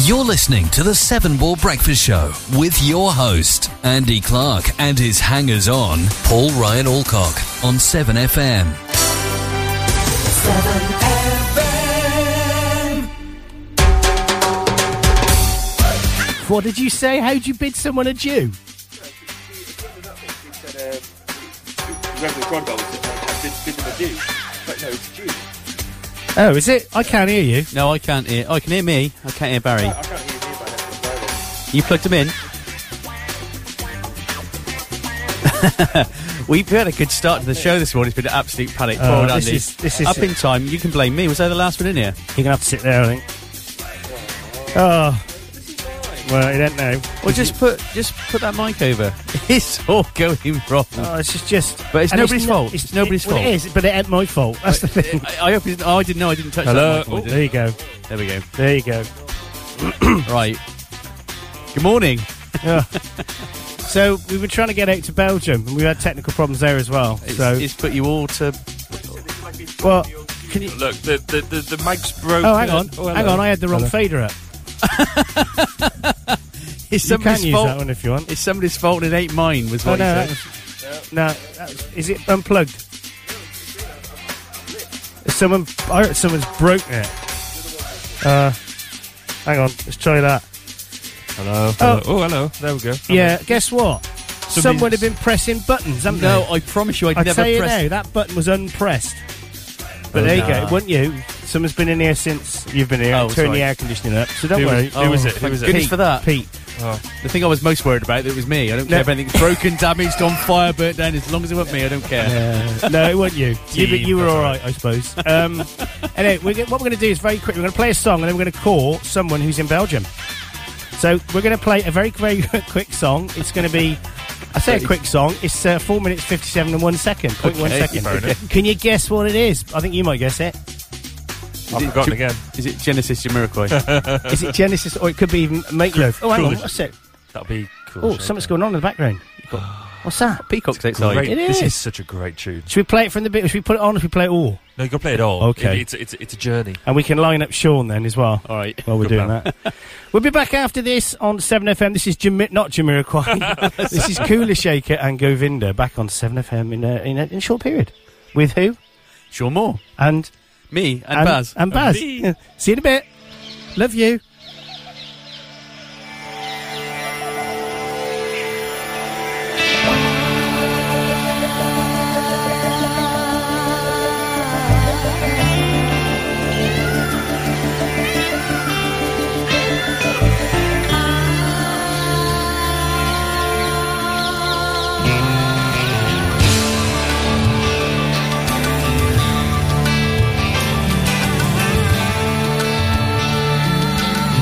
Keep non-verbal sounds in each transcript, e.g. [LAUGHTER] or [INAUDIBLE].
You're listening to the Seven Ball Breakfast Show with your host, Andy Clark, and his hangers on, Paul Ryan Alcock, on 7FM. What did you say? How'd you bid someone adieu? uh, Reverend Cromwell was did, did them a Jew. But no, it's a Jew. Oh, is it? I can't hear you. No, I can't hear. Oh, I can hear me. I can't hear Barry. I can't hear you by that. You plugged him in. [LAUGHS] We've had a good start to the show this morning. It's been an absolute panic. Poor Oh, this Andy. is- this is- Up in time. You can blame me. Was I the last one in here? You're gonna have to sit there, I think. Oh. Well, you don't know. Well, just put just put that mic over. [LAUGHS] It's all going wrong. Oh, this is just. But it's and nobody's fault. It's nobody's well, fault. It is, but it ain't my fault. That's the [LAUGHS] thing. I, I hope. It's, oh, I didn't know. I didn't touch that. Oh, mic. there you go. There we go. There you go. [CLEARS THROAT] Right. Good morning. So we were trying to get out to Belgium, and we had technical problems there as well. It's, [LAUGHS] so, it's put you all to. well, can you? Look, the, the, the, the mic's broken. Oh, hang on, hang on. I had the wrong fader up. [LAUGHS] It's You can somebody's use that fault. one if you want. It's somebody's fault. It ain't mine. Was Oh, no, what that you said. was- no, that was- is it unplugged? Someone, I heard someone's broken it. Uh, hang on, let's try that. Hello. hello. Oh, hello. There we go. Yeah, guess what? Someone had been pressing buttons, haven't No, they? I promise you, I'd I never tell you press. now, that button was unpressed. But Oh, there you nah. go, wouldn't you? Someone's been in here since you've been here. Oh, Turn sorry. the air conditioning up, so don't Who was- worry. who was it? Who was it? Goodness Pete, for that. Pete. Oh. The thing I was most worried about that was me. I don't No. care if anything's broken, damaged, on fire, burnt down. As long as it wasn't me, I don't care. Uh, no, it [LAUGHS] wasn't you. you, but Team, you were that's all right, I suppose. [LAUGHS] Um, anyway, we're, gonna- what we're going to do is very quick. We're going to play a song, and then we're going to call someone who's in Belgium. So we're going to play a very, very [LAUGHS] quick song. It's going to be, I say a quick song. It's uh, four minutes fifty-seven and one second. Point one Okay, second. fair enough. Can you guess what it is? I think you might guess it. I've forgotten again. Is it Genesis [LAUGHS] Jamiroquai? [LAUGHS] Is it Genesis, or it could be even Make Love? Oh, hang on, Cool. what's it? That'll be cool. Oh, something's going on in the background. What's that? Peacock's Great. outside. It This is. is such a great tune. Should we play it from the bit? Should we put it on? Or should we play it all? No, you got to play it all. Okay. It- it's, it's, it's a journey. And we can line up Sean then as well. All right. while we're Good doing that. [LAUGHS] we'll be back after this on 7FM. This is Jami- [LAUGHS] not Jamiroquai. this is Cooler Shaker and Govinda back on 7FM in a, in a, in a short period. With who? Sean Moore, And, me, and, Baz. And Baz. me. [LAUGHS] See you in a bit. Love you. I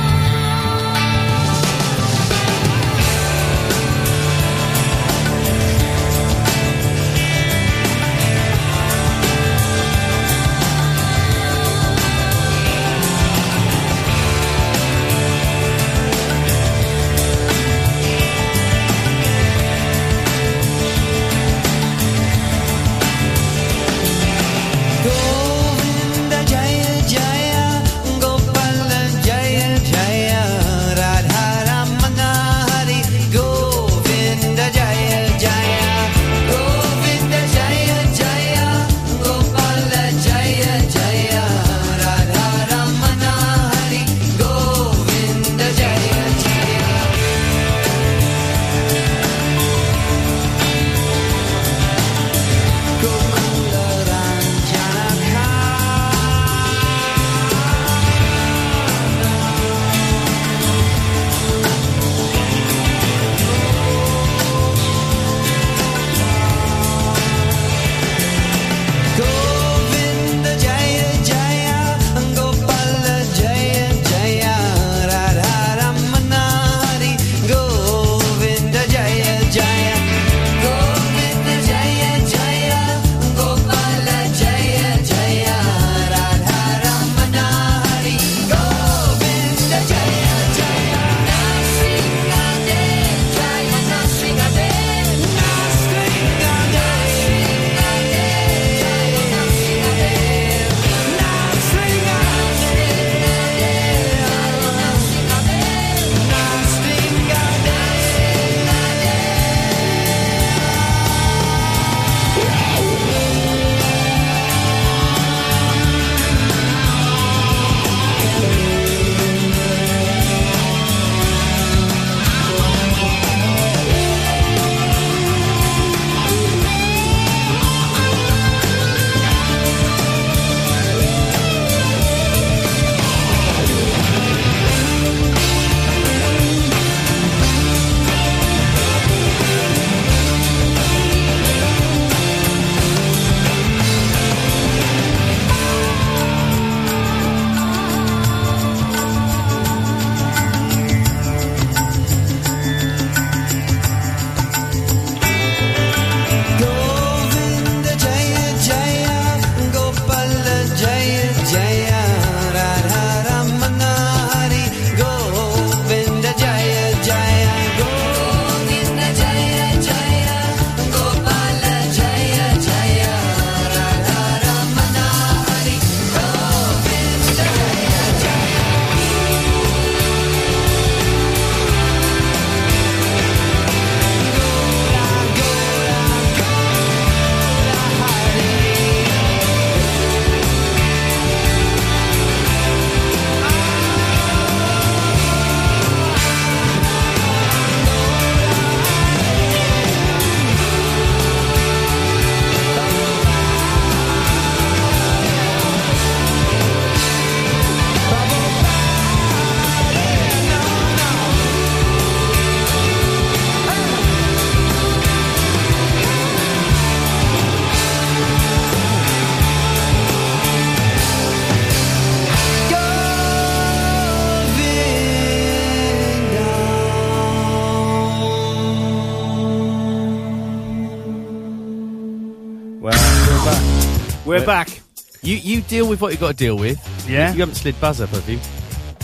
We're Wait. back. You you deal with what you got to deal with. Yeah. You haven't slid buzz up, have you?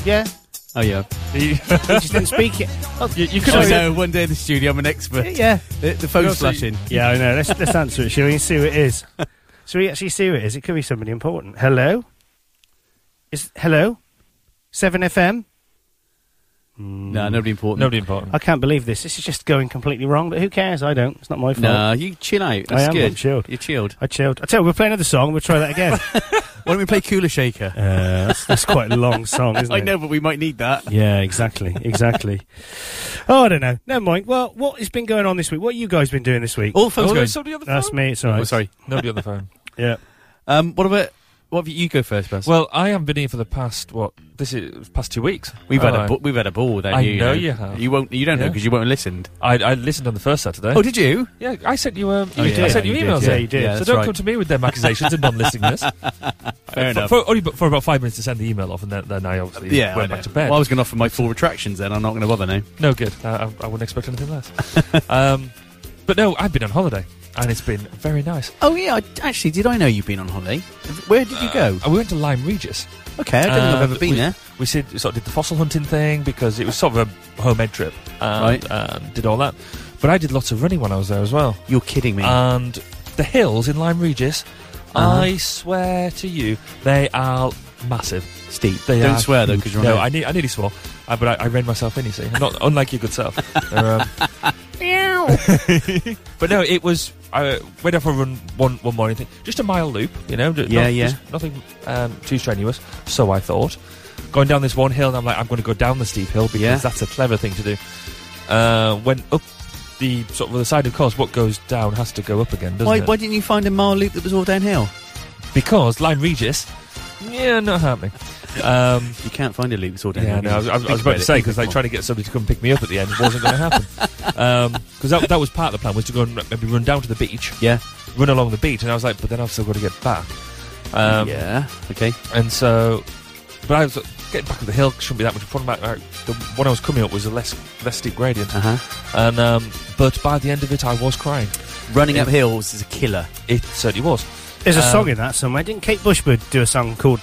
Yeah. Oh yeah. [LAUGHS] you, We just didn't speak it. you could. have I said- know. One day in the studio, I'm an expert. Yeah. The, the phone's flashing. Yeah, I know. Let's, let's answer it, shall we? and See who [LAUGHS] it is. Shall we actually see who it is? It could be somebody important. Hello? Is Hello? No, 7FM? Mm. nobody important. Nobody important. I can't believe this. This is just going completely wrong, but who cares? I don't. It's not my fault. No, you chill out. I That's am, good. I'm chilled. You're chilled. I chilled. I tell you, we'll play another song. We'll try that again. [LAUGHS] Why don't we play Cooler Shaker? uh, that's, that's quite a long song, isn't it? [LAUGHS] I know, but we might need that. Yeah, exactly, exactly. oh, I don't know. Never mind. Well, what has been going on this week? What you guys been doing this week? All phones Oh, going. there's somebody on the That's phone? me. It's all right. Oh, sorry. [LAUGHS] Nobody on the phone. [LAUGHS] Yeah. Um, what about what? Have you, you go first, Buzz. Well, I haven't been here for the past what? This is past two weeks. we've had Oh, a bu- we've had a ball. Then I you know you have. You won't. You don't know Yeah. because you won't have listened. I, I listened on the first Saturday. Oh, did you? yeah, I sent you. Um, Oh, you- yeah. I sent Yeah, you you emails. did. Yeah, you did. So that's don't right. come to me with them accusations and non-listeness. [LAUGHS] Fair for, enough. for, only b- for about five minutes to send the email off, and then, then I obviously yeah, went I know. back to bed. Well, I was going to offer my full retractions. Then I'm not going to bother now. no good. I, I, I wouldn't expect anything less. [LAUGHS] um, but no, I've been on holiday, and it's been very nice. Oh yeah, I, actually, did I know you've been on holiday? Where did you go? Uh, we went to Lyme Regis. Okay, I don't think I've and ever been we, there. We said, sort of did the fossil hunting thing because it was sort of a home ed trip. And, Right. um, did all that. But I did lots of running when I was there as well. You're kidding me. And the hills in Lyme Regis, Uh-huh. I swear to you, they are massive. Steve, They don't are swear though, huge. because you're no, on I, air. ne- I nearly swore, uh, but I, I reined myself in. You see, not unlike your good [LAUGHS] self. They're, um, but no, it was. I went off a run one one morning thing, just a mile loop, you know. ju- Yeah, no- yeah. just Nothing um, too strenuous, so I thought. Going down this one hill, and I'm like, I'm going to go down the steep hill because Yeah. that's a clever thing to do. Uh, went up the sort of the side of course, what goes down has to go up again, doesn't Why, it? why didn't you find a mile loop that was all downhill? Because Lyme Regis, yeah, not happening. Um, You can't find a loop that's all downhill. Yeah, no, I was, I was Think about to it. say Think because like about trying to get somebody to come pick me up at the end wasn't going to [LAUGHS] happen. Because that, that was part of the plan was to go and r- maybe run down to the beach, it. Yeah, run along the beach, and I was like, but then I've still got to get back. Um, yeah, okay. And so, but I was uh, getting back up the hill shouldn't be that much of a problem. Like, like, the one I was coming up was a less less steep gradient, Uh huh. and um, but by the end of it, I was crying. Running Yeah. up hills is a killer. It certainly was. There's a Um, song in that somewhere. Didn't Kate Bushwood do a song called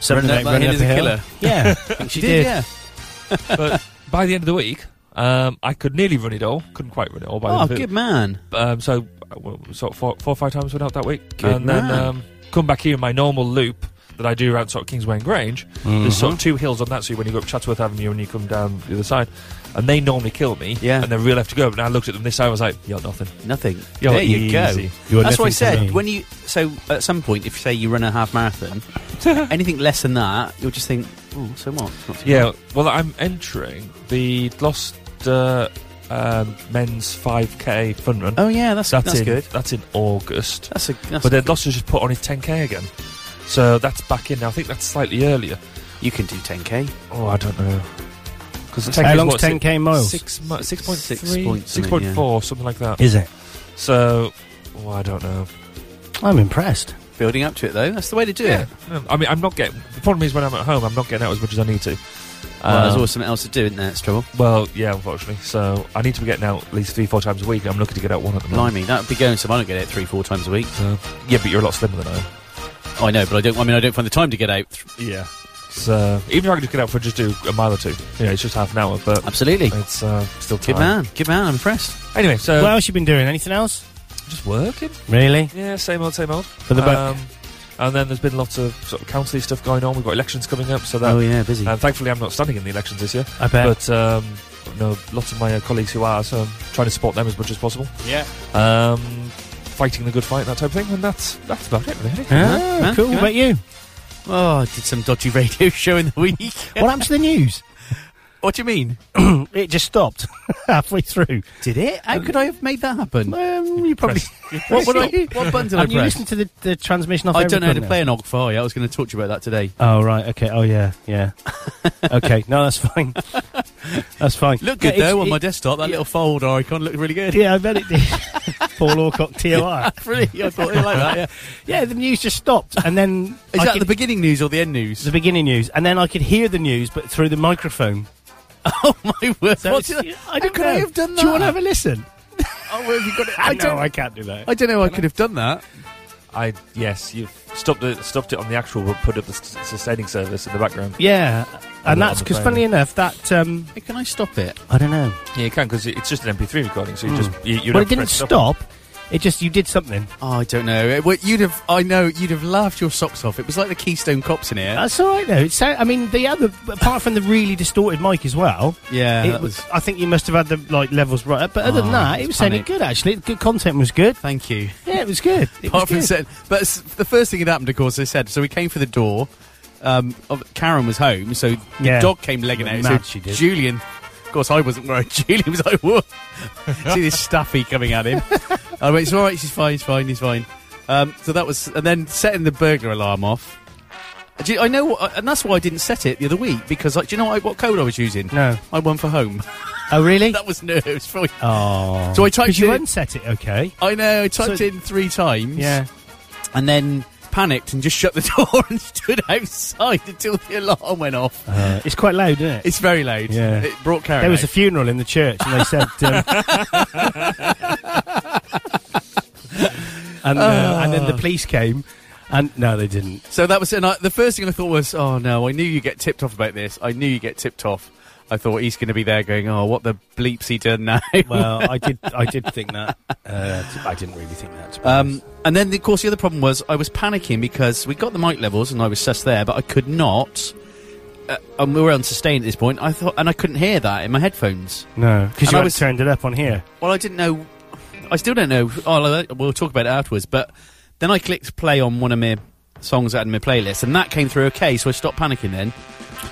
something Running like Running Up is a killer. [LAUGHS] Yeah, I think she Did, did. yeah. [LAUGHS] But by the end of the week, um, I could nearly run it all. Couldn't quite run it all. By the Oh, end of it. good man. um, so uh, well, sort of four, four or five times went out that week, Good and then man. um, come back here in my normal loop that I do around sort of Kingsway and Grange. Mm-hmm. There's sort of two hills on that, so when you go up Chatsworth Avenue and you come down the other side, and they normally kill me, Yeah. and they're real left to go. But I looked at them this time, I was like, you're nothing. Nothing. You're there you easy. go. You are That's what I nothing to me. said. When you [LAUGHS] so at some point, if you say you run a half marathon, anything less than that, you'll just think, oh, so what? It's not so bad." Yeah, well, I'm entering the Gloucester um, men's 5k fun run. Oh yeah, that's that's, in, good. That's in August. That's a. That's but then Gloucester's just put on his 10k again, so that's back in. now. I think that's slightly earlier. you can do 10k. Oh, I don't Uh, know. Because How long's 10k miles? Six, mi- 6.3, Six point something, 6.4, something like that. Is it? So, oh, I don't know. I'm impressed. Building up to it though, that's the way to do it. No, I mean, I'm not getting. The problem is when I'm at home, I'm not getting out as much as I need to. Well, there's Um, always something else to do, isn't there? It's trouble. well, yeah, unfortunately. So I need to be getting out at least three, four times a week. I'm looking to get out one at the moment. Blimey, that'd be going. So I don't get out three, four times a week. So, yeah, but you're a lot slimmer than I am. Oh, I know, but I don't. I mean, I don't find the time to get out. Yeah. So even if I could just get out for just do a mile or two, you know, it's just half an hour, but Absolutely, it's uh, still time. good man, good man. I'm impressed. Anyway, so what else you been doing? Anything else? just working. Really? Yeah, same old, same old. For the buck. um, and then there's been lots of sort of council stuff going on. We've got elections coming up, so that. oh yeah, busy. And thankfully, I'm not standing in the elections this year. I bet. But um, no, lots of my uh, colleagues who are, so I'm trying to support them as much as possible. yeah. Um, fighting the good fight, that type of thing, and that's that's about it, really. Ah, Yeah, cool. yeah. What about you? oh, I did some dodgy [LAUGHS] radio show in the week. What happened to the news? [LAUGHS] what do [CLEARS THROAT] you mean? it [LAUGHS] just stopped halfway through. Did it? How Um, could I have made that happen? Um, you probably. What, what, I, what button did I Have [LAUGHS] you press? listened to the, the transmission off I don't know how to Evergreen play an Og Fi. I was going to talk to you about that today. now? Oh, right. Okay. Oh, yeah. [LAUGHS] Yeah. okay. No, that's fine. That's fine. Looked good Yeah, it's- though on my it- desktop. That little fold icon looked really good. Yeah, I bet it [LAUGHS] did. Paul Orcock [LAUGHS] TOR. really, I thought they like that. Yeah. [LAUGHS] Yeah, the news just stopped. And then. Is I that could- the beginning news or the end the news? beginning news, and then I could hear the news, but through the microphone. [LAUGHS] oh my word! What it's- did I don't could I know. have done Do you want that? to have a listen? Oh, where have you got it? I I know don't. I can't do that. I don't know. I could have done that. I yes, you stuffed it, stuffed it on the actual, but put up the s- sustaining service in the background. Yeah, I'm and not that's on the because, phone. funnily enough, that um, Hey, can I stop it? I don't know. Yeah, you can because it's just an MP3 recording, so you just you, you Hmm. well, don't it didn't press stop. It just you did something. Oh, I don't know. It- What you'd have, I know you'd have laughed your socks off. It was like the Keystone Cops in here. That's all right though. It's I mean the other apart from the really distorted mic as well. yeah, it that was. was, I think you must have had the like levels right up, but other than Oh, that, it it's was sounding panic. good actually. The good content was good. Thank you. Yeah, it was good. It Apart from was said, good. but s- the first thing that happened, of course, they said. So we came for the door. Um, of, Karen was home, so the Yeah. dog came legging out. So Mad she did. Julian, of course, I wasn't worried. [LAUGHS] Julian was like, "What?" See this stuffy coming at him. [LAUGHS] I went, "It's all right. She's fine. He's fine. He's fine." Um, so that was, and then setting the burglar alarm off. Do you- I know, what, and that's why I didn't set it the other week because, like, do you know what, what code I was using? No. I won for home. Oh really? [LAUGHS] that was nerves. for me. Oh, So I typed because you it- unset it. Okay. I know. I typed So- in three times. Yeah. and then panicked and just shut the [LAUGHS] door and stood outside until the alarm went off. Uh, it's [LAUGHS] quite loud, isn't it? It's very loud. Yeah. It brought Karen. There was a out. funeral in the church, and they said. [LAUGHS] Um, [LAUGHS] and, uh, Ah. and then the police came, and no, they didn't. so that was and I, the first thing I thought was, oh no, I knew you get tipped off about this. I knew you get tipped off. I thought he's going to be there going, oh, what the bleeps he done now. [LAUGHS] Well, I did. I did think that. Uh, I didn't really think that. to be Um, and then, of course, the other problem was I was panicking because we got the mic levels and I was sus there, but I could not. Uh, and we were on sustain at this point. I thought, and I couldn't hear that in my headphones. No, because And you I was was- turned it up on here. Well, I didn't know. I still don't know. Oh, we'll talk about it afterwards. But then I clicked play on one of my songs out of my playlist, and that came through okay. So I stopped panicking then.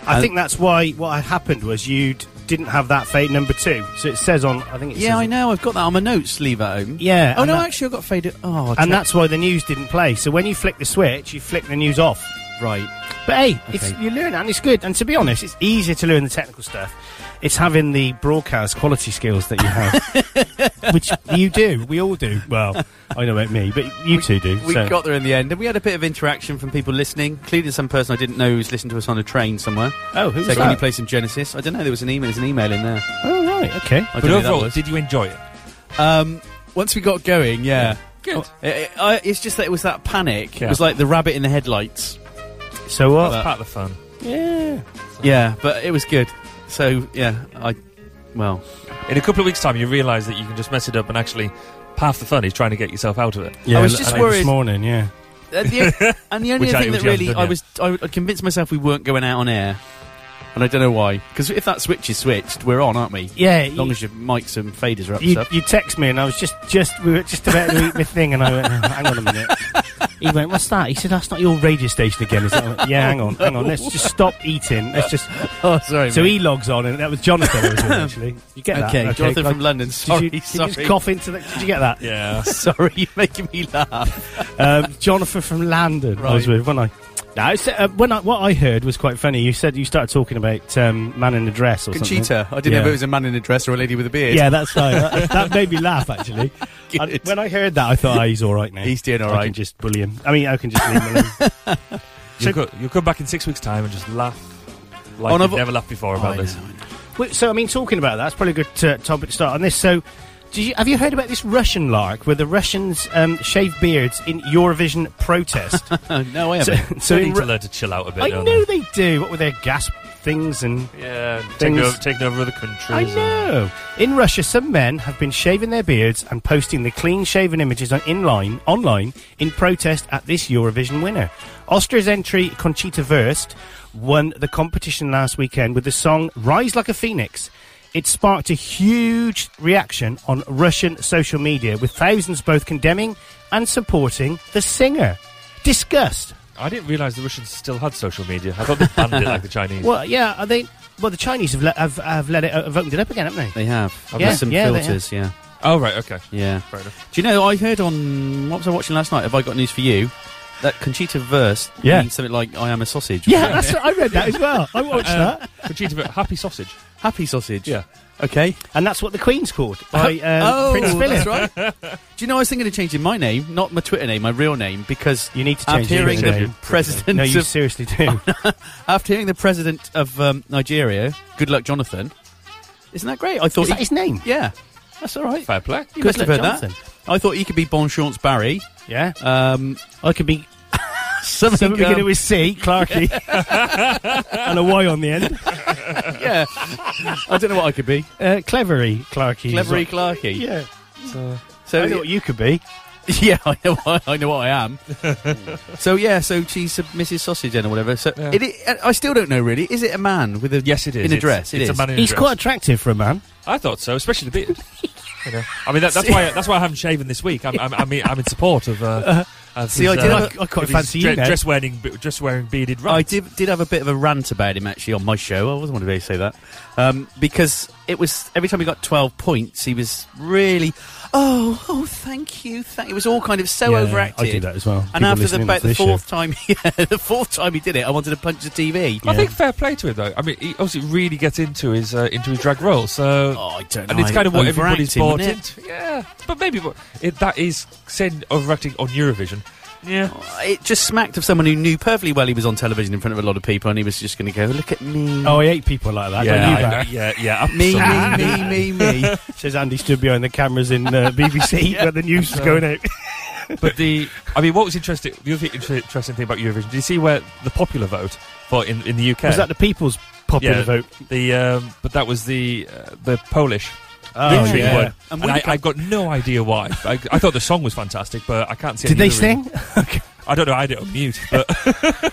I And- think that's why what had happened was you d- didn't have that fade number two. So it says on. I think it says Yeah, I know. I've got that on my notes. Leave at home. Yeah, Oh and no, that- actually, I got faded. Oh, And that's why the news didn't play. So when you flick the switch, you flick the news off. that's right. But hey, it's, Okay. you learn that and it's good. And to be honest, it's easier to learn the technical stuff. It's having the broadcast quality skills that you [LAUGHS] have, which you do. We all do. Well, I know about me, but you two do. We so. got there in the end, and we had a bit of interaction from people listening, including some person I didn't know who's listened to us on a train somewhere. oh, who So was can you that? play some Genesis? I don't know. There was an email. There's an email in there. oh, right, okay. I But don't know who overall, that was. did you enjoy it? Um, once we got going, yeah. Oh, Good. It- it- I- it's just that it was that panic. Yeah. It was like the rabbit in the headlights. So what? Part of the fun. yeah. Yeah, but it was good. So yeah, I well, In a couple of weeks' time, you realise that you can just mess it up and actually. Half the fun is trying to get yourself out of it. yeah. was l- just I think worried- This morning, yeah. and Uh, the, and [LAUGHS] the only Which I- thing which that you haven't really done I yet. was I, I convinced myself we weren't going out on air, and I don't know why. Because if that switch is switched, we're on, aren't we? Yeah. As you- long as your mics and faders are up. and You, stuff. you text me and I was just just we were just about to eat my thing and I went, "Oh, hang on a minute. He went, what's that? He said, that's not your radio station again, is it? I went, yeah, hang on, hang on. Let's just stop eating. Let's just. [LAUGHS] oh, sorry. So mate. he logs on, and that was Jonathan. who [LAUGHS] was with, actually, you get that? okay, Jonathan like- from London. Sorry, did you, did you sorry, just cough into the? Did you [LAUGHS] get that? Yeah. sorry. You're making me laugh. [LAUGHS] Um, Jonathan from London. I was Right. with, wasn't I? No, it's, uh, when I, what I heard was quite funny. You said you started talking about um, man in a dress or something. Conchita. I didn't know Yeah. if it was a man in a dress or a lady with a beard. Yeah, [LAUGHS] that's right. that, that made me laugh actually. And Good. when I heard that, I thought, oh, he's all right now. He's doing all I can right. just bully him. I mean, I can just leave him alone. [LAUGHS] You'll, go, you'll come back in six weeks' time and just laugh like Oh, no, you've but- never laughed before I about know, this. I know. Wait, So, I mean, talking about that, that's probably a good uh, topic to start on this. So, did you, have you heard about this Russian lark where the Russians um, shave beards in Eurovision protest? Oh, [LAUGHS] no, I so, haven't. so they in need to Ru- learn to chill out a bit. I don't know they do. What were their gas things and. they? Yeah, and taking Things- over, taking over other countries. I and- know. In Russia, some men have been shaving their beards and posting the clean-shaven images on inline online in protest at this Eurovision winner. Austria's entry Conchita Verst won the competition last weekend with the song "Rise Like a Phoenix." It sparked a huge reaction on Russian social media, with thousands both condemning and supporting the singer. Disgust. I didn't realise the Russians still had social media. I thought they banned it like the Chinese. Well, yeah, are they? Well, the Chinese have let, have, have let it uh, have opened it up again, haven't they? They have. Yeah, With some yeah, they have. filters. Yeah. Oh, right, okay. Yeah. Fair enough. Do you know, I heard on. What was I watching last night? Have I got news for you? That Conchita verse Yeah. means something like I am a sausage. Yeah, that's what, I read that as well. I [LAUGHS] watched that. Conchita, but happy sausage. Happy sausage. Yeah. Okay. And that's what the Queen's called by um, oh, Prince Philip. that's [LAUGHS] right. Do you know, I was thinking of changing my name, not my Twitter name, my real name, because You need to after change your hearing name. the name. president No, you of, seriously do. [LAUGHS] after hearing the president of um, Nigeria, good luck Jonathan. Isn't that great? I thought Is that he- his name? Yeah. That's all right. Fair play. You must have Good heard luck, that. I thought he could be Bonchance Barry. Yeah. Um, I [LAUGHS] could be something something beginning um, with C, [LAUGHS] Clarky, and a Y on the end. yeah. I don't know what I could be. Uh, clevery, Clarky. Clevery Clarky. Yeah. So I know what you could be. [LAUGHS] yeah, I know what, I know what [LAUGHS] I am. so yeah, so she's a Mrs. Sausage End or whatever. So Yeah. it, i I still don't know really. Is it a man with a Yes, it is. in a It's- dress? It it's is. a man in a He's dress. quite attractive for a man. I thought so, especially the [LAUGHS] beard. You know, I mean, that, that's why that's why I haven't shaven this week. I'm I'm, I'm, in- I'm in support of. Uh, of Uh-huh. See, his, I did uh, have I quite of his fancy you, dre- Ned. dress wearing be- dress wearing bearded. I Runt. did, did have a bit of a rant about him actually on my show. I wasn't going to really say that um, because it was every time he got twelve points, he was really oh oh thank you thank. It was all kind of so overacted. I do that as well. And after the, about the fourth time, [LAUGHS] yeah, the fourth time he did it, I wanted to punch the TV. I think fair play to him though. I mean, he obviously really gets into his uh, into his drag role. So Oh, I don't know. and it's kind of what everybody's Overacting, bought wasn't it? into. Yeah, but maybe but it, that is saying overacting on Eurovision. Yeah, Oh, It just smacked of someone who knew perfectly well he was on television in front of a lot of people, and he was just going to go, "Look at me, Oh, I hate people like that. yeah, don't you, I- Barry? yeah, [LAUGHS] yeah. me, absolutely. me, me, me, me." Says Andy stood behind the cameras in uh, [LAUGHS] BBC when the news was going out. But the, I mean, what was interesting? The other inter- interesting thing about Eurovision, did you see where the popular vote for in, in the UK? Was that the people's popular Yeah. vote? the? Um, but that was the uh, the Polish literary Oh, yeah. word, And and, when I, it come- I got no idea [LAUGHS] why. I, I thought the song was fantastic, but I can't see. Did any they other reason. sing? [LAUGHS] I don't know. I did it on mute, but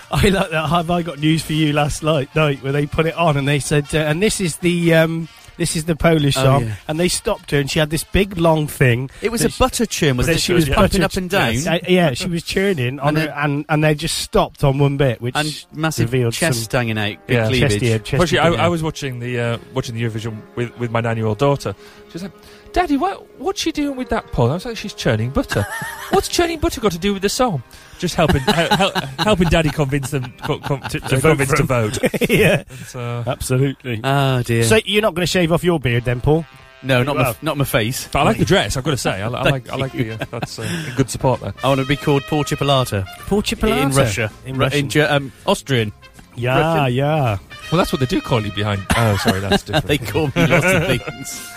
I like that. Have I got news for you last night? Night where they put it on and they said, uh, and this is the um, this is the Polish Oh, song, yeah. and they stopped her and she had this big long thing. It was that a butter churn, was that it? She was yeah. pumping buttered- up and down, yes, uh, yeah, she was churning on And and then- her, and and they just stopped on one bit, [LAUGHS] which and massive revealed chest hanging out, big Yeah. cleavage. chesty, chesty Actually, bit. I, I was watching the uh, watching the Eurovision with, with my nine-year-old daughter. She's like, "Daddy, what what's she doing with that pole?" I was like, "She's churning butter." what's churning butter got to do with the song? Just helping hel- hel- helping Daddy convince them co- com- to, to vote convince for to vote. [LAUGHS] uh, yeah, So, absolutely. Oh dear! So you're not going to shave off your beard then, Paul? no, not my, well. not my face. but I like the dress. I've got to say, I, li- I Thank like I like the uh, that's uh, [LAUGHS] a good support there. I want to Oh, be called Paul Chipolata Paul in Russia, In Ru- Russia. Ge- um, Austrian. yeah, Russian. yeah. Well, that's what they do call you behind. Oh, sorry, [LAUGHS] that's different. They call me lots [LAUGHS] of [LAUGHS] things.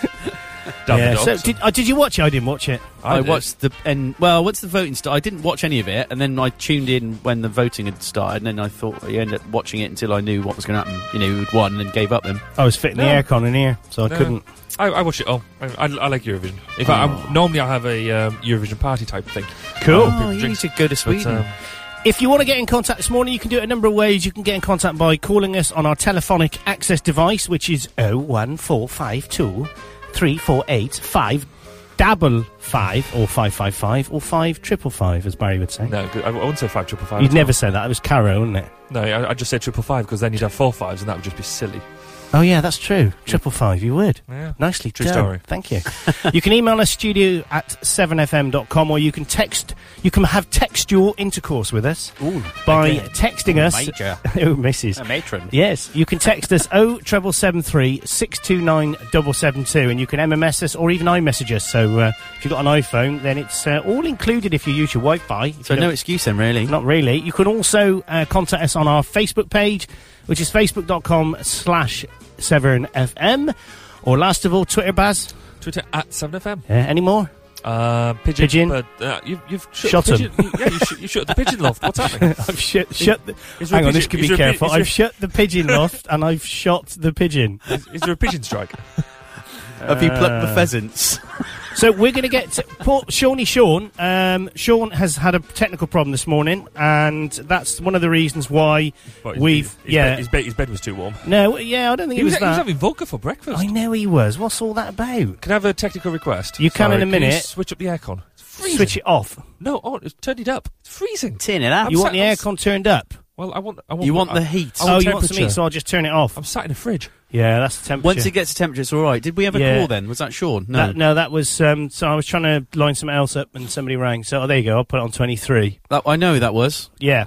Damn the yeah. dogs. So did, uh, did you watch it? I didn't watch it. I, did. watched the and well, what's the voting start? I didn't watch any of it, and then I tuned in when the voting had started, and then I thought I ended up watching it until I knew what was going to happen. You know, who'd won and gave up them. I was fitting No. the aircon in here, so I No. couldn't. Oh. I, I watch it all. I, I, I like Eurovision. In fact, I'm, normally I have a um, Eurovision party type thing. Uh, Cool. people Oh, you need drink- to go to But, Sweden. um, If you want to get in contact this morning, you can do it a number of ways. You can get in contact by calling us on our telephonic access device, which is 01452 348 5 double five or 555 or 5555, as Barry would say. no, good- I, I wouldn't say five triple five. You'd never say that. It was Caro, wouldn't it? No, I, I just said triple five because then you'd have four fives and that would just be silly. Oh, yeah, that's true. Triple five, you would. Yeah. Nicely True done. story. Thank [LAUGHS] you. you can email us studio at 7fm.com or you can text, you can have textual intercourse with us Ooh, by okay. texting us. Major. [LAUGHS] oh, missus. A matron. Yes, you can text us 07773 629 772 and you can MMS us or even iMessage us. So uh, if you've got an iPhone, then it's uh, all included if you use your Wi Fi. So no excuse then, really. Not really. You can also uh, contact us on our Facebook page, which is facebook.com slash Severn FM. Or last of all, Twitter, Baz. Twitter at 7FM. Uh, any more? Uh, pigeon. Pigeon. But, uh, you, you've shut, Shot the pigeon. you- yeah, you, sh- you shut the pigeon loft. What's happening? [LAUGHS] I've shut, shut the, Is there a hang on, this pigeon- could is be there a pi- careful. is there- I've shut the pigeon loft and I've shot the pigeon. [LAUGHS] Uh, Is, is there a pigeon strike? [LAUGHS] Have you plucked the pheasants? So we're going to get to Paul, Shawnee Sean. Um, Sean has had a technical problem this morning, and that's one of the reasons why What, his- we've. his yeah. Bed, his, bed, his bed was too warm. no, yeah, I don't think He it was, was, he was that. having vodka for breakfast. I know he was. What's all that about? Can I have a technical request? You can Sorry, in a you minute. switch up the aircon. It's freezing. Switch it off. No, oh, it's turned it up. It's freezing. Tin it up. you sat- want the I'm aircon turned up? Well, I want. I want You want I- the heat. I want oh, you want some temperature. heat, so I'll just turn it off. I'm sat in a fridge. Yeah, that's the temperature. Once it gets to temperature, it's all right. Did we have a Yeah. call then? Was that Sean? No. That, no, that was. Um, so I was trying to line something else up, and somebody rang. So oh, there you go. I'll put it on twenty three. That- Oh, I know who that was. Yeah.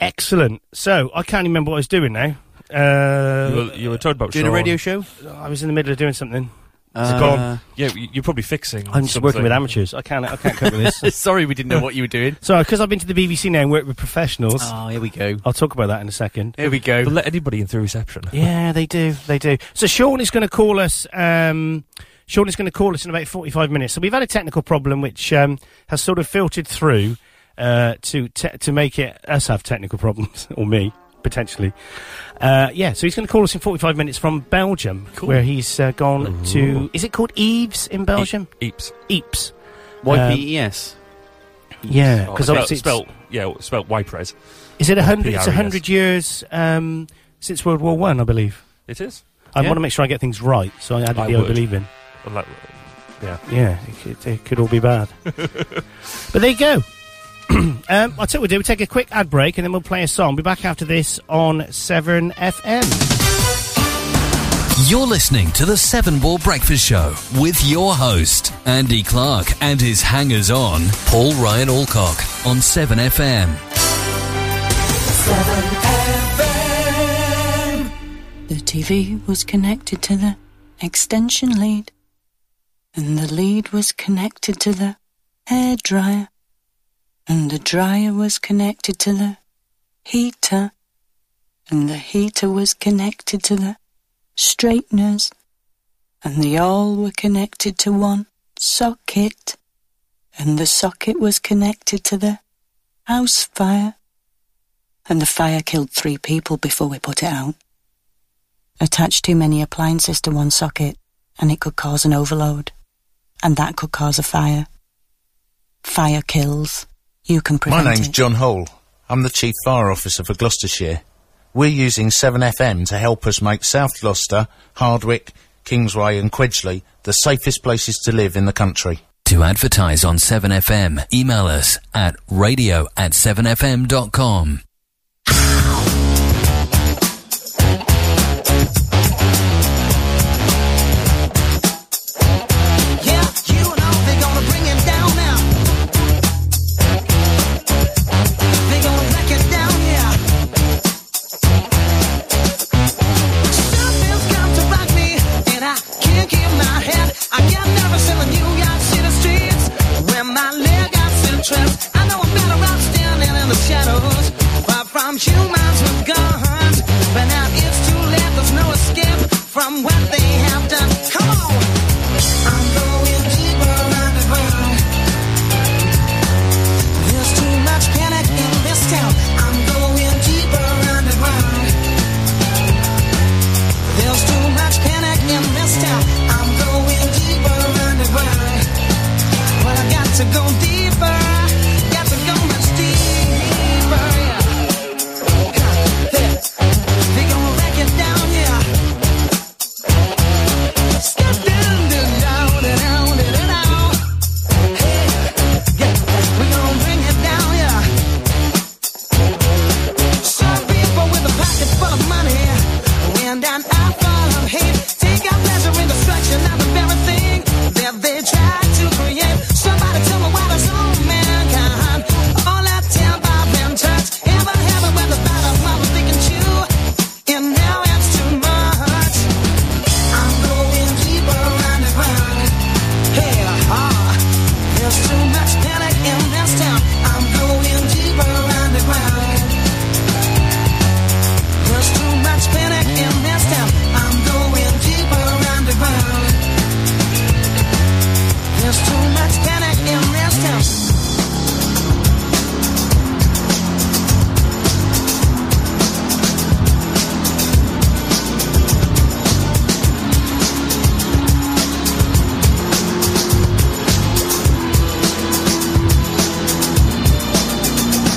Excellent. So I can't remember what I was doing now. Uh, you, were, you were talking about Doing a Sean. radio show? I was in the middle of doing something. Uh, gone. Yeah, you- you're probably fixing. I'm just something. working with amateurs. I can't. I can't cope with this. [LAUGHS] Sorry we didn't know what you were doing. So, because I've been to the BBC now and worked with professionals, Oh, here we go. I'll talk about that in a second. Here we go. They'll [LAUGHS] let anybody in through reception. Yeah, they do. They do. So Sean is going to call us. Um, Sean is going to call us in about 45 minutes. So we've had a technical problem which um, has sort of filtered through uh, to te- to make it us have technical problems, [LAUGHS] or me, potentially. Uh, yeah, so he's going to call us in 45 minutes from Belgium, Cool. where he's uh, gone to. Is it called Eves in Belgium? E-, Eeps. Eeps. YPES. Um, Yeah, Oh, because spelt- obviously. it's- spelt, yeah, spelt Ypres. is it a 100, it's PRES. 100 years um, since World War One, I, believe. It is. I Yeah. want to make sure I get things right, so I added I the I would. believe in. Unlike, Yeah, it could, it could all be bad. [LAUGHS] but there you go. [CLEARS THROAT] um, I tell you what we'll do. We'll take a quick ad break and then we'll play a song. Be back after this on Severn FM. You're listening to the Seven Ball Breakfast Show with your host, Andy Clark, and his hangers on, Paul Ryan Alcock, on 7FM. [LAUGHS] The TV was connected to the extension lead, and the lead was connected to the hairdryer, and the dryer was connected to the heater, and the heater was connected to the straighteners, and they all were connected to one socket, and the socket was connected to the house fire, and the fire killed three people before we put it out. Attach too many appliances to one socket, and it could cause an overload. And that could cause a fire. Fire kills. You can My prevent name's it. John Hall. I'm the Chief Fire Officer for Gloucestershire. We're using 7FM to help us make South Gloucester, Hardwick, Kingsway and Quedgeley the safest places to live in the country. To advertise on 7FM, email us at radio at 7FM.com. Yeah, you know they're gonna bring him down now. They're gonna break it down, yeah. Something's come to rock me, and I can't keep my head. I get nervous in the New York City streets when my leg got some trips. I know I'm better off standing in the shadows, far from humans with guns. But now it's too late. There's no escape from what they have done. Come on. I'm going deeper underground. There's too much panic in this town. I'm going deeper underground. There's too much panic in this town. I'm going deeper underground. Well, I got to go deeper. Got to go much deeper. Yeah. They're, they're gonna wreck it down here. Step down, down, down, down, down, down. Hey, yeah, we gonna bring it down, yeah. Some people with a pocket full of money and an eye full of hate take our pleasure in destruction of the very thing that they try to create. Somebody tell me why does all mankind all that temper and touch ever heaven when the bottom of they can chew? And now it's too much. I'm going deeper underground. Hey, ah, there's too much panic in this town. I'm going deeper underground. There's too much panic in this town. I'm going deeper underground. There's too much panic in this town.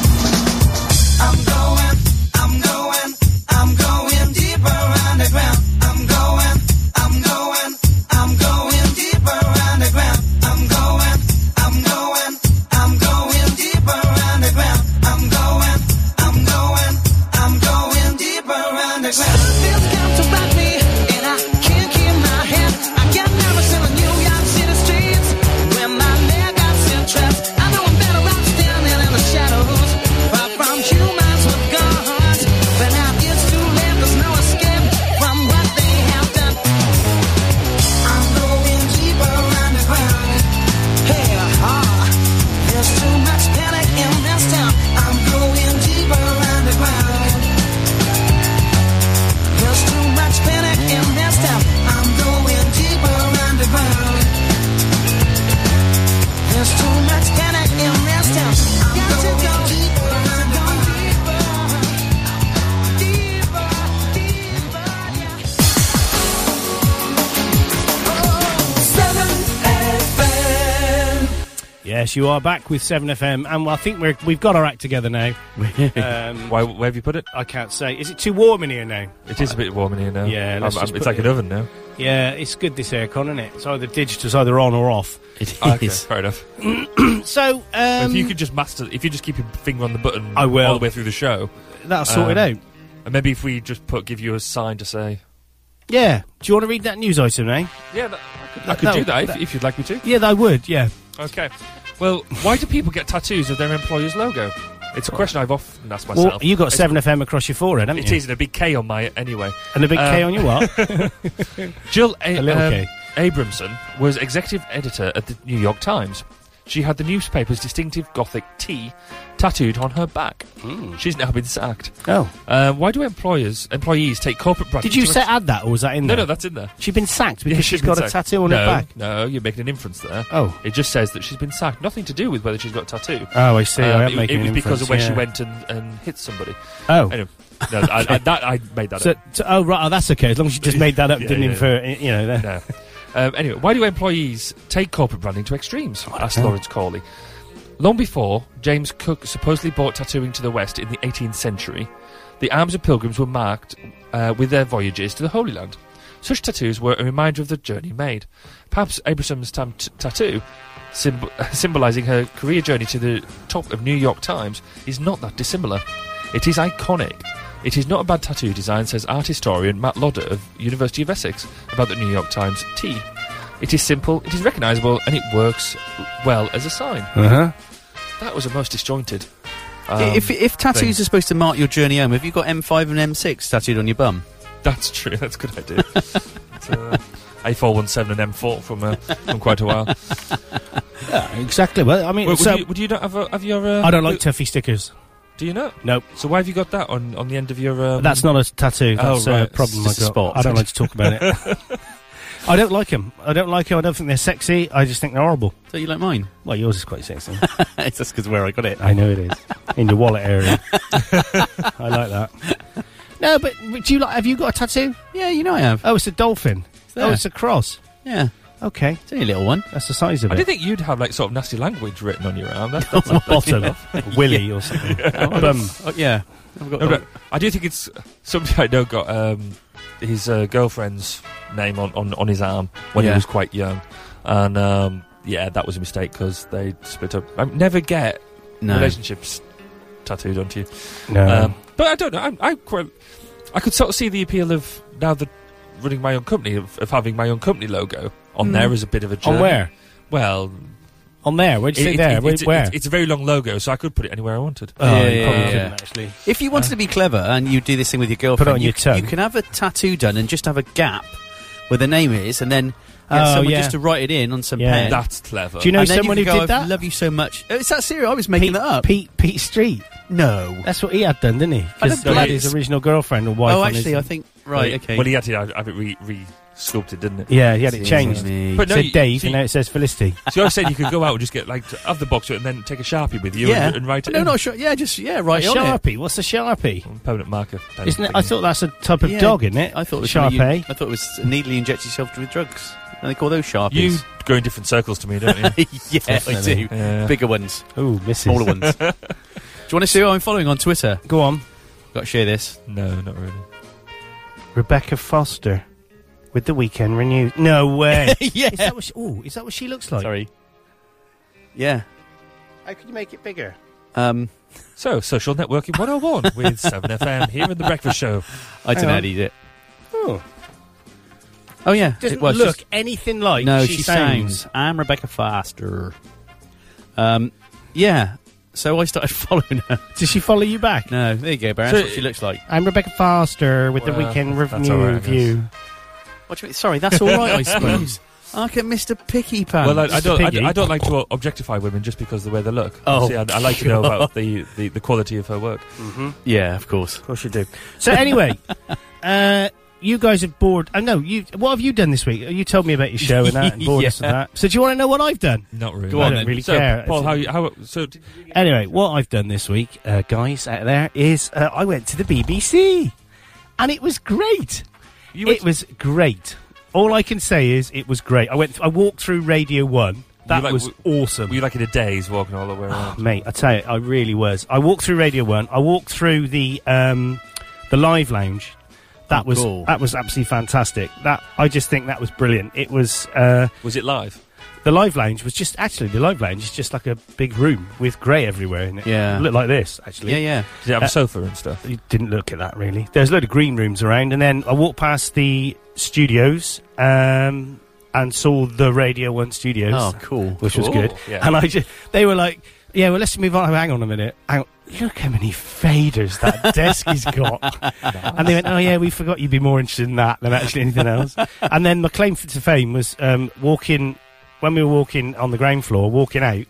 I'm going, I'm going, I'm going deeper underground. I'm going, I'm going, I'm going deeper underground. I'm going, I'm going, I'm going deeper underground. I'm going, I'm going, I'm going deeper underground. Something's got to rock me, and I can't keep my head. I get nervous in the New York City streets when my leg got trapped. I know I'm better off standing in the shadows, far from humans with guns. But now it's too late. There's no escape from what they have done. I'm going deeper underground. Hey, ah, there's too much panic in this town. I'm going deeper underground. There's too much panic. Yes, you are back with 7FM, and I think we're, we've got our act [LAUGHS] together now. um, Why, where have you put it? I can't say. Is it too warm in here now? It is a bit warm in here now. Yeah, I'm- let's I'm- just it's put like it- an oven now. Yeah, it's good this aircon, isn't it? It's either digital, it's either [CLEARS THROAT] on or off. It [LAUGHS] Ah, okay, fair enough. So, um, if you could just master, if you just keep your finger on the button, I will. all the way through the show, that'll sort it um, out. and maybe if we just put, give you a sign to say, Yeah. Do you want to read that news item, eh? yeah, that, I could, I could that do would- that, that- if, if you'd like me to. Yeah, I would, yeah. Okay. Well, why do people get tattoos of their employer's logo? It's a question I've often asked Well, myself. you've got It's- 7FM across your forehead, haven't It you? is, and a big K on my anyway. And a big K Um, on your what? [LAUGHS] Jill a- A little um, K. Abramson was executive editor at the New York Times. She had the newspaper's distinctive Gothic T tattooed on her back. She's now been sacked. oh. Uh, why do employers employees take corporate brands? Did you to say add that, or was that in No, there? no, that's in there. She's been sacked because Yeah, she's been got sacked. a tattoo on no, her back. No, you're making an inference there. Oh. It just says that she's been sacked. Nothing to do with whether she's got a tattoo. Oh, I see. I Um, am it, making it was an because inference, of where she yeah. went and, and hit somebody. Oh. Anyway, no, I, I, that, I made that So, up. so- oh, right. Oh, that's okay. As long as you just made that up, [LAUGHS] Yeah, didn't yeah. infer, it, you know. That. No. Um, anyway, why do employees take corporate branding to extremes? asked Lawrence Corley. Long before James Cook supposedly brought tattooing to the West in the 18th century, the arms of pilgrims were marked uh, with their voyages to the Holy Land. Such tattoos were a reminder of the journey made. Perhaps Abraham's tam- t- tattoo, [LAUGHS] symb- symbolising her career journey to the top of New York Times, is not that dissimilar. It is iconic. It is not a bad tattoo design, says art historian Matt Lodder of University of Essex about the New York Times T. It is simple, it is recognisable, and it works well as a sign. Uh-huh. That was a most disjointed. um, if if tattoos thing. are supposed to mark your journey home, have you got M5 and M6 tattooed on your bum? That's true. [LAUGHS] That's a good [LAUGHS] idea. It's, uh, A417 and M4 from uh, from quite a while. Would, Exactly. Well, I mean, would so you, would you not have, a, have your? Uh, I don't like Do, toughy stickers. do you not? Nope. So why have you got that on, on the end of your? Um, That's not a tattoo. Oh, That's right. a It's problem I just a got. spot. I don't like to talk about [LAUGHS] it. I don't like them. I don't like them. I don't think they're sexy. I just think they're horrible. Don't you like mine? Well, yours is quite sexy. [LAUGHS] it's just because where I got it. I know it is in your wallet area. [LAUGHS] I like that. No, but but do you like? Have you got a tattoo? Yeah, you know I have. Oh, it's a dolphin. Oh, there. it's a cross. Yeah, Okay, it's only a little one. that's the size of I it. didn't think you'd have like sort of nasty language written on your arm. [LAUGHS] That, that's not- Bottom, Willy or [LAUGHS] something. um, uh, Bum. Oh, yeah. I've got no, but I do think it's somebody I know got um, his uh, girlfriend's name on, on, on his arm when Yeah. he was quite young, and um, yeah, that was a mistake because they split up. I never get no. relationships tattooed onto you. No. Um, but I don't know. I'm, I'm quite. I could sort of see the appeal of now that running my own company of, of having my own company logo on Mm. there as a bit of a journey. on where? Well, On there. Where'd you it- say it- there? it- Where? it's, where? It's, it's a very long logo, so I could put it anywhere I wanted. oh, Yeah, you yeah, probably yeah, couldn't yeah. actually. If you wanted to be clever and you do this thing with your girlfriend, on you, your tongue. you can have a tattoo done and just have a gap where the name is, and then get Oh, someone yeah. just to write it in on some Yeah. pen. That's clever. Do you know and then someone you who can go, did I that? love you so much. Oh, It's that serious. I was making Pete, that up. Pete Pete Street. No. That's what he had done, didn't he? Because don't he believe had his it's- original girlfriend or wife. oh, on actually, his- I think right. Okay. Well, he had to have it re, re sculpted, didn't it? yeah, he had it Excuse changed. me. But It no, said you- Dave, so and you- now it says Felicity. [LAUGHS] So I said you [LAUGHS] could go out and just get like to have the box and then take a sharpie with you yeah. and, and write it no, in. not sure. Yeah, just yeah, right a on it. sharpie. What's a sharpie? On permanent marker. pen Isn't it? thing. I thought that's a type of Yeah, dog, isn't it? I thought it was something sharpie. You, I thought it was needly inject yourself with drugs. And they call those sharpies. you go in different circles to me, don't you? [LAUGHS] yeah, I Definitely. do. yeah. Bigger ones, Oh, misses. smaller ones. [LAUGHS] do you want to see who I'm following on Twitter? Go on, Got to share this. No, not really. [LAUGHS] Rebecca Foster, with the weekend renewed. No way. [LAUGHS] yeah. is that what? She, oh, is that what she looks like? Sorry. Yeah. How could you make it bigger? Um, So, Social Networking 101 with 7FM here in The Breakfast Show. I don't Hang know how on. to do it. Oh, Oh yeah, doesn't it was look just- anything like. no, she, sounds. I'm Rebecca Foster. Um, yeah. So I started [LAUGHS] following her. Does she follow you back? No, there you go, Baron. So- That's what she looks like. I'm Rebecca Foster with the Well, weekend that's review. all right, I guess. review. What do you mean? Sorry, that's all right, [LAUGHS] I suppose. Look at Mr. Picky Pants. well, I, I, don't, piggy. I, I don't like to objectify women just because of the way they look. Oh, See, I, I like to know [LAUGHS] about the, the, the quality of her work. yeah, of course. Mm-hmm. Of course you do. [LAUGHS] So anyway, uh, you guys have bored. I know you. What have you done this week? You told me about your show [LAUGHS] and that, and bored us of Yeah. that. So do you want to know what I've done? Not really. Go on I don't then. really So, care. Paul, It's- how, you, how so? d- Anyway, what I've done this week, uh, guys out there, is uh, I went to the BBC, and it was great. You It was great. All I can say is it was great. I went. Th- I walked through Radio One. That like- was awesome. Ah, Were you like in a daze walking all the way around? Mate, I tell you, I really was. I walked through Radio One. I walked through the um, the live lounge. That Oh, was cool. that was absolutely fantastic. That I just think that was brilliant. It was uh, was it live? the live lounge was just actually the live lounge is just like a big room with grey everywhere in it. Yeah. looked like this actually. Yeah, yeah. Did it have Uh, a sofa and stuff? You didn't look at that really. There's a load of green rooms around, and then I walked past the studios um, and saw the Radio One studios Oh, cool. which was Cool. good. Yeah. And I just, they were like, yeah, well, let's move on. Hang on a minute. Hang on. Look how many faders that desk has got. [LAUGHS] And they went, oh, yeah, we forgot you'd be more interested in that than actually anything else. and then my claim to fame was um, walking, when we were walking on the ground floor, walking out,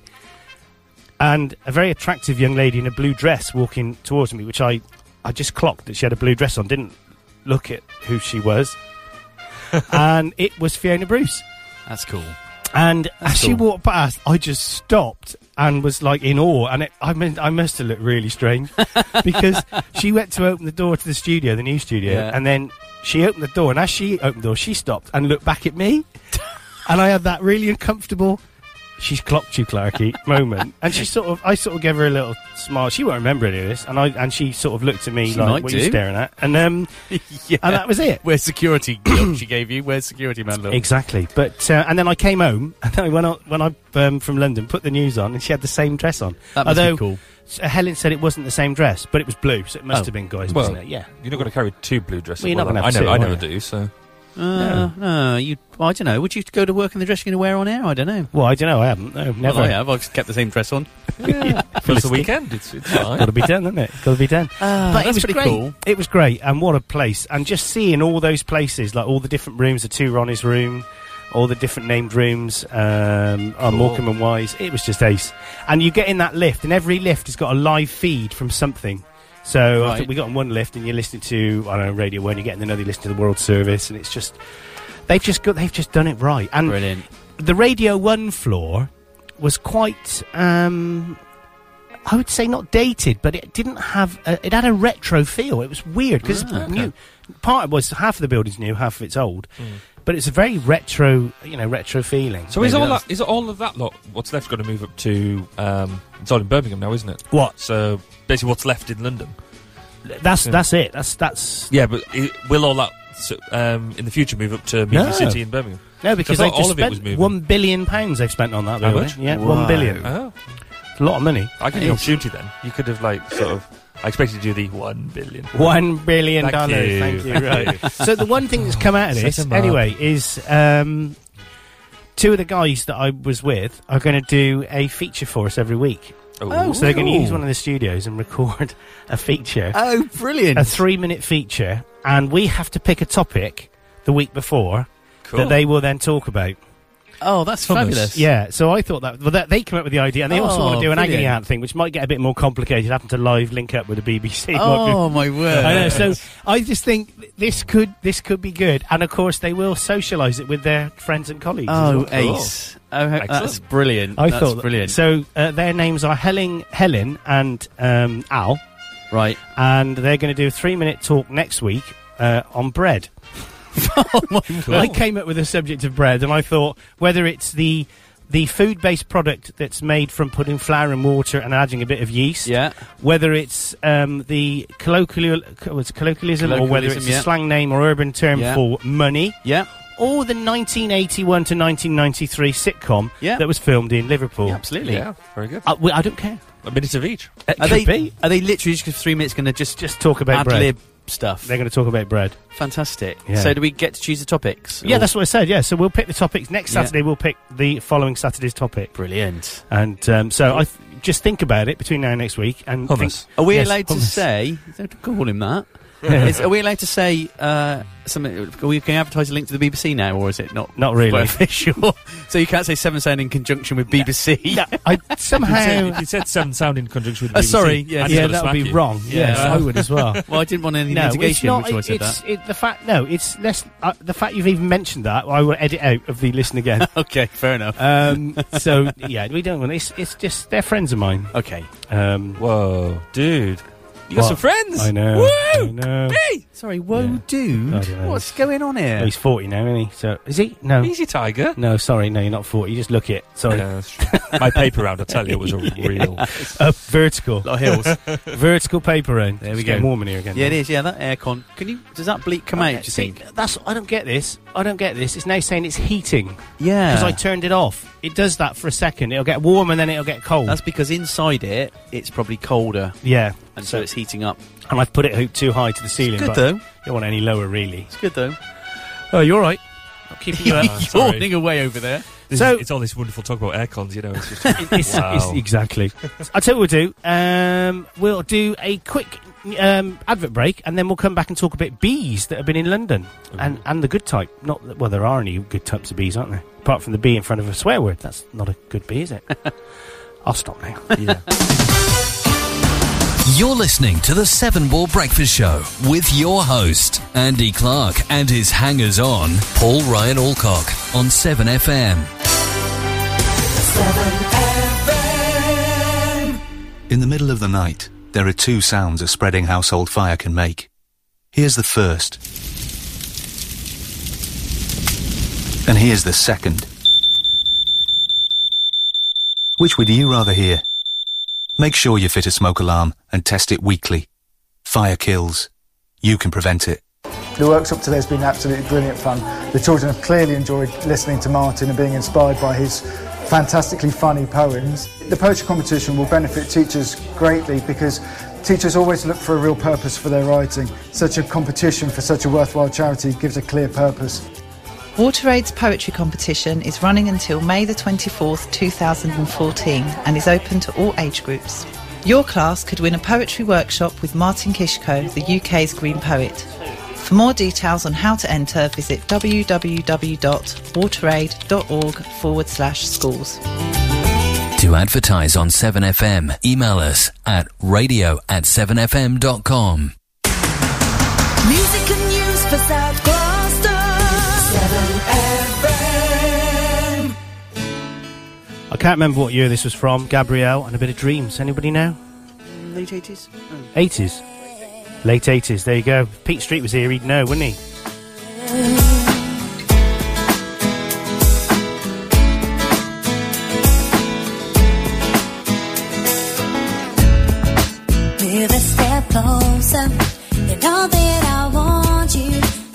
and a very attractive young lady in a blue dress walking towards me, which I, I just clocked that she had a blue dress on, didn't look at who she was. and it was Fiona Bruce. [LAUGHS] That's cool. And as she cool. walked past, I just stopped and was like in awe. And it, I mean, I must have looked [LAUGHS] really strange because she went to open the door to the studio, the new studio, Yeah. and then she opened the door. And as she opened the door, she stopped and looked back [LAUGHS] at me. and I had that really uncomfortable. She's clocked you, Clarky. [LAUGHS] Moment, and she sort of, I sort of gave her a little smile. She won't remember any of this, and I, and she sort of looked at me She like, might "What are you do. staring at?" And um, [LAUGHS] yeah. and that was it. Where's security [COUGHS] guilt she gave you? Where's security man? Look? Exactly. But uh, and then I came home [LAUGHS] and then I went on, when I um, from London put the news on and she had the same dress on. That must Although be cool. s- uh, Helen said it wasn't the same dress, but it was blue, so it must Oh. have been guys, Well, wasn't it? Yeah. You're not going to carry two blue dresses. Well, you're not will gonna I have know. two, I are never you? do. So Uh, no, you. I don't know. Would you go to work in the dress you're going to wear on air? I don't know. Well, I don't know. I haven't. No, never. Well, I have. I've just kept the same dress [LAUGHS] on. for the weekend, it's, it's Got fine. to be done, isn't it? Got to be done. that's it Ah, was pretty great. cool. It was great, and what a place! And just seeing all those places, like all the different rooms, the two Ronnie's room, all the different named rooms, um, on Morecambe and Wise. It was just ace. And you get in that lift, and every lift has got a live feed from something. So I Right. think we got on one lift, and you're listening to I don't know Radio One. You get in another, you listen to the World Service, and it's just they've just got they've just done it right. And Brilliant. the Radio One floor was quite, um, I would say, not dated, but it didn't have. A, it had a retro feel. It was weird because Ah, okay. new. Part was half of the building's new, half of it's old, but it's a very retro, you know, retro feeling. Hmm. So is Maybe all that's- that is all of that lot? What's left going to move up to? Um, it's all in Birmingham now, isn't it? What? So basically, what's left in London? That's Yeah. that's it. That's that's Yeah, but i will all that so, um, in the future move up to Media No. City in Birmingham? no because I they thought just all of it was spent moving. one billion pounds they've spent on that. How building. much? Yeah, Wow. one billion. Oh, It's a lot of money. I give you an Jeez. opportunity then. You could have like sort of. I expected you to do the one billion. One billion Thank dollars. you. [LAUGHS] Thank you. Thank Right. so the one thing that's come out of Set this, 'em up. anyway, is um, two of the guys that I was with are going to do a feature for us every week. Oh, So they're going to Ooh. use one of the studios and record [LAUGHS] a feature, Oh, brilliant. a three-minute feature, and we have to pick a topic the week before that they will then talk about. [LAUGHS] oh, that's Thomas. fabulous. Yeah, so I thought that, well, that they came up with the idea, and they also Oh, want to do an agony brilliant. aunt thing, which might get a bit more complicated. Having to live link up with the BBC. [LAUGHS] might be- Oh my word. I know. So I just think th- this could this could be good, and of course they will socialise it with their friends and colleagues. as Oh, well. ace. Oh, ho- that's Excellent. brilliant. I that's thought that- brilliant. So uh, their names are Helen, Helen, and um, Al, right. and they're going to do a three-minute talk next week uh, on [LAUGHS] bread. Oh Cool. [LAUGHS] I came up with the subject of bread, and I thought whether it's the the food-based product that's made from putting flour and water and adding a bit of yeast, Yeah. whether it's um, the colloquial co- it's colloquialism, or whether Colloquialism, it's yeah. a slang name or urban term Yeah. for money. Yeah. or the 1981 to 1993 sitcom Yeah. that was filmed in Liverpool. Absolutely. yeah, very good. I, well, Uh, I don't care. Uh, A minute of each. It Are could they be. are they literally just 'cause three minutes going to just Just talk about ad lib bread. stuff? They're going to talk about bread. Fantastic. Yeah. So do we get to choose the topics? Yeah, Or- that's what I said. Yeah, so we'll pick the topics next Yeah. Saturday. We'll pick the following Saturday's topic, brilliant. and um, so I th- just think about it between now and next week. And think- Hummus. Are we Yes, allowed to hummus. say? Don't call him [LAUGHS] that. Is- are we allowed to say uh, something? Are we going to advertise a link to the BBC now, or is it not? [LAUGHS] Not really. official. so you can't say Seven Sound in conjunction with [LAUGHS] BBC. Yeah, [LAUGHS] I If you somehow. Uh, said- if you said seven sound in conjunction with Oh, BBC, sorry, I'd yes. just Yeah, gotta that would smack be you. wrong. Yes, Yeah. I [LAUGHS] would as well. Well, I didn't want any No, it's litigation, not. which I it- said it's that. it, the fact. No, it's less uh, the fact you've even mentioned that. I will edit out of the listen again. [LAUGHS] Okay, fair enough. Um, so [LAUGHS] yeah, we don't want it's it's just they're friends of mine. Okay. Um, Whoa, dude. You got What? some friends. I know. Woo! I know. Hey, Um, Sorry, whoa, Yeah. dude. I don't know. What's going on here? He's 40 now, isn't he? So, is he? No. easy tiger. No, sorry, no, you're not 40. You just look it. Sorry. Yeah, that's true. My paper round, I tell you, it [LAUGHS] was a real. [LAUGHS] Uh, vertical. lot of hills. [LAUGHS] vertical paper round. There we It's go. getting warm in here again. yeah, it is. Yeah, that aircon. Can you? Does that bleak come out? Do you See, think? that's I don't get this. I don't get this. It's now saying it's heating because Yeah. I turned it off. It does that for a second. It'll get warm and then it'll get cold. That's because inside it, it's probably colder, yeah, and so, it's heating up. and I've put it hooked too high to the ceiling. Good but though. You don't want any lower, really. It's good though. Oh, you're right. Keeping [LAUGHS] you out. Yawning away over there. So- so it's all this wonderful talk about aircons, you know. It's just [LAUGHS] It's, wow. it's- exactly. I tell you what we'll do. Um, we'll do a quick um, advert break, and then we'll come back and talk about bees that have been in London and, and the good type. Not that, well, there are any good types of bees, aren't there? Apart from the bee in front of a swear word, that's not a good bee, is it? I'll stop now. You're listening to the Seven Ball Breakfast Show with your host, Andy Clark, and his hangers on, Paul Ryan Alcock, on 7FM. In the middle of the night, there are two sounds a spreading household fire can make. Here's the first. And here's the second. Which would you rather hear? Make sure you fit a smoke alarm and test it weekly. Fire kills. You can prevent it. The workshop today has been absolutely brilliant fun. The children have clearly enjoyed listening to Martin and being inspired by his fantastically funny poems. The poetry competition will benefit teachers greatly because teachers always look for a real purpose for their writing. Such a competition for such a worthwhile charity gives a clear purpose. WaterAid's poetry competition is running until May the 24th, 2014 and is open to all age groups. Your class could win a poetry workshop with Martin Kishko, the UK's Green Poet. For more details on how to enter, visit www.wateraid.org forward slash schools. To advertise on 7FM, email us at radio at 7FM.com. Music and news for South Gloucester. 7FM. I can't remember what year this was from. Gabrielle and a bit of Dreams. Anybody know? Late eighties. 80s. Late 80s. There you go. If Pete Street was here, he'd know, wouldn't he? Move a step closer. You know that I want you.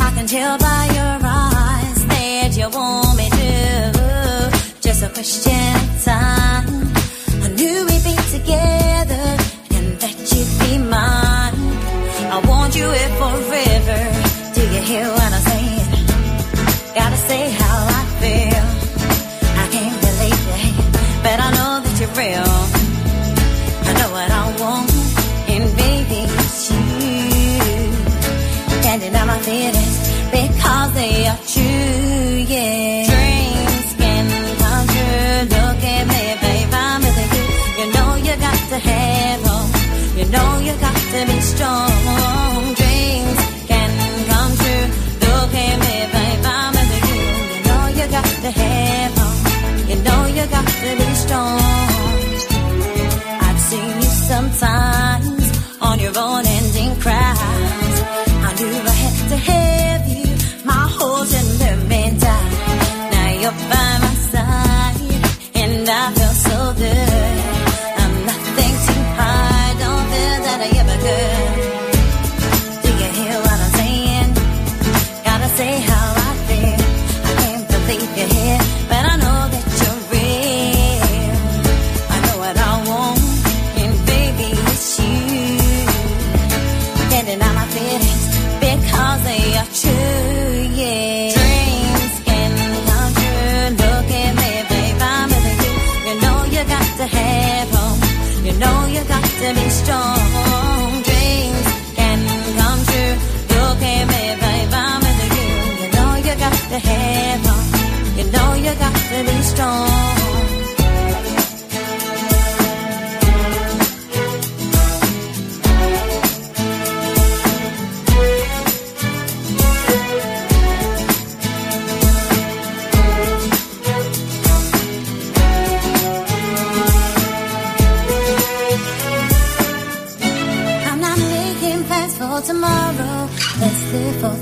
I can tell by your eyes that you want me to. Just a question of time. I knew we'd be together and that you'd be mine. I want you here forever. Do you hear what I'm saying? Gotta say how I feel. I can't believe it, but I know that you're real. I know what I want, and baby, it's you. Standing on my feelings because they are true, yeah. Dreams can come true. Look at me, babe, I'm with you. You know you got to have hope. You know you got to be strong. Dreams can come true. Look at me, babe, I'm with you. You know you got to have hope. You know you got to be strong. I've seen you sometimes on your own ending cries. I knew I had to have you, my whole temperament died. Now you're by my side, and I feel so good. I'm nothing too hard, don't feel that I ever could. Do you hear what I'm saying? Gotta say how I feel. I can't believe you're here, but I know that you're real. I know what I want, and baby, it's you. Standing on my feelings because they are true, yeah. Dreams can come true.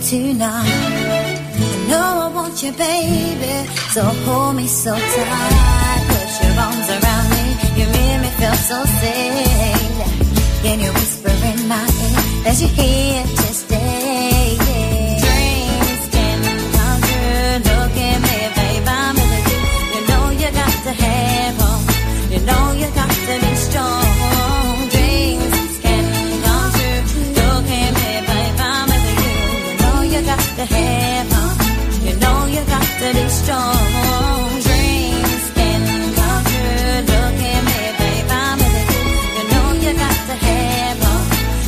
tonight. I know I want you, baby, so hold me so tight. Put your arms around me, you make me feel so safe. Can you whisper in my ear that you're here to stay? Dreams can come true. Look at me, babe, I'm in love with you. You know you got to have 'em. You know you got to be strong. Dreams can come true. Look at me, babe, I'm in love with you. You know you got to have 'em. You know you got to be strong. Dreams can come true. Look at me, babe, I'm in love with you. You know you got to have 'em.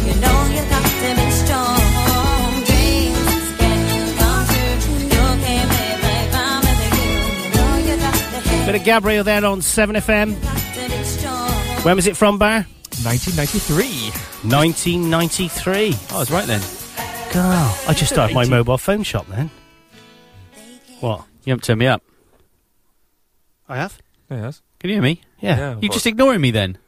You know you got to be strong. Dreams can come true. Look at me, babe, I'm in love with you. You know you got to have Bit of Gabriel there on 7FM. to be strong. When was it from, Bar? 1993. 1993. I was right then. God, I just started my mobile phone shop then. What? You haven't turned me up. I have. Yes. Can you hear me? Yeah. You're just ignoring me then.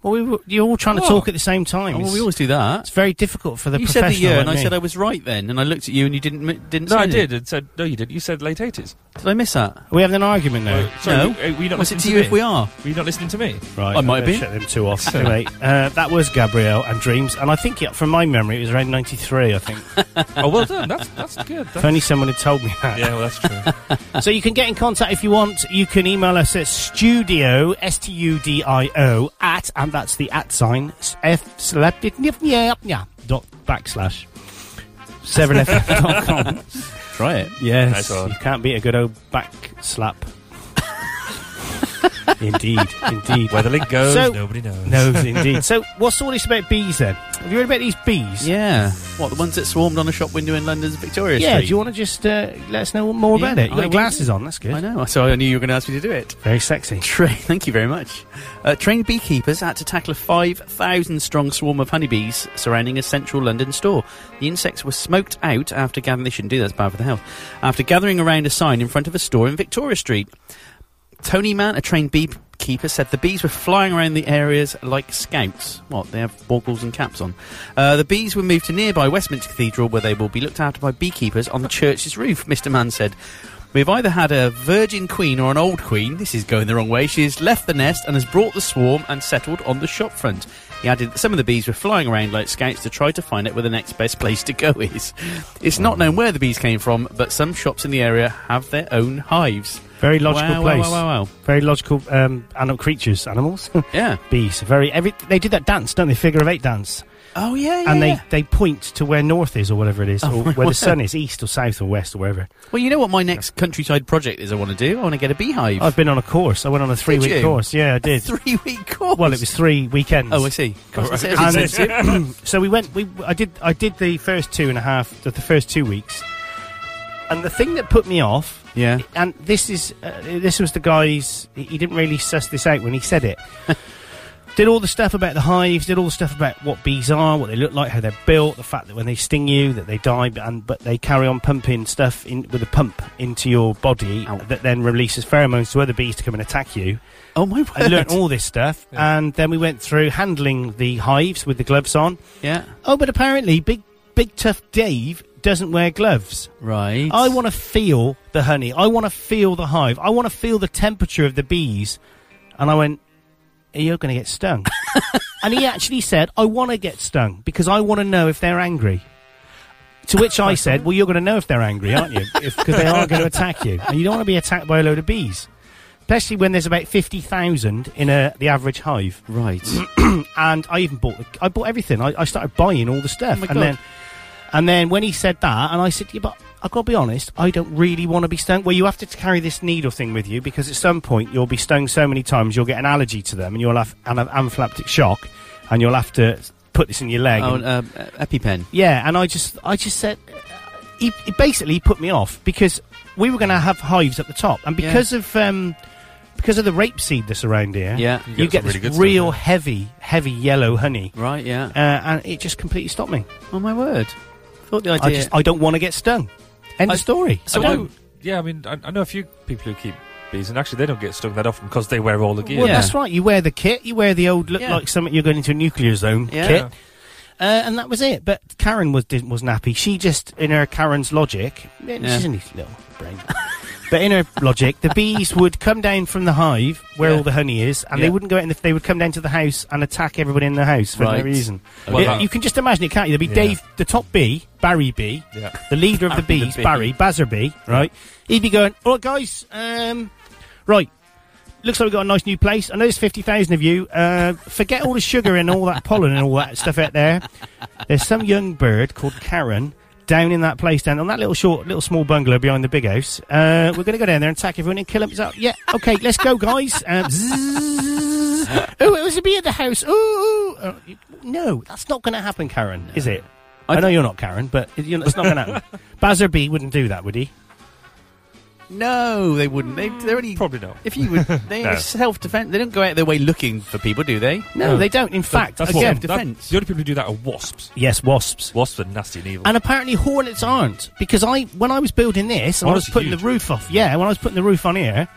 Well, we were, you're all trying to What? talk at the same time. Oh, well, It's- we always do that. It's very difficult for the you said professional. the year, like and I me. said I was right then, and I looked at you, and you didn't m- didn't. No, say I anything. did. And said no, you didn't. You said late eighties. Did I miss that? Are we having an argument now? Sorry, No. were you- were you not Was it listening to me? you if uh, we are? Were you not listening to me? Right, I I'm might gonna be. Shut them [LAUGHS] two off. anyway, uh, that was Gabrielle and Dreams, and I think it, from my memory it was around '93. I think. oh, well done. That's that's good. if That's, only someone had told me that. yeah, well, that's true. [LAUGHS] So you can get in contact if you want. You can email us at studio s t u d i o at and that's the at sign s- f slep- yeah yeah dot backslash seven fm.com. [LAUGHS] Try it. Yes, Nice one. you can't beat a good old back [LAUGHS] slap. indeed, indeed. Where the link goes, So- nobody knows. No, indeed. So, what's all this about bees then? Have you heard about these bees? Yeah. What the ones that swarmed on a shop window in London's Victoria Yeah, Street? do you want to just uh, let us know more about Yeah, it? You got I your do. glasses on, that's good. I know. So I knew you were going to ask me to do it. Very [LAUGHS] sexy. Train. Thank you very much. Uh, trained beekeepers had to tackle a 5,000 strong swarm of honeybees surrounding a central London store. The insects were smoked out after gathering. They shouldn't do that, it's bad for the health. After gathering around a sign in front of a store in Victoria Street. Tony Mann, a trained beekeeper, said the bees were flying around the areas like scouts. What? They have baubles and caps on. Uh, the bees were moved to nearby Westminster Cathedral where they will be looked after by beekeepers on the church's roof, Mr. Mann said. We've either had a virgin queen or an old queen. This is going the wrong way. She has left the nest and has brought the swarm and settled on the shop front. He added that some of the bees were flying around like scouts to try to find out where the next best place to go is. It's not known where the bees came from, but some shops in the area have their own hives. Very logical Wow, wow, place. wow, wow, wow. Very logical um, animal creatures, animals. [LAUGHS] Yeah. bees. Very. Every, they did that dance, don't they? Figure of eight dance. Oh yeah, yeah. and they, yeah. they point to where north is or whatever it is, [LAUGHS] Oh, or right, where wow. the sun is, east or south or west or wherever. well, you know what my next countryside project is? I want to do. I want to get a beehive. I've been on a course. I went on a three you? week course. Yeah, I did. Three week course. Well, it was three weekends. Oh, I see. Gosh, that's every [LAUGHS] And- uh, sense, yeah. [CLEARS THROAT] so we went. We I did. I did the first two and a half. The, the first two weeks. And the thing that put me off, Yeah. and this is uh, this was the guy's. He he didn't really suss this out when he said it. did all the stuff about the hives. Did all the stuff about what bees are, what they look like, how they're built, the fact that when they sting you that they die, but and but they carry on pumping stuff in with a pump into your body Ow. that then releases pheromones to other bees to come and attack you. Oh my I word. learnt all this stuff, and then we went through handling the hives with the gloves on. Yeah. Oh, but apparently, big big tough Dave doesn't wear gloves. Right. I want to feel the honey. I want to feel the hive. I want to feel the temperature of the bees. And I went, "You're going to get stung." [LAUGHS] and he actually said, "I want to get stung because I want to know if they're angry." To which I said, "Well, you're going to know if they're angry, aren't you? Because they are going to attack you, and you don't want to be attacked by a load of bees." Especially when there's about fifty thousand in a, the average hive, Right. [CLEARS THROAT] and I even bought the, I bought everything. I, I started buying all the stuff, Oh my and God. then and then when he said that, and I said, yeah, but I've got to be honest, I don't really want to be stung. Well, you have to t- carry this needle thing with you because at some point you'll be stung so many times you'll get an allergy to them, and you'll have an an anaphylactic shock, and you'll have to s- put this in your leg. oh, and- um, uh, EpiPen. yeah, and I just I just said he, he basically put me off because we were going to have hives at the top, and Yeah. because of um, because of the rapeseed that's around here, Yeah. you, get, some really this good stuff, real yeah. heavy, heavy yellow honey, Right. Yeah. uh, and it just completely stopped me. Oh my word. Thought the idea. I just I don't want to get stung. End I- of story. So I know, what- yeah, I mean, I, I know a few people who keep bees, and actually, they don't get stung that often because they wear all the gear. Well, Yeah. that's right. You wear the kit. You wear the old look Yeah. like something you're going into a nuclear zone Yeah. kit. Uh, and that was it. But Karen was didn't, wasn't happy. She just, in her Karen's logic, yeah, Yeah. she's only a little brain. but in her logic, the bees would come down from the hive where all the honey is, and they Yeah. wouldn't go out. And they would come down to the house and attack everybody in the house for Right. no reason. Well, Yeah, that- you can just imagine it, can't you? There'd be Yeah. Dave, the top bee, Barry Bee, Yeah. the leader of the Barry the bees, bee. Barry Bazerby, right? He'd be going, "All right, guys, um, right." Looks like we've got a nice new place. I know there's 50,000 of you. Uh, forget all the sugar and all that pollen and all that stuff out there. There's some young bird called Karen down in that place, down on that little short, little small bungalow behind the big house. Uh, we're going to go down there and attack everyone and kill them. So, yeah, okay, let's go, guys. Um, zzzz. oh, it was a bee at the house. Ooh, ooh. Uh, you- no, that's not going to happen, Karen, is it? I, know you're not Karen, but it, you know, it's not going to [LAUGHS] happen. Bazzer Bee wouldn't do that, would he? No, they wouldn't. They, they're only probably not. If [LAUGHS] you would, they No. self defense. They don't go out their way looking for people, do they? No, they don't. In fact, that's again, self defense. The only people who do that are wasps. Yes, wasps. Wasps are nasty and evil. uh, And apparently hornets aren't because I when I was building this Hornets and I are was putting huge. the roof off. Yeah, when I was putting the roof on here,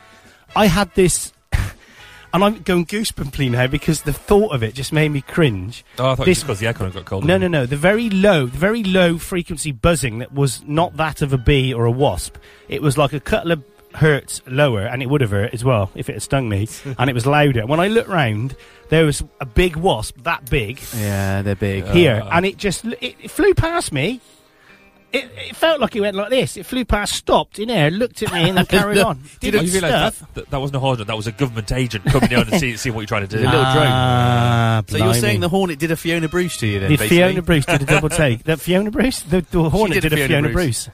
I had this, [LAUGHS] and I'm going goosebumply now because the thought of it just made me cringe. oh, I thought this- this because the aircon got cold. [LAUGHS] No, no, no. The very low, the very low frequency buzzing that was not that of a bee or a wasp. It was like a couple of hertz lower, and it would have hurt as well if it had stung me. and it was louder. When I looked round, there was a big wasp that big Yeah, they're big. Uh, here, and it just it, it flew past me. It, it felt like it went like this. It flew past, stopped in air, looked at [LAUGHS] me, and then carried on. Did Oh, you its realise stuff. that, that that wasn't a hornet? That was a government agent coming down [LAUGHS] and see, seeing what you're trying to do. The little Ah, drone. So you're blimey. saying the hornet did a Fiona Bruce to you then? The basically? Fiona Bruce did a [LAUGHS] double take. That Fiona Bruce, the, the Hornet did, a Fiona, Bruce.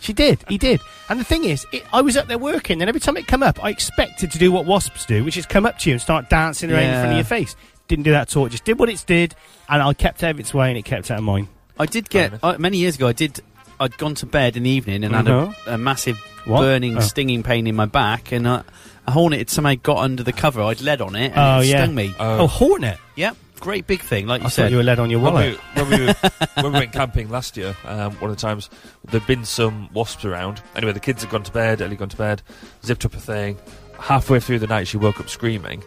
She did. He did. And the thing is, it, I was up there working, and every time it come up, I expected to do what wasps do, which is come up to you and start dancing around in front Yeah. of your face. Didn't do that at all. It just did what it did, and I kept out of its way, and it kept out of mine. I did get I, many years ago. I did. I'd gone to bed in the evening and Mhm. had a, a massive What? burning, Oh. stinging pain in my back, and uh, a hornet had somehow got under the cover. I'd led on it and oh it yeah. stung me. Oh, hornet. Yep, great big thing. Like you I said, thought you were led on your When wallet. we, when, we [LAUGHS] were, when we went camping last year, um, one of the times, there'd been some wasps around. Anyway, the kids had gone to bed, Ellie gone to bed, zipped up a thing. Halfway through the night, she woke up screaming.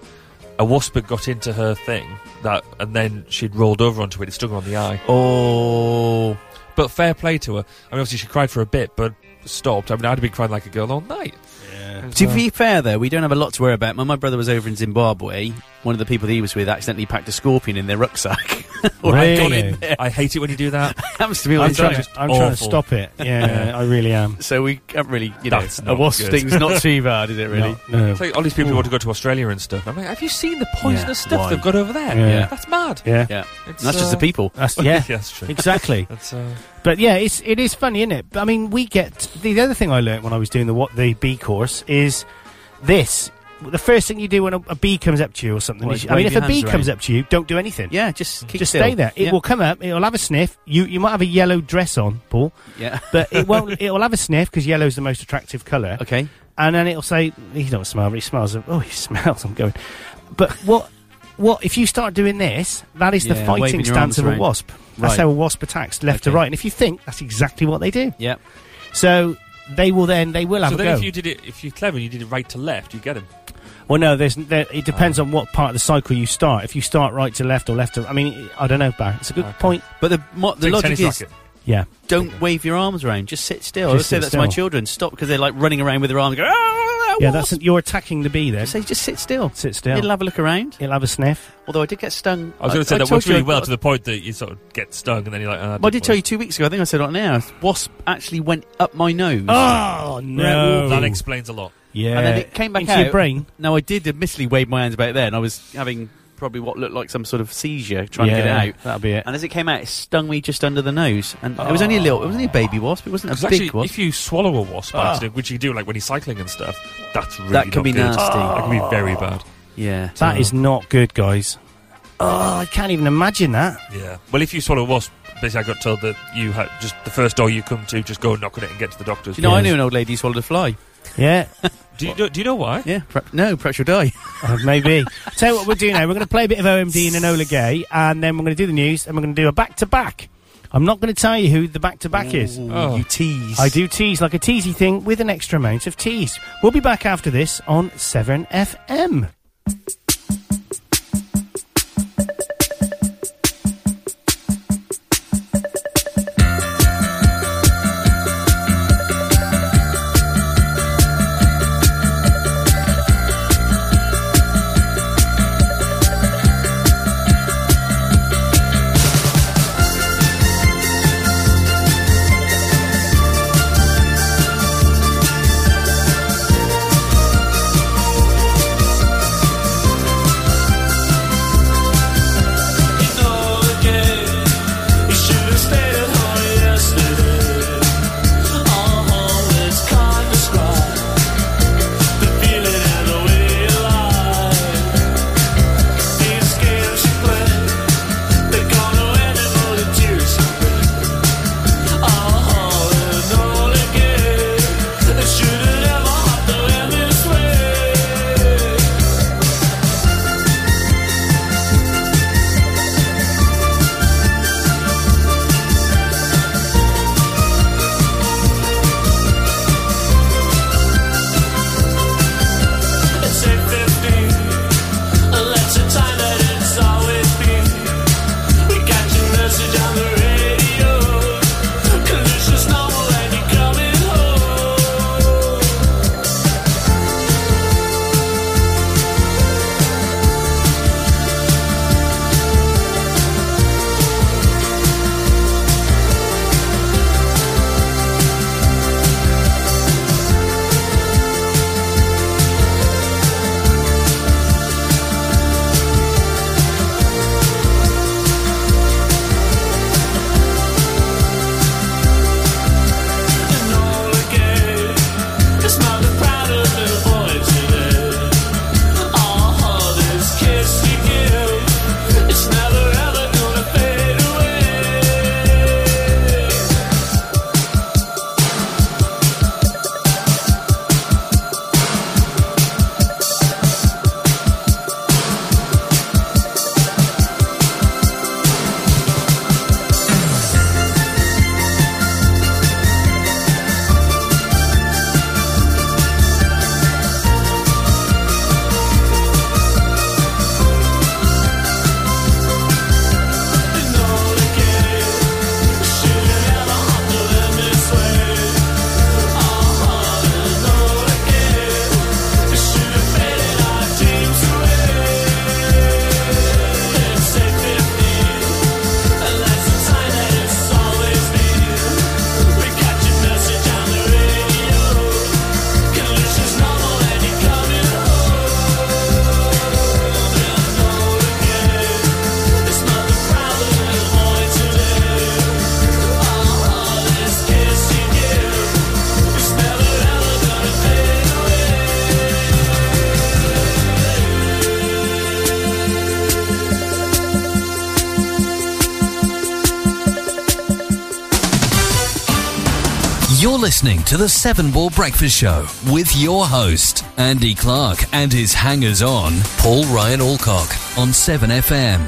A wasp had got into her thing, that, and then she'd rolled over onto it. It stung her on the eye. Oh. But fair play to her. I mean, obviously, she cried for a bit, but stopped. I mean, I'd been crying like a girl all night. Yeah. To be fair, though, we don't have a lot to worry about. When my brother was over in Zimbabwe, one of the people that he was with accidentally packed a scorpion in their rucksack. [LAUGHS] or had gone in there. I hate it when you do [LAUGHS] that. Happens to me all I'm, the time. trying, Just to, I'm trying to awful. stop it. Yeah, I really am. So we can't really, you know, That's a not wasp good. sting's [LAUGHS] not too bad, is it really? No. It's like all these people who want to go to Australia and stuff. I'm like, have you seen the poisonous Yeah, stuff why? they've got over there? Yeah. Yeah. That's mad. Yeah. Yeah. It's, that's just the uh, people. [LAUGHS] That's yeah. that's true. Exactly. That's, uh, But yeah, it's it is funny, isn't it? But, I mean, we get the other thing I learnt when I was doing the what the bee course is this: the first thing you do when a, a bee comes up to you or something. Well, is you you- I mean, wave if your a bee hands comes around. up to you, don't do anything. Yeah, just keep Just still. stay there. It Yeah. will come up. It'll have a sniff. You you might have a yellow dress on, Paul, Yeah. [LAUGHS] but [LAUGHS] it won't. it'll have a sniff because yellow's the most attractive colour. Okay. and then it'll say he don't smell, but he smells. of- Oh, he [LAUGHS] smells. I'm going. But what? What if you start doing this? That is the Yeah, fighting waving your stance arms of a around. wasp. That's Right. how a wasp attacks left to Okay. right. And if you think that's exactly what they do, Yeah. so they will then they will have so a then, go. if you did it, if you're clever, you did it right to left, you get him. well, no, there's there, it Ah. depends on what part of the cycle you start. If you start right to left or left to, I mean, I don't know, Barry. It's a good Okay. point. But the, mo- the Take a logic tennis is racket. Yeah, don't wave your arms around. Just sit still. I always Just say sit that to my still. children. Stop because they're like running around with their arms. Going, "Ah, yeah. wasp!" That's you're attacking the bee there. I say just sit still. Sit still. It'll have a look around. It'll have a sniff. Although I did get stung. I was going to say that told works you really I well got- to the point that you sort of get stung and then you're like, oh, Well, I did tell you two weeks ago. I think I said it on air. Wasp actually went up my nose. Oh no! That explains a lot. yeah, And then it came back into out. your brain. Now I did admittedly wave my hands about there, and I was having probably what looked like some sort of seizure trying to Yeah, get it out. That'll be it. And as it came out, it stung me just under the nose, and it was only a little. It was only a baby wasp. It wasn't a Because big actually, wasp. if you swallow a wasp by Ah. accident, which you do like when you're cycling and stuff, that's really That can not be good. nasty. That can be very bad. Yeah, That is not good, guys. Oh, I can't even imagine that. Yeah. Well, if you swallow a wasp, basically, I got told that you had just the first door you come to, just go and knock on it and get to the doctor's. Do you know, I Yeah. knew an old lady who swallowed a fly. [LAUGHS] Yeah, Do you know, do you know why? Yeah, perhaps, no, perhaps you'll die. [LAUGHS] uh, maybe. Tell you what we'll do now. We're going to play a bit of OMD and Enola Gay, and then we're going to do the news, and we're going to do a back to back. I'm not going to tell you who the back to back is. Oh. You tease. I do tease like a teasy thing with an extra amount of tease. We'll be back after this on 7FM. listening to the Seven Ball Breakfast Show with your host, Andy Clark, and his hangers on, Paul Ryan Alcock, on 7FM.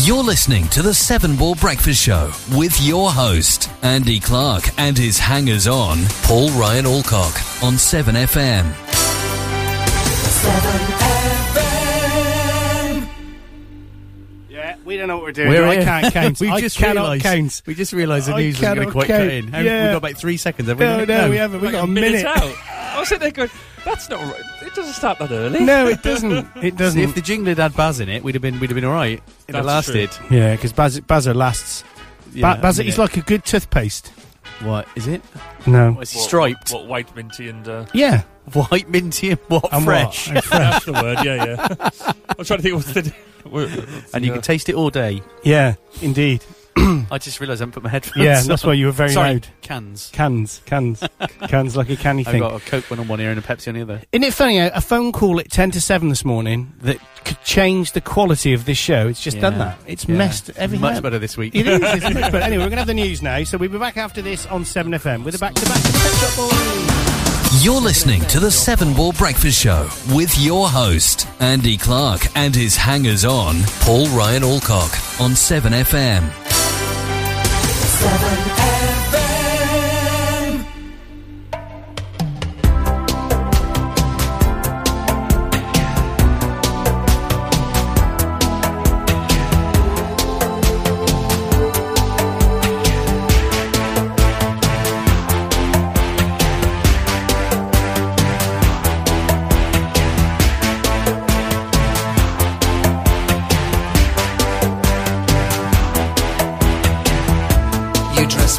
You're listening to the Seven Ball Breakfast Show with your host, Andy Clark, and his hangers on, Paul Ryan Alcock, on 7FM. Yeah, we don't know what we're doing. We're I here. [LAUGHS] can't count. we I just cannot realised- count. We just realised the I news was going to cannot quite cut count. in. Yeah. We've got about three seconds, haven't Oh, No, we? no, we haven't. We've got a minute. out. I was sitting there going, that's not right. It doesn't start that early. No, [LAUGHS] it doesn't. It doesn't. See, if the jingle had had Baz in it, we'd have been we'd have been all right. If it That's lasted. Yeah, because Baz- Bazza lasts. Yeah, ba- Bazza a is minute. like a good toothpaste. What is it? [LAUGHS] No. What, is he striped? What, white minty and. Uh, Yeah. White minty and what And what? fresh? And That's fresh. the word, yeah, [LAUGHS] yeah. I'm trying to think what's the. what- and you yeah. can taste it all day. yeah, indeed. [CLEARS THROAT] I just realised I haven't put my headphones. Yeah, on. that's why you were very Sorry, loud. Cans. Cans, [LAUGHS] cans, cans like a canny I've thing. got a Coke one on one ear and a Pepsi on the other. Isn't it funny? A a phone call at 10 to 7 this morning that could change the quality of this show. It's just done Yeah, that. It's yeah. messed everything Much up. better this week. It is. It's much [LAUGHS] better. Anyway, we're going to have the news now, so we'll be back after this on 7FM with a back to back to the Pet Shop Boys. You're listening to the Seven Ball Breakfast Show with your host, Andy Clark, and his hangers on, Paul Ryan Alcock, on 7FM. You dress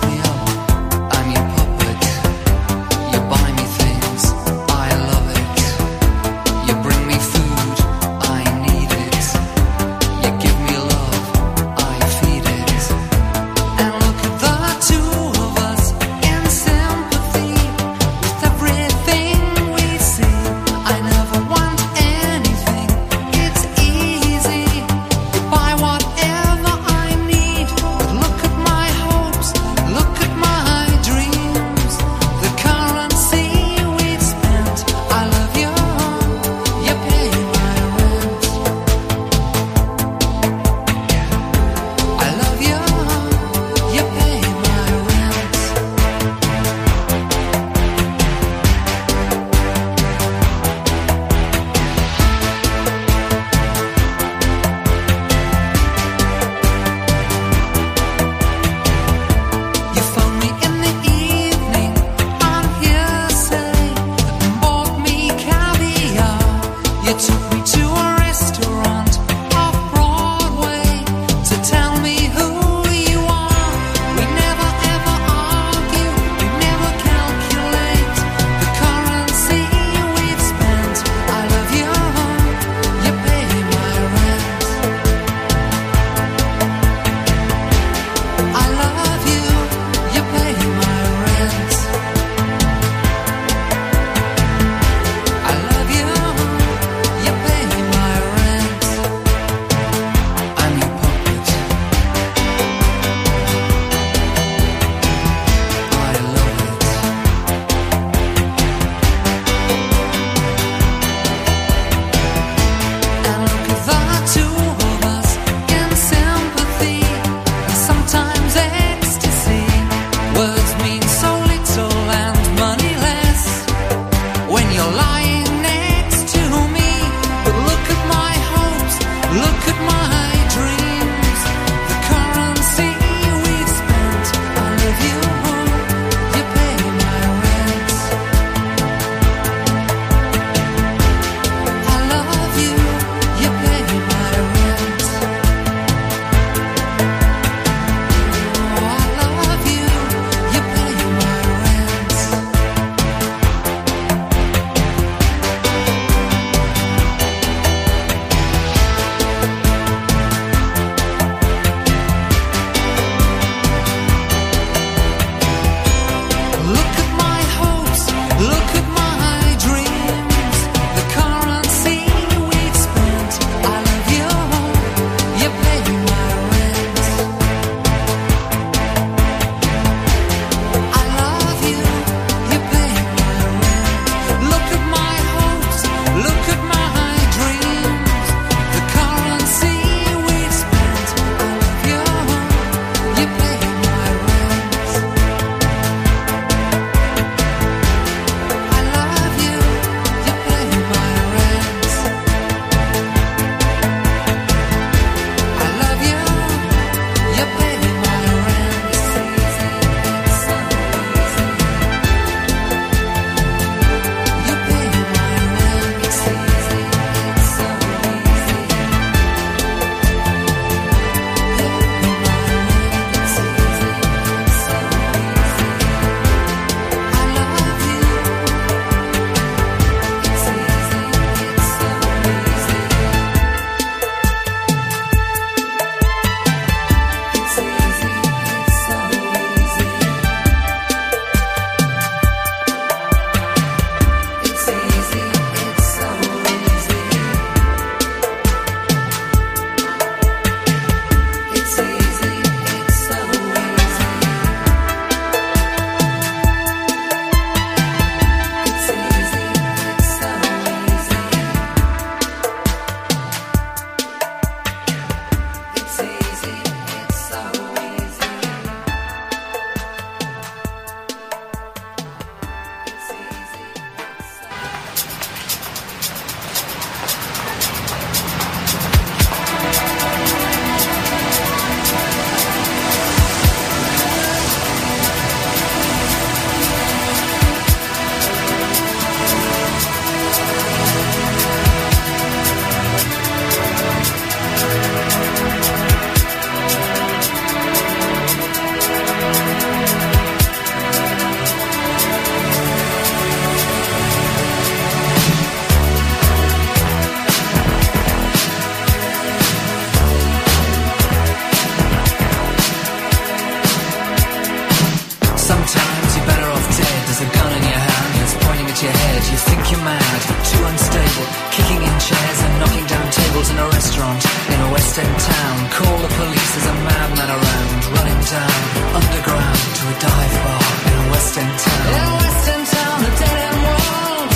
Sometimes you're better off dead. There's a gun in your hand that's pointing at your head. You think you're mad, too unstable. Kicking in chairs and knocking down tables in a restaurant in a West End town. Call the police, there's a madman around. Running down underground to a dive bar in a West End town. In a West End town, a dead end world.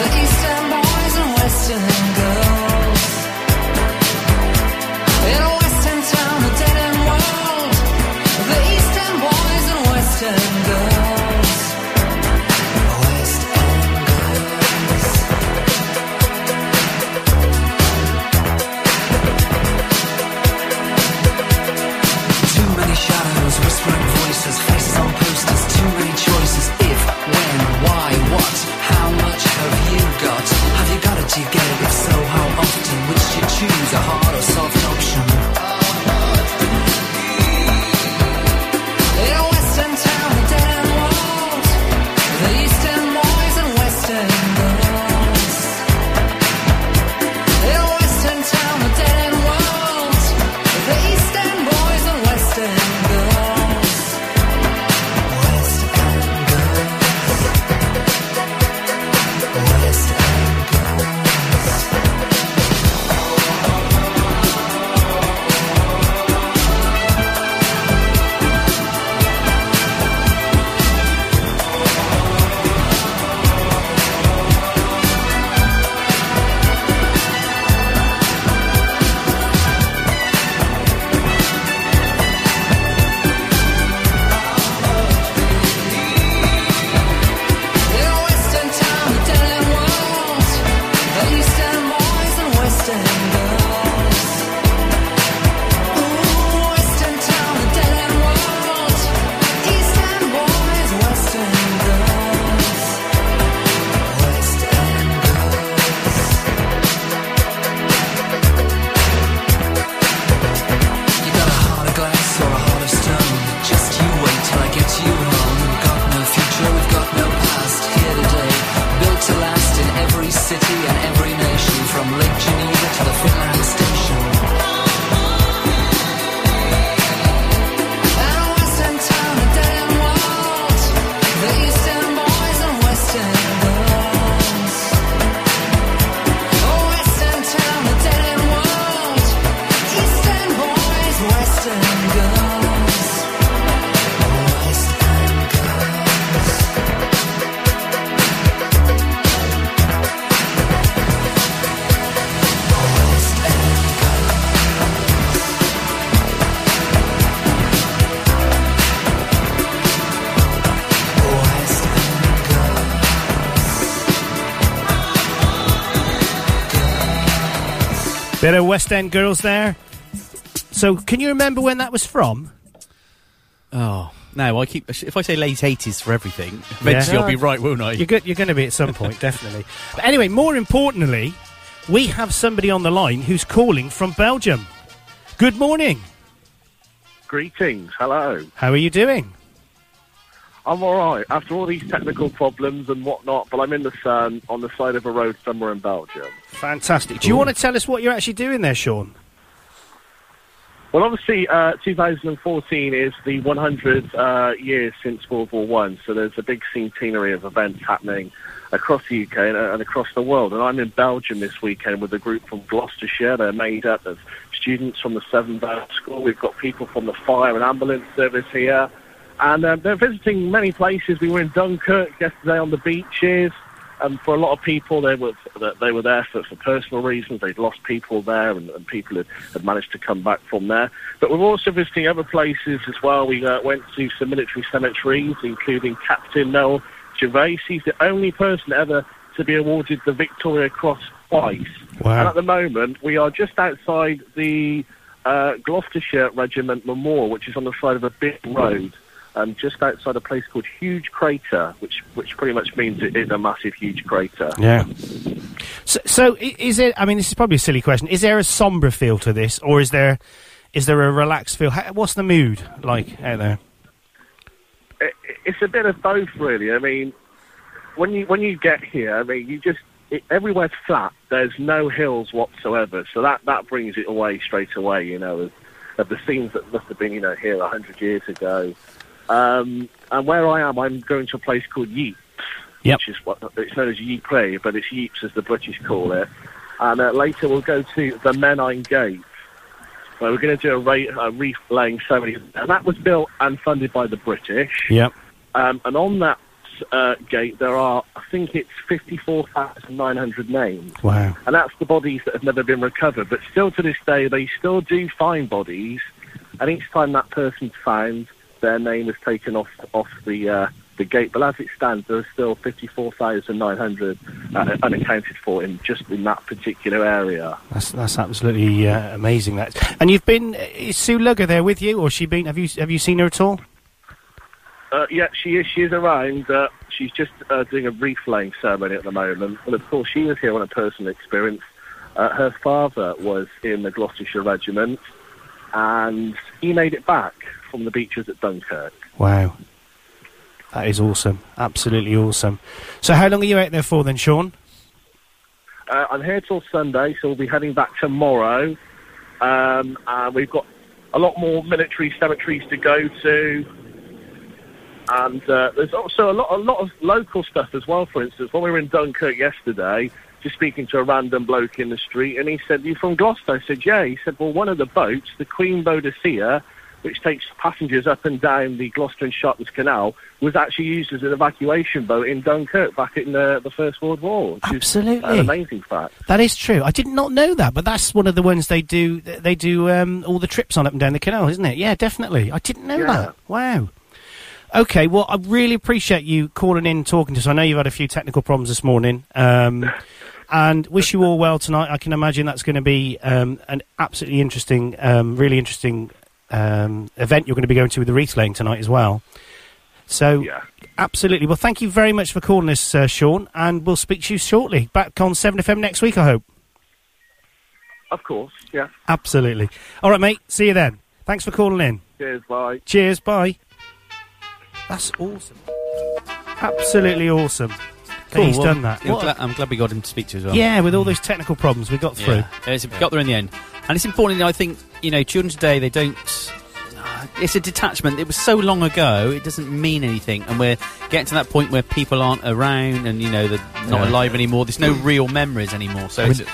The East End boys and West End girls. In a West End town, a dead end world. The East End boys and West End girls. West End girls. Too many shadows, whispering voices, faces on posters, too many choices. If, when, why, what, how much have you got? Have you got it? Do you get it? If so, how often? Which do you choose, a hard or soft option? In a West End town, a dead end world. The East End boys and West End girls. In a West End town, a dead end world. The East End boys and West End girls. West End girls. West End girls. In a West End town, a dead end world. The East End boys and West End girls. Ooh, West End town, a dead end world. East End boys, West End girls. West End girls. You got a heart of glass or a heart of stone. Just you wait till I get you home. We've got no future, we've got no past. Here today, built to last in every city and every nation, from Lake Geneva to the Finland station. In a West End town, a dead end world. The East End boys and West End girls. Oh, West End town, a dead end world. East End boys, West End girls. West End girls. West End girls. West End Bit of West End girls there. So, can you remember when that was from? Oh no! I keep if I say late eighties for everything, eventually Yeah. I'll be right, won't I? You're, good, you're going to be at [LAUGHS] some point, definitely. But anyway, more importantly, we have somebody on the line who's calling from Belgium. Good morning. Greetings, hello. How are you doing? I'm all right after all these technical problems and whatnot, but I'm in the sun on the side of a road somewhere in Belgium. Fantastic. Do you want to tell us what you're actually doing there, Sean? Well, obviously, uh, 2014 is the 100 uh, years since World War One, so there's a big centenary of events happening across the UK and, and across the world. And I'm in Belgium this weekend with a group from Gloucestershire. They're made up of students from the Seven Bell School. We've got people from the fire and ambulance service here, and um, they're visiting many places. We were in Dunkirk yesterday on the beaches. Um, for a lot of people, they were they were there for, for personal reasons. They'd lost people there, and, and people had, had managed to come back from there. But we're also visiting other places as well. We uh, went to some military cemeteries, including Captain Noel Gervais. He's the only person ever to be awarded the Victoria Cross twice. And at the moment, we are just outside the uh, Gloucestershire Regiment Memorial, which is on the side of a big road um, just outside a place called Huge Crater, which which pretty much means it is a massive, huge crater. Yeah. So, so i- is it? I mean, this is probably a silly question. Is there a sombre feel to this, or is there is there a relaxed feel? How, what's the mood like out there? It, it's a bit of both, really. I mean, when you when you get here, I mean, you just it, everywhere's flat. There's no hills whatsoever, so that that brings it away straight away. You know, of, of the scenes that must have been, you know, here a hundred years ago. Um, and where I am, I'm going to a place called Yeeps, Yep. which is what it's known as Ypres, but it's Yeeps as the British call it. And uh, later we'll go to the Menine Gate, where we're going to do a, ra- a reef laying ceremony. And that was built and funded by the British. Yep. Um, and on that uh, gate, there are, I think it's 54,900 names. Wow. And that's the bodies that have never been recovered. But still to this day, they still do find bodies. And each time that person's found, their name is taken off off the uh, the gate. But as it stands, there are still 54,900 uh, unaccounted for in just in that particular area. That's that's absolutely uh, amazing. That and you've been uh, is Sue Lugger there with you, or has she been? Have you have you seen her at all? Uh, yeah, she is. She is around. Uh, she's just uh, doing a reef laying ceremony at the moment. And of course, she was here on a personal experience. Uh, her father was in the Gloucestershire Regiment, and he made it back from the beaches at Dunkirk. Wow, that is awesome. Absolutely awesome. So how long are you out there for then, Sean? Uh, I'm here till Sunday, so we'll be heading back tomorrow. Um, and we've got a lot more military cemeteries to go to. And uh, there's also a lot, a lot of local stuff as well. For instance, when we were in Dunkirk yesterday, just speaking to a random bloke in the street, and he said, "You from Gloucester?" I said, "Yeah." He said, "Well, one of the boats, the Queen Boadicea, which takes passengers up and down the Gloucester and Shetlands Canal, was actually used as an evacuation boat in Dunkirk back in the, the First World War." Which is Absolutely. an amazing fact. That is true. I did not know that, but that's one of the ones they do. They do um, all the trips on up and down the canal, isn't it? Yeah, definitely. I didn't know Yeah. that. Wow. Okay, well, I really appreciate you calling in, and talking to us. I know you've had a few technical problems this morning, um, and wish you all well tonight. I can imagine that's going to be um, an absolutely interesting, um, really interesting um, event you're going to be going to with the wreath laying tonight as well. So, absolutely. Well, thank you very much for calling us, uh, Sean, and we'll speak to you shortly. Back on 7FM next week, I hope. Of course, yeah. Absolutely. All right, mate. See you then. Thanks for calling in. Cheers, bye. Cheers. Bye. That's awesome. Absolutely awesome. that Cool, he's well, done that. I'm What a- glad, I'm glad we got him to speak to as well. yeah, with all those technical problems we got through. Yeah. It's, we got there in the end. And it's important, I think, you know, children today, they don't. uh, It's a detachment. It was so long ago, it doesn't mean anything. And we're getting to that point where people aren't around and, you know, they're not Yeah. alive anymore. There's no real memories anymore. So I mean, it's.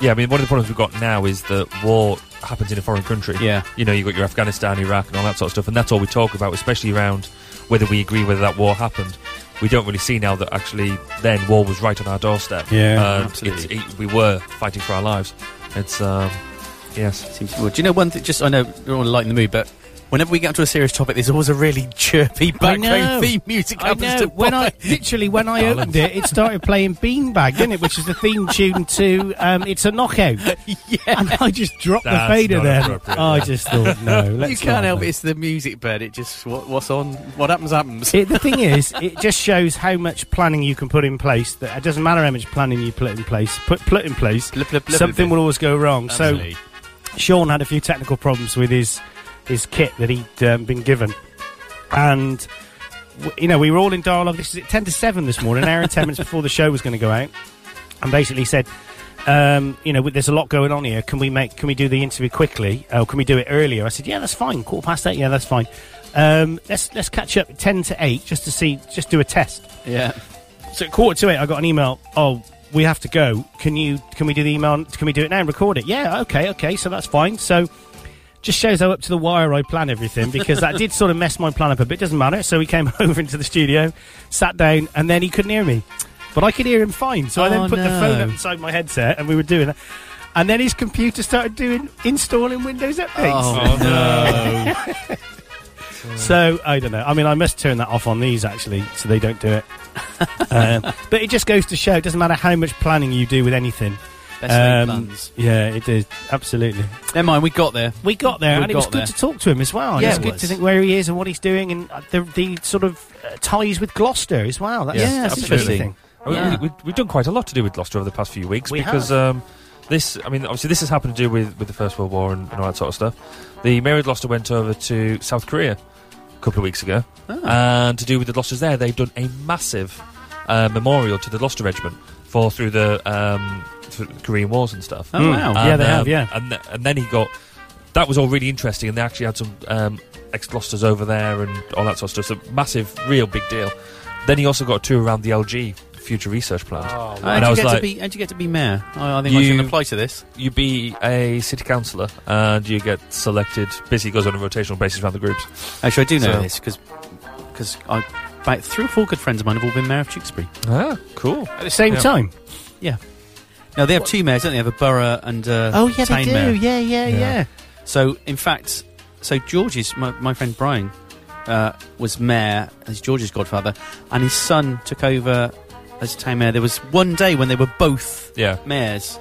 yeah, I mean, one of the problems we've got now is that war happens in a foreign country. Yeah. You know, you've got your Afghanistan, Iraq, and all that sort of stuff, and that's all we talk about, especially around whether we agree whether that war happened. We don't really see now that actually then war was right on our doorstep. Yeah, And absolutely. it's- it- we were fighting for our lives. It's, um, yes. Seems Do you know one thing? Just I know we don't want to lighten the mood, but whenever we get onto a serious topic, there's always a really chirpy I background know. theme music. I happens know. to when I pop in. literally when I Darling. opened it, it started playing Beanbag, didn't it? Which is the theme tune to um, "It's a Knockout." [LAUGHS] Yeah, and I just dropped That's the fader not there. Oh, appropriate. I just thought, no, [LAUGHS] let's you can't not. help it. It's the music bed. It just what, what's on. What happens happens. [LAUGHS] It, the thing is, it just shows how much planning you can put in place. That it doesn't matter how much planning you put in place. Put put in place, blip, something blip. will always go wrong. Absolutely. So, Sean had a few technical problems with his his kit that he'd um, been given, and w- you know we were all in dialogue. This is at ten to seven this morning, an hour and ten minutes before the show was going to go out, and basically said. Um, you know, with- there's a lot going on here. Can we make? Can we do the interview quickly? Or can we do it earlier? I said, yeah, that's fine. Quarter past eight. Yeah, that's fine. Um, let's let's catch up at ten to eight just to see, just do a test. Yeah. So at quarter to eight, I got an email. Oh, we have to go. Can you? Can we do the email? Can we do it now and record it? Yeah. Okay. Okay. So that's fine. So just shows how up to the wire I plan everything because that did sort of mess my plan up a bit. Doesn't matter. So he came [LAUGHS] over into the studio, sat down, and then he couldn't hear me, but I could hear him fine. So I Oh, then put the phone no. up inside my headset, and we were doing that. And then his computer started doing installing Windows updates. Oh, no. [LAUGHS] So I don't know. I mean, I must turn that off on these actually, so they don't [LAUGHS] do it. um, but it just goes to show: it doesn't matter how much planning you do with anything. Um, Best laid plans. Yeah, it is absolutely. Never mind. We got there. We got there, We and it got was good there. to talk to him as well. Yeah, it's it good was. to think where he is and what he's doing, and uh, the, the sort of uh, ties with Gloucester as well. That's, that's interesting. We, Yeah. we, have done quite a lot to do with Gloucester over the past few weeks We because Um, this, I mean, obviously this has happened to do with, with the First World War and, and all that sort of stuff. The Mayor of Gloucester went over to South Korea a couple of weeks ago, Ah. and to do with the Gloucesters there, they've done a massive uh, memorial to the Gloucester Regiment for through the um, through the Korean Wars and stuff. Oh, wow. Yeah, they have, yeah. And, th- and then he got that was all really interesting, and they actually had some um, ex Gloucesters over there and all that sort of stuff. So massive, real big deal. Then he also got a tour around the LG Future Research Plant, How'd Oh, you get to be- how'd you get to be mayor? I, I think I should apply to this. You be a city councillor and you get selected. Basically, it goes on a rotational basis around the groups. Actually, I do know So- this because I about three or four good friends of mine have all been mayor of Tewkesbury. Ah, cool. At the same time? Yeah. No, they have two mayors, don't they? They have a borough and uh, Oh, yeah, they town do. mayor. Yeah, yeah, Yeah. yeah. So, in fact, so George's my, my friend Brian uh, was mayor as George's godfather, and his son took over as town mayor. There was one day when they were both Yeah. mayors.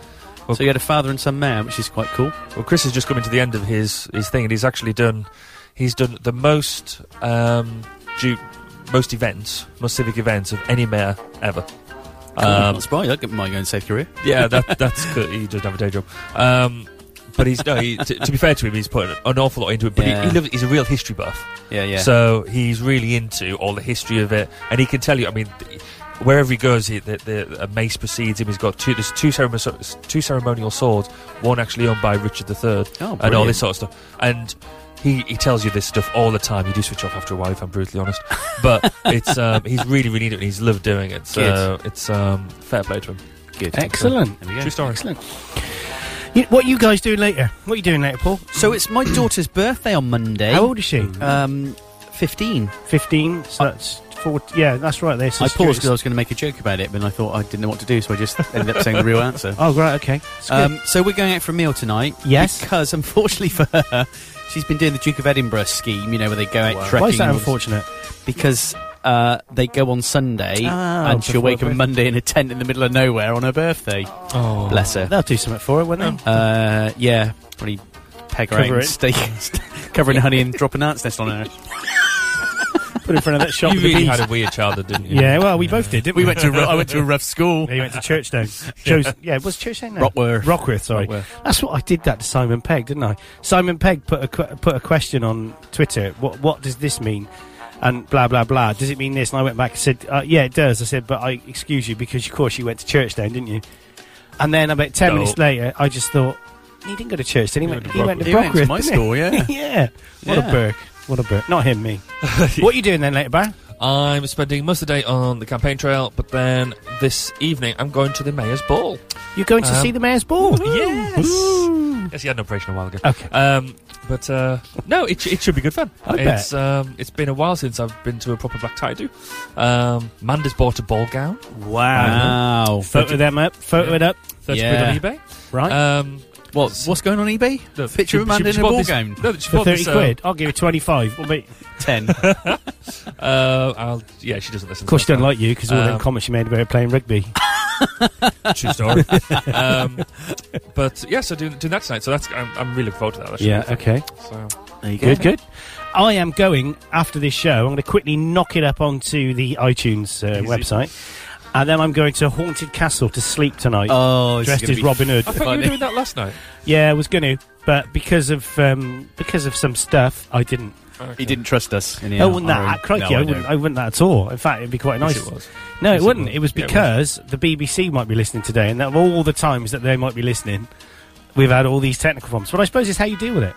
so you had a father and son mayor, which is quite cool. Well, Chris has just coming to the end of his his thing, and he's actually done he's done the most um, ju- most events, most civic events of any mayor ever. Um, Cool. Um, That's right. I might go and save career. Yeah, [LAUGHS] that, that's good. He doesn't have a day job. Um, but he's no. He, t- to be fair to him, he's put an awful lot into it. But Yeah. he, he loves, he's a real history buff. Yeah, yeah. So he's really into all the history of it, and he can tell you. I mean, th- wherever he goes, he, the, the, a mace precedes him. He's got two. There's two, ceremon- two ceremonial swords. One actually owned by Richard III, Oh, and all this brilliant. sort of stuff. And he, he tells you this stuff all the time. You do switch off after a while, if I'm brutally honest. [LAUGHS] But it's um, he's really really into it. and He's loved doing it. So it's um, fair play to him. Good. Excellent. True story. Excellent. You- what are you guys doing later? What are you doing later, Paul? So it's my daughter's birthday on Monday. How old is she? Um, 15. 15? So that's 40. Yeah, that's right. There's I paused because I was going to make a joke about it, but then I thought I didn't know what to do, so I just ended up saying the real answer. [LAUGHS] Oh, right, okay. Um, so we're going out for a meal tonight. Yes. Because unfortunately for her, she's been doing the Duke of Edinburgh scheme. You know where they go out trekking. Why is that and all- unfortunate? Because uh, they go on Sunday, Ah, and she'll before wake up birthday. Monday in a tent in the middle of nowhere on her birthday. Oh, bless her. They'll do something for it, won't they? Uh, yeah, probably peg her out Cover and it. [LAUGHS] steak, covering honey and dropping ants nest on her. [LAUGHS] Put in front [LAUGHS] of that shop. You with the really bees. had a weird childhood, didn't you? Yeah, well, we both did, didn't we? We went to a ru- I went to a [LAUGHS] rough school. Yeah, you went to [LAUGHS] Churchdown. Joe's, yeah, was Churchdown there? Rockworth. Rockworth, sorry. Rockworth. That's what I did that to Simon Pegg, didn't I? Simon Pegg put a, que- put a question on Twitter. What, what does this mean? And blah, blah, blah. Does it mean this? And I went back and said, uh, yeah, it does. I said, but I excuse you because, of course, you went to Churchdown, didn't you? And then about 10 No. minutes later, I just thought, he didn't go to Churchdown. He, went, to he went to Rockworth. He went to Rockworth, my didn't he? school, yeah. [LAUGHS] yeah. What Yeah. a Burke. What a Burke. Not [LAUGHS] him, me. what are you doing then later, Bar? I'm spending most of the day on the campaign trail, but then this evening I'm going to the mayor's ball. You're going to Um, see the mayor's ball? Yes. Yes, he had an operation a while ago. Okay. Um, but uh, no, it, sh- it should be good fun. I bet. it's Um, it's been a while since I've been to a proper black tie do. Um, Manda's bought a ball gown. Wow. Um, Photo them up. Photo it up. Thirty Yeah. quid on eBay. Right. Um, What's what's going on eBay? No, Picture she- of Amanda she in a bought ball this- gown. No, she For bought 30 this, uh, quid. I'll give you 25. [LAUGHS] We'll be, Ten. uh, I'll, yeah, she doesn't listen. of course, to she don't that. like you because all them Um, [LAUGHS] comments you made about her playing rugby. True story. um, but yeah, so doing, doing that tonight. So that's I'm, I'm really looking forward to that. that should Yeah, be fun. okay. So Good, good. I am going after this show. I'm going to quickly knock it up onto the iTunes uh, Easy. website. And then I'm going to Haunted Castle to sleep tonight. Oh, this is dressed gonna as be Robin Hood. I thought you were doing that last night. Yeah, I was going to, but because of um, because of some stuff, I didn't. He didn't trust us. In the oh, end. wouldn't that? crikey, No, I, I wouldn't. don't. I wouldn't that at all. In fact, it'd be quite Yes, nice. it was. No, Yes, it it wouldn't. was. It was Yeah, it because the BBC might be listening today, and of all the times that they might be listening, we've had all these technical problems. But I suppose it's how you deal with it.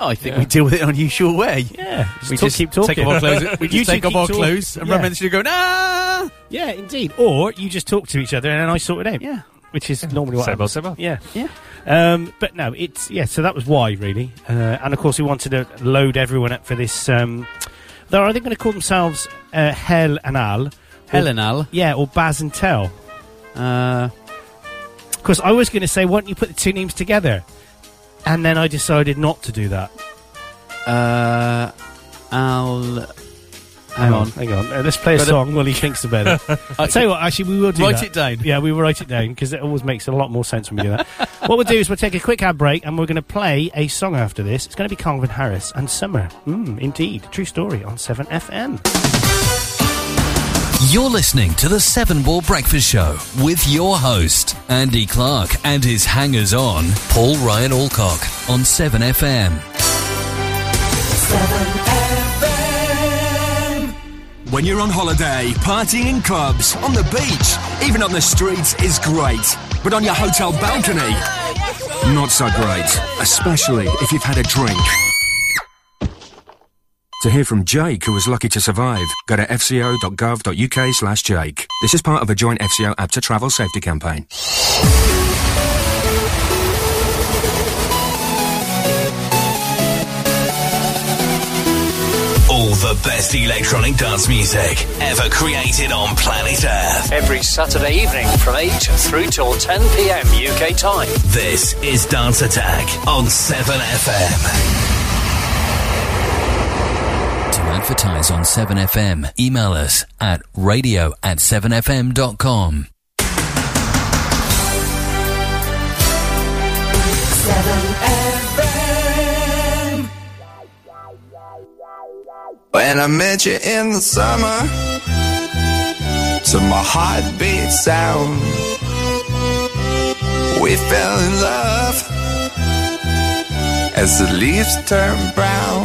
Oh, I think Yeah. we deal with it in an unusual way. Yeah, just we talk- just keep talking. Take off our clothes. [LAUGHS] We You just two take off keep our talk- clothes, and yeah. Robin should go. Nah. Yeah, indeed. Or you just talk to each other, and then I sort it out. Yeah. Which is normally what Same old, happens. same old. Yeah, Yeah. Um, but no, it's yeah. So that was why really, uh, and of course we wanted to load everyone up for this. Um, they're either going to call themselves uh, Hell and Al, or- Hell and Al? yeah, or Baz and Tell. Uh, Because I was going to say, why don't you put the two names together? And then I decided not to do that. Uh, I'll. Hang on, hang on. Uh, let's play a But, uh, song while he thinks about [LAUGHS] it. I'll tell you what, actually, we will do Write that. it down. Yeah, we will write it down because it always makes a lot more sense when we do that. [LAUGHS] what we'll do is we'll take a quick ad break and we're going to play a song after this. It's going to be Calvin Harris and Summer. Mm, indeed. True story on 7FM. You're listening to the Seven Ball Breakfast Show with your host, Andy Clark, and his hangers on, Paul Ryan Alcock, on 7FM. When you're on holiday, partying in clubs, on the beach, even on the streets is great. But on your hotel balcony, Not so great, especially if you've had a drink. To hear from Jake, who was lucky to survive, go to fco.gov.uk slash Jake. This is part of a joint FCO APTA travel safety campaign. All the best electronic dance music ever created on planet Earth. Every Saturday evening from 8 through till 10 pm UK time. This is Dance Attack on 7FM. To advertise on 7FM, email us at radio at 7fm.com. 7FM. When I met you in the summer, to my heartbeat sound, we fell in love as the leaves turn brown.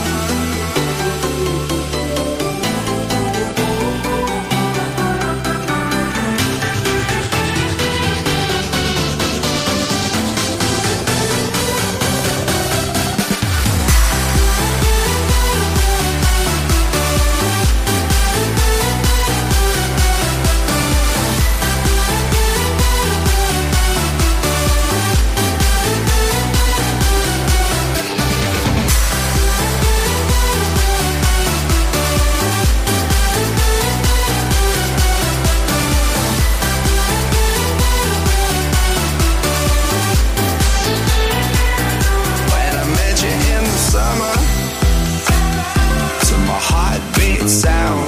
When I met you in the summer, to my heartbeat sound,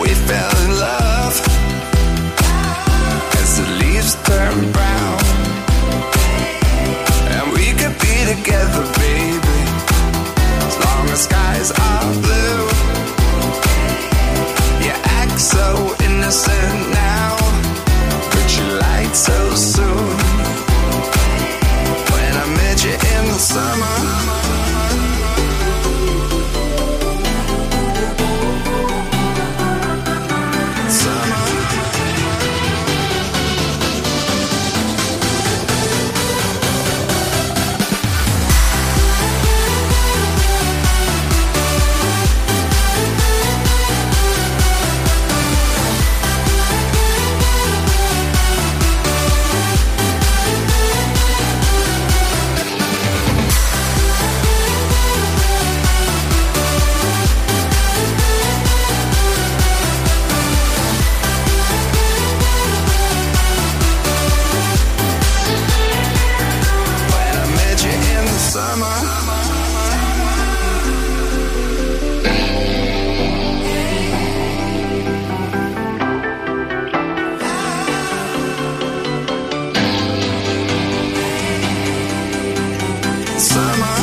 we fell in love as the leaves turn brown, and we could be together, baby, as long as skies are blue. You act so innocent now, but you lied so soon. When I met you in the summer. Summer. When I met you in the summer. Summer.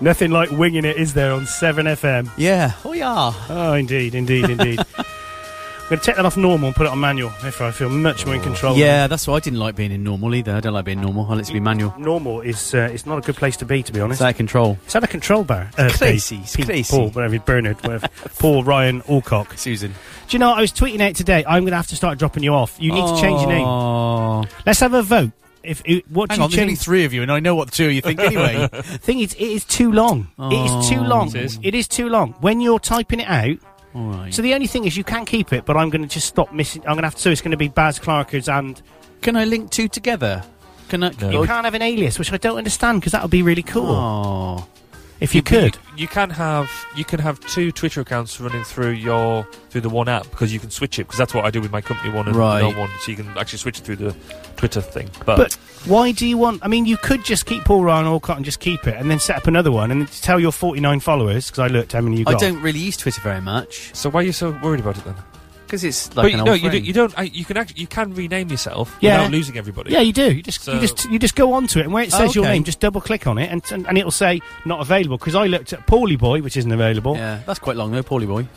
Nothing like winging it, is there, on 7FM? Yeah. Oh, yeah. Oh, indeed, indeed, [LAUGHS] indeed. I'm going to take that off normal and put it on manual, if I feel much more in control. Oh. Yeah, that's why I didn't like being in normal either. I don't like being normal. I like to be manual. Normal is uh, it's not a good place to be, to be honest. It's out of control. It's out of control, Bar. Uh, Crazy, Pete, it's Pete, crazy. Paul, whatever, Bernard, [LAUGHS] whatever. Paul, Ryan, Alcock. Susan. Do you know, I was tweeting out today, I'm going to have to start dropping you off. You need to change your name. Let's have a vote. If it, what Oh. Hang do you on, there's only change? three of you, and I know what two of you think [LAUGHS] anyway. thing is, it is too long. it is too Oh. long. It is. It is too long. When you're typing it out, All right. So the only thing is, you can keep it, but I'm going to just stop missing. I'm going to have to. So it's going to be Baz Clarkers and. Can I link two together? Can I? Oh, You can't have an alias, which I don't understand because that would be really cool. If you can- could. you, can have you can have two Twitter accounts running through your through the one app because you can switch it because that's what I do with my company one and Right. not one, so you can actually switch it through the Twitter thing. But, But why do you want? I mean, you could just keep Paul Ryan Alcott and just keep it, and then set up another one and tell your 49 followers because I looked how many you I got. don't really use Twitter very much. So why are you so worried about it then? Because it's But like you- an no, old you, do, friend. you don't. I, you can actually you can rename yourself Yeah. without losing everybody. Yeah, you do. You just So- you just you just go onto it, and where it Oh, says your okay. name, just double click on it, and and, and it'll say not available. Because I looked at Paulie Boy, which isn't available. Yeah, that's quite long though, Paulie boy.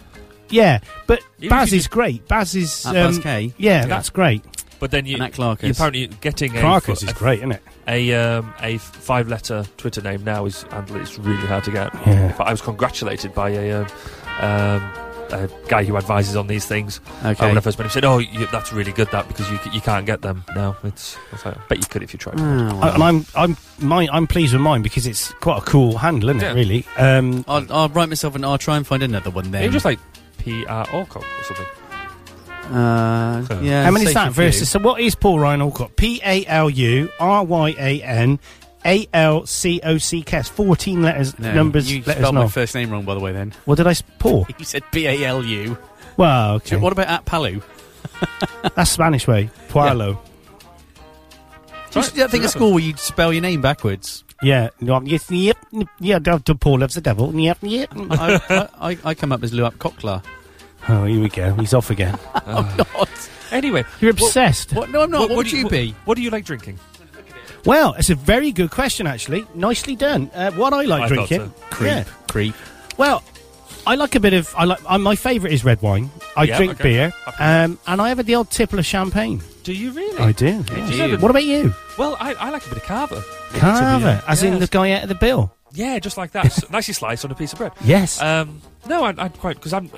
Yeah, but Even if Baz you is great. Baz is At Ah, Baz um, K? Yeah, Yeah. that's great. But then you, And at Clarkers. you're apparently getting a Clarkers is great, isn't it? A um, a five letter Twitter name now is and it's really hard to get. Yeah. In fact, I was congratulated by a, um, um, a guy who advises on these things. uh, Okay. when I first met him, said, "Oh, you, that's really good that because you c- you can't get them now." It's I was like, I bet you could if you Ah, tried. I- and I'm I'm my, I'm pleased with mine because it's quite a cool handle, isn't Yeah. it? Really. Um, I'll, I'll write myself and I'll try and find another one then. Maybe just like PR Orcom or something. Uh, yeah. How many is safe that with you. versus? So what is Paul Ryan Alcott? P A L U R Y A N A L C O C K. It's Fourteen letters, No, numbers, You letters. spelled my No. first name wrong, by the way. Then What did I? s- Paul. [LAUGHS] you said B A L U. [LAUGHS] Well, okay. [LAUGHS] What about at Palu? That's Spanish way. Pualo. Do you that thing at school where you'd spell your name backwards? Yeah. No, I'm- yes, Yep. yep, Yeah. Dr. Paul loves the devil. Yep. Yep. Mm, [LAUGHS] I, I, I, I come up as Luap Cockler. [LAUGHS] Oh, here we go. He's off again. Anyway, You're what- obsessed. What? No, I'm not. What, would do you, be? What do you like drinking? Well, it's a very good question, actually. Nicely done. Uh, what I like I thought drinking? so. Creep. Yeah. Creep. Well, I like a bit of. I like. Uh, my favourite is red wine. I Yeah, drink okay. beer, Happy. um, and I have the odd tipple of champagne. Do you really? I do. Do yes. you? What about you? Well, I, I like a bit of carver. Carver, as in Yes. the guy out of the bill. Yeah, just like that. S- [LAUGHS] Nicely sliced on a piece of bread. Yes. Um, no, I, I quite because I'm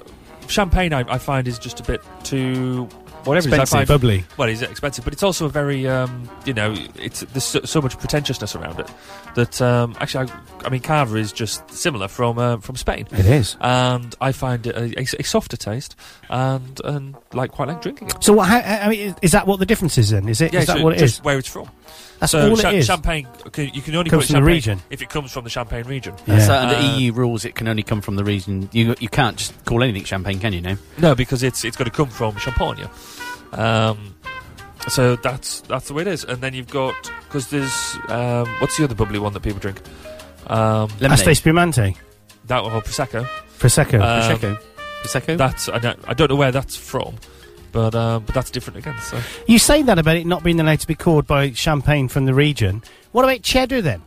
champagne. I, I find is just a bit too whatever it is, I Expensive. find- Bubbly. Well, it's expensive, but it's also a very um, you know it's there's so, so much pretentiousness around it that um, actually I, I mean Carver is just similar from uh, from Spain. It is. and I find it a, a, a softer taste and and like quite like drinking it. So what? How, I mean, is- is that what the difference is then? Is it? Is that so what it just is? Where it's from. That's so all it cha- is. Champagne. okay, You can only Comes put from the champagne region. if it comes from the Champagne region. That's Yeah. that under E Uh, EU rules. It can only come from the region. You you can't just call anything champagne, can you? Now No, because it's it's going to come from Champagne. Um, so that's that's the way it is. And then you've got because there's um, what's the other bubbly one that people drink? Um, Asta Spumante, that one or prosecco. prosecco. Um, prosecco, prosecco. That's I don't, I don't know where that's from, but um, but that's different again. So you say that about it not being allowed to be called by champagne from the region. What about cheddar then?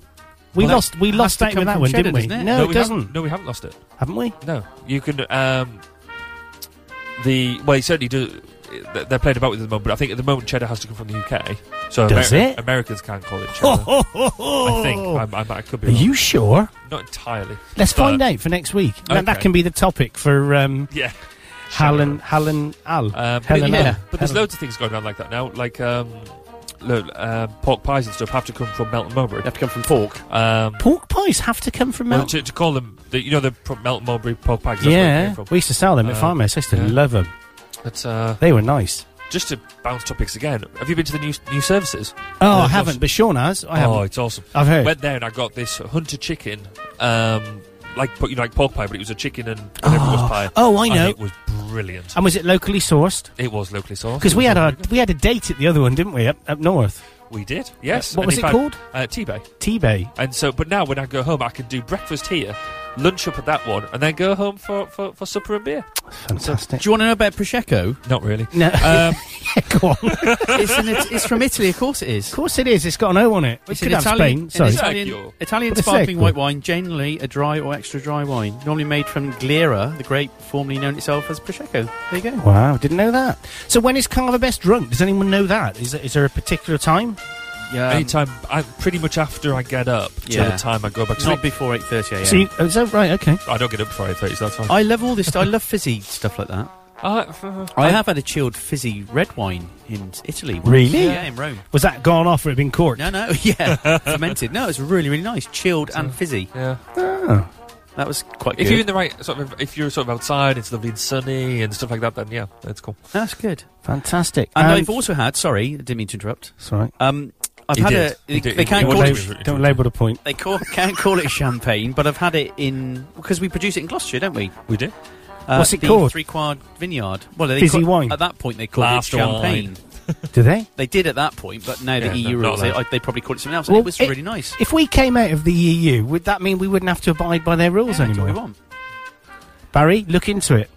We Well, that lost. We has lost to out come with that from one, cheddar, didn't we? doesn't it? No, it we haven't- doesn't. No, we haven't lost it. Haven't we? No, you can. Um, the well, you certainly do. th- They're playing about with it at the moment, but I think at the moment cheddar has to come from the UK. So Does Ameri- it? Americans can't call [LAUGHS] it Ho, cheddar. ho, ho, ho. I think I'm, I'm, I could be. Are wrong. you sure? Not entirely. Let's But- find out for next week. That, that Okay. can be the topic for um, Yeah. Helen, Helen, Al. Um, but, Helen, yeah, Al. but there's Helen. loads of things going on like that now. Like um, lo- uh, pork pies and stuff have to come from Melton Mowbray. You have to come from pork. Um, Pork pies have to come from well, Mount. to, to call them, the, you know, the pro- Melton Mowbray pork pies. That's where it yeah, came from. we used to sell them at Uh, Farmhouse. I used to yeah. love them. But uh, They were nice. just to bounce topics again, have you been to the new new services? Oh, Uh, I haven't, but Sean has. I Oh, haven't. it's awesome. I've heard. Went there and I got this hunter chicken, um, like but you know, like pork pie, but it was a chicken and whatever was pie. oh, I And know. it was brilliant. And was it locally sourced? It was locally sourced. Because It we was had all a very good. we had a date at the other one, didn't we? Up up north, we did yes. What And was in it fact, called? Uh, T-Bay. T Bay. And so, but now when I go home, I can do breakfast here, lunch up at that one, and then go home for, for, for supper and beer. Fantastic. Do you want to know about prosecco? Not really. No, Um, [LAUGHS] go on. of [LAUGHS] it's, an, it's from Italy, of course it is. course it is. It's got an O on it. We It's could an have Italian, Spain. Sorry. an Thank you. Italian, Italian What is sparkling that white called? wine, generally a dry or extra dry wine, normally made from Glera, the grape formerly known itself as Prosecco. There you go. Wow, didn't know that. So when is Carver best drunk? Does anyone know that? Is there, is there a particular time? Yeah, anytime, I, pretty much after I get up till Yeah. the time I go back to not sleep. before eight thirty a.m. So you, is that right? Okay. I don't get up before eight thirty. So that's fine. I love all this. I love fizzy stuff like that. Uh, I have had a chilled fizzy red wine in Italy. once. Really? Yeah, in Rome. Was that gone off or had been corked? [LAUGHS] No, no, yeah, fermented. No, it's really, really nice, chilled and fizzy. yeah. Oh. That was quite If good. you're in the right sort of, if you're sort of outside, it's lovely and sunny and stuff like that. Then yeah, that's cool. That's good. Fantastic. And Um, I've also had. Sorry, I didn't mean to interrupt. Sorry. Um, I've You had did. a. They, You did. can't Don't call label- it. don't label the point. They call, can't call it champagne, but I've had it in because we produce it in Gloucestershire, don't we? Uh, We do. What's it the called? Three Quad Vineyard. Well, they Fizzy call- wine. At that point, they called Laugh it wine. champagne. Do they? They did at that point, but now Yeah, the EU no, not rules, they, allowed. they probably called it something else. Well, and it was it- really nice. If we came out of the EU, would that mean we wouldn't have to abide by their rules anymore? Barry, look into it.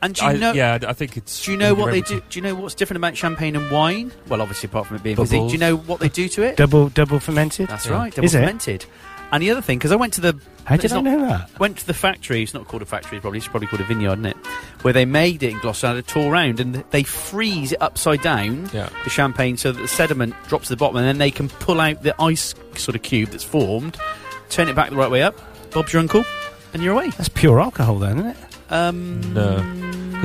And do you I- know? yeah, I think it's. Do you know what they do? irrevocable. Do you know what's different about champagne and wine? Well, obviously, apart from it being Bubbles. fizzy, do you know what they do to it? Double double fermented. That's right, double Is it? fermented. And the other thing, because I went to the How did it's I not- know that? Went to the factory. It's not called a factory. It's probably it's probably called a vineyard, isn't it? Where they made it in Gloucester. I had a tour round, and they freeze it upside down. Yeah. The champagne, so that the sediment drops to the bottom, and then they can pull out the ice sort of cube that's formed, turn it back the right way up. Bob's your uncle, and you're away. That's pure alcohol, then, isn't it? Um, no.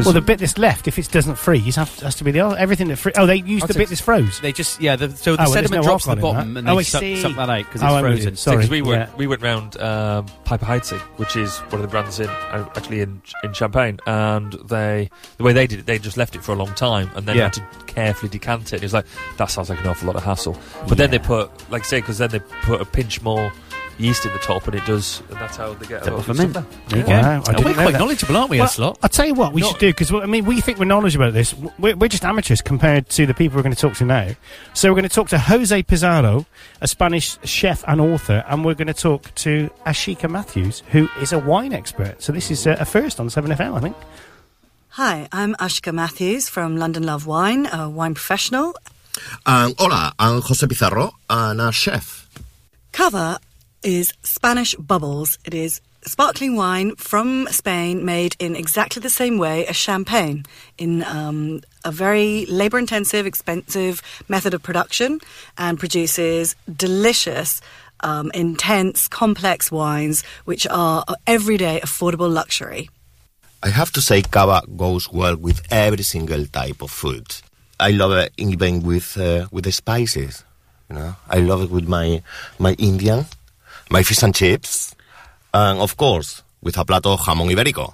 Well, the bit that's left, if it doesn't freeze, have, has to be the al- everything that freeze. Oh, they used the bit that's froze. They just yeah. The, so the Oh, well, there's sediment no drops to the alcohol in bottom, that. and they Oh, I suck, see. suck that out because Oh, it's I'm with you. frozen. Sorry. Because we went yeah. we went round um, Piper Heidsieck, which is one of the brands in uh, actually in in Champagne, and they the way they did it, they just left it for a long time and then Yeah. had to carefully decant it. It was like that sounds like an awful lot of hassle, but then they put like I say because then they put a pinch more yeast in the top and it does, and that's how they get a Double lot of ferment. stuff There you Yeah. go. Wow, I And didn't we're know quite that. knowledgeable, aren't we, Well, a slot? I'll tell you what we should do because I mean we think we're knowledgeable about this. We're, we're just amateurs compared to the people we're going to talk to now. So we're going to talk to Jose Pizarro, a Spanish chef and author, and we're going to talk to Ashika Matthews, who is a wine expert. So this is uh, a first on Seven FM, I think. Hi, I'm Ashika Matthews from London Love Wine, a wine professional. Um, hola, I'm Jose Pizarro, and a chef. Cava is Spanish bubbles. It is sparkling wine from Spain made in exactly the same way as champagne, in um, a very labor intensive, expensive method of production, and produces delicious. Um, intense, complex wines, which are everyday affordable luxury. I have to say, cava goes well with every single type of food. I love it even with uh, with the spices. You know, I love it with my my Indian, my fish and chips, and of course with a plato jamón ibérico.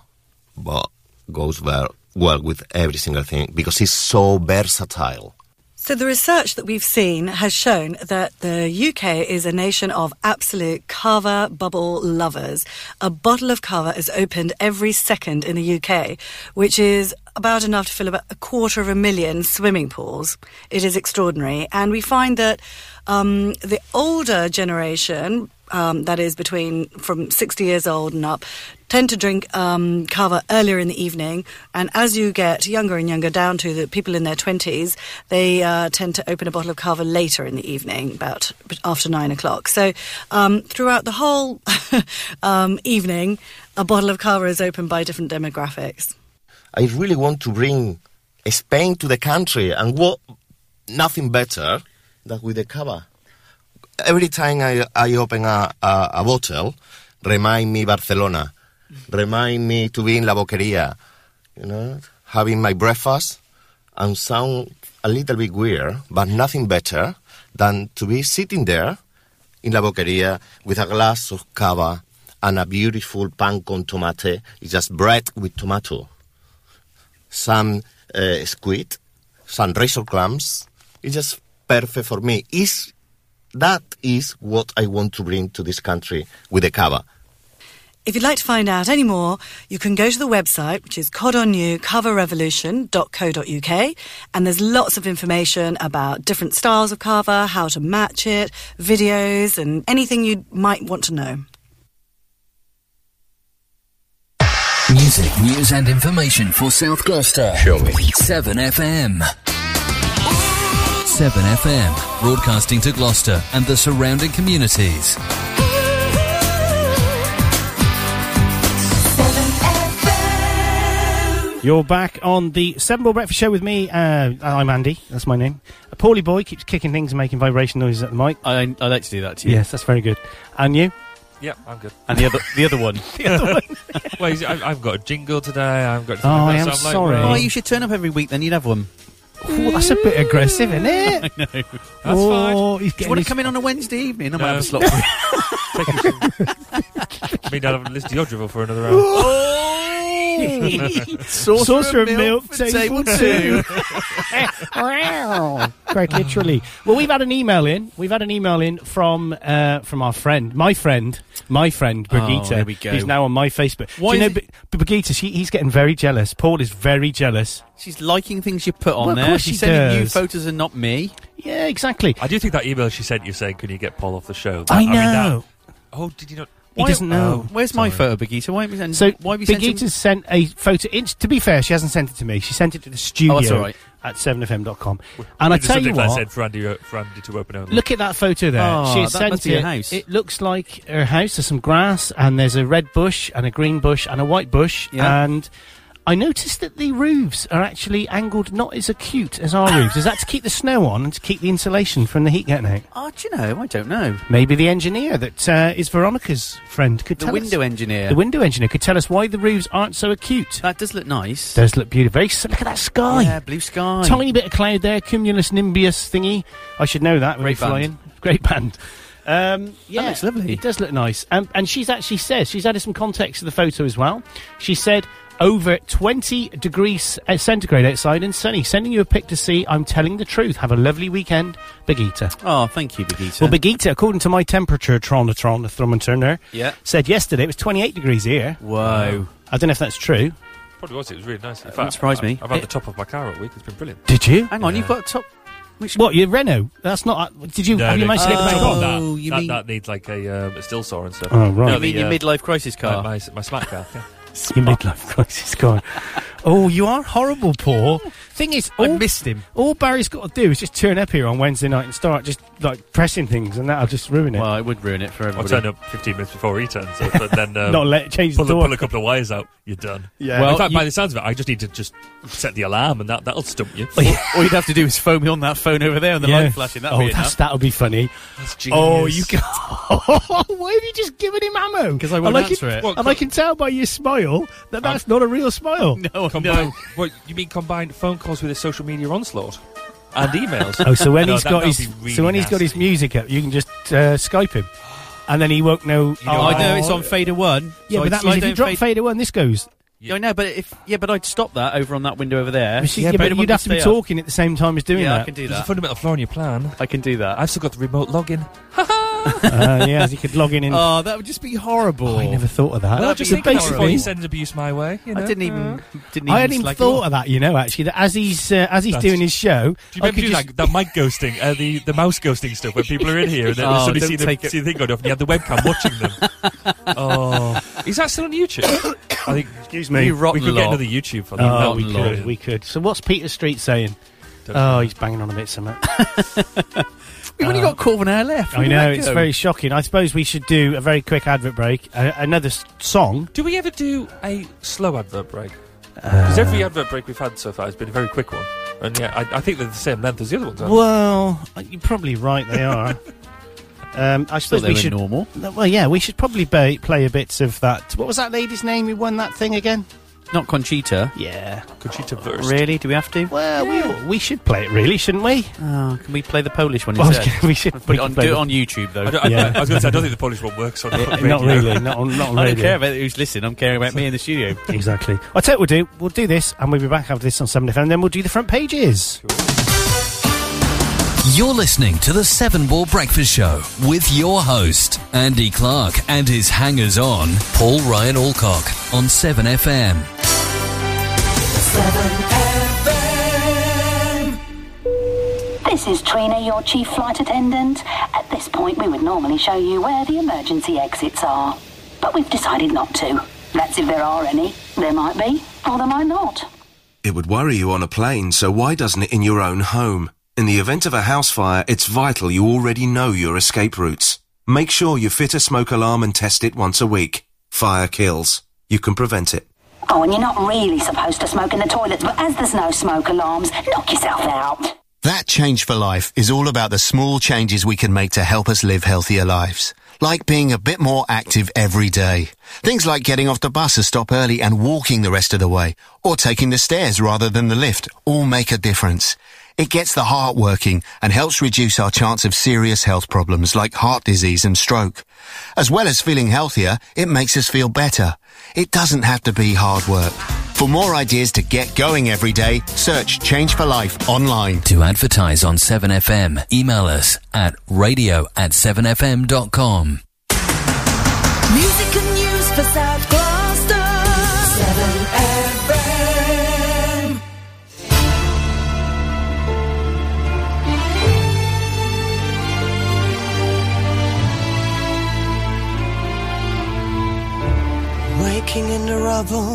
But goes well well with every single thing because it's so versatile. So, the research that we've seen has shown that the UK is a nation of absolute cava bubble lovers. A bottle of cava is opened every second in the UK, which is about enough to fill about a quarter of a million swimming pools. It is extraordinary. And we find that um, the older generation, um, that is between from 60 years old and up, tend to drink um, cava earlier in the evening. And as you get younger and younger, down to the people in their 20s, they uh, tend to open a bottle of cava later in the evening, about after nine o'clock. So um, throughout the whole [LAUGHS] um, evening, a bottle of cava is opened by different demographics. I really want to bring Spain to the country, and what nothing better than with the cava. Every time I, I open a, a, a bottle, remind me Barcelona, remind me to be in La Boqueria, you know, having my breakfast, and sound a little bit weird, but nothing better than to be sitting there in La Boqueria with a glass of cava and a beautiful pan con tomate. It's just bread with tomato some uh, squid, some razor clams. It's just perfect for me. Is that is what I want to bring to this country with the cava. If you'd like to find out any more, you can go to the website, which is codonewcoverrevolution.co.uk, and there's lots of information about different styles of cover, how to match it, videos, and anything you might want to know. Music, news, and information for South Gloucester. Show me. 7FM. 7FM, broadcasting to Gloucester and the surrounding communities. 7FM. You're back on the Seven Ball Breakfast Show with me. Uh, I'm Andy. That's my name. A poorly boy keeps kicking things and making vibration noises at the mic. I, I like to do that to you. Yes, that's very good. And you? Yeah, I'm good. And the other, the other [LAUGHS] one. well, you see, I've, I've got a jingle today. I've got. Oh, something I else, am I'm like, sorry. well, Oh, you should turn up every week, then you'd have one. Oh, that's a bit aggressive, isn't [LAUGHS] it? I know. That's Oh, fine. he's Do you getting want his- [LAUGHS] to come in on a Wednesday evening? I might No. [LAUGHS] have a slot. for you. Thank you. [LAUGHS] I mean, I'll have to listen to your drivel for [LAUGHS] another hour. Saucer, of milk, for table, two. [LAUGHS] Wow. Quite literally. Well, we've had an email in. We've had an email in from uh, from our friend, my friend, my friend Brigitte, there Oh, we go. who's now on my Facebook. Why Do you is know, B- Brigitte, she, he's getting very jealous. Paul is very jealous. She's liking things you put on Well, of there. course She's she sending you does. photos and not me. Yeah, exactly. I do think that email she sent you saying, "Can you get Paul off the show?" That- I mean, that- know. oh, did you not? He doesn't know. Oh, Where's my sorry. photo, Brigitte? Why have you sent? So why have you sent? Brigitte sent a photo. In, to be fair, she hasn't sent it to me. She sent it to the studio Oh, Oh, all right. at 7fm.com. And I Did the tell you subject what, line said for Andy, uh, for Andy to open only. Look at that photo there. Ah, Oh, she has that sent must be her it. house. It looks like her house. There's some grass, and there's a red bush, and a green bush, and a white bush. Yeah. And I noticed that the roofs are actually angled not as acute as our roofs. Is that to keep the snow on and to keep the insulation from the heat getting out? Oh, do you know? I don't know. Maybe the engineer that uh, is Veronica's friend could The tell window us. engineer. The window engineer could tell us why the roofs aren't so acute. That does look nice. Does look beautiful. Very s- look at that sky. Yeah, blue sky. Tiny bit of cloud there, cumulus nimbus thingy. I should know that. Great band. flying. Great band. Um, yeah, looks lovely. It does look nice. Um, and she's actually says she's added some context to the photo as well. She said over 20 degrees uh, centigrade outside and sunny. Sending you a pic to see. I'm telling the truth. Have a lovely weekend, Begita. Oh, thank you, Brigitte. Well, Begita, according to my temperature tronatron, the thermometer, Yeah. said yesterday it was 28 degrees here. Whoa. I don't know if that's true. Probably was. It was really nice. In That fact, surprised I- me. I've had It- the top of my car all week. It's been brilliant. Did you? Hang on, you've got a top. Which Oh, What, your Renault? That's not. Uh, did you. No, have you no, managed to get it it's back not on? that. you that, mean- that needs like a, um, a still saw and stuff. uh, Oh, right. You mean your midlife crisis car? My, my smart car. yeah. Your midlife crisis gone. oh, you are horrible, Paul. Thing is, all, I missed him. All Barry's got to do is just turn up here on Wednesday night and start just like pressing things, and that'll just ruin it. Well, it would ruin it for I everybody. turned up 15 minutes before he turns up, but [LAUGHS] then um, Not let- change the pull, a- door. pull a couple of wires out, you're done. Yeah. Well, Well, in fact, you- by the sounds of it, I just need to just set the alarm, and that that'll stump you. [LAUGHS] All you'd have to do is phone me on that phone over there and the light flashing. That'd oh, be that's, enough. that'll be funny. genius. Oh, you can. [LAUGHS] Why have you just given him ammo? Because I won't and I answer can, it. And I can tell by your smile that that's not a real smile. No, no. What you mean? Combined phone calls with a social media onslaught and emails. Oh, so when No, he's that- got that his would be so when really he's got his music up, you can just uh, Skype him, and then he won't know. Oh, I know it's on fader one. Yeah, so but I that slide means if you down drop fade- fader one, this goes. Yeah, I know, but if yeah, but I'd stop that over on that window over there. But she- yeah, Fader but one you'd can have to be stay up. talking at the same time as doing Yeah, that. I can do There's a [LAUGHS] that. fundamental flaw in your plan. I can do that. I've still got the remote login. uh, yeah, you could log in and. Oh, that would just be horrible. I never thought of that. Well, So just think about it before basically, you send abuse my way. you I know? didn't Uh, even didn't even. I hadn't even slag it thought off. of that. You know, actually, that as he's uh, as he's That's- doing his show, Do you I remember could doing just that, that mic ghosting, uh, the, the mouse ghosting stuff when people are in here and [LAUGHS] then Oh, somebody don't see take the, it. see the thing going off and you have the webcam watching them? [LAUGHS] Oh, [COUGHS] is that still on YouTube? I think. Excuse me. You We rotten could get lot. another YouTube for that. Oh, That we would be could, brilliant. we could. So, what's Peter Street saying? Don't Oh, he's banging on a bit something. We've only got quarter of an hour left. Ah. I know it's very shocking. I suppose we should do a very quick advert break. Uh, another s- song. Do we ever do a slow advert break? Because Uh. every advert break we've had so far has been a very quick one, and yeah, I, I think they're the same length as the other ones. aren't Well, uh, you're probably right. They [LAUGHS] are. um, I So suppose they we were should. normal. No, Well, yeah, we should probably ba- play a bit of that. What was that lady's name who won that thing again? Not Conchita. Yeah. they? Conchita Wurst. Really? Do we have to? Well, we, we should play [LAUGHS] it, really, shouldn't we? Oh, can we play the Polish one Well, I was instead? gonna- [LAUGHS] we should Put we it on, could play do it the- on YouTube though. I, don't, I, Yeah. I was going to say I don't think the Polish one works [LAUGHS] on. on radio. Not [LAUGHS] really. Not on, not on I radio. don't care about who's listening. I'm caring about me in the studio. [LAUGHS] Exactly. I tell you what we'll do. We'll do this, and we'll be back after this on 7FM, and then we'll do the front pages. You're listening to the Seven Ball Breakfast Show with your host, Andy Clark, and his hangers on, Paul Ryan Alcock, on 7FM. This is Trina, your chief flight attendant. At this point, we would normally show you where the emergency exits are, but we've decided not to. That's if there are any. There might be, or there might not. It would worry you on a plane, so why doesn't it in your own home? In the event of a house fire, it's vital you already know your escape routes. Make sure you fit a smoke alarm and test it once a week. Fire kills. You can prevent it. Oh, and you're not really supposed to smoke in the toilets, but as there's no smoke alarms, knock yourself out. That Change for Life is all about the small changes we can make to help us live healthier lives. Like being a bit more active every day. Things like getting off the bus a stop early and walking the rest of the way, or taking the stairs rather than the lift, all make a difference. It gets the heart working and helps reduce our chance of serious health problems like heart disease and stroke. As well as feeling healthier, it makes us feel better. It doesn't have to be hard work. For more ideas to get going every day, search Change for Life online. To advertise on 7FM, email us at radio at 7fm.com. Music and news for South Gloucester. 7FM. Waking in the rubble,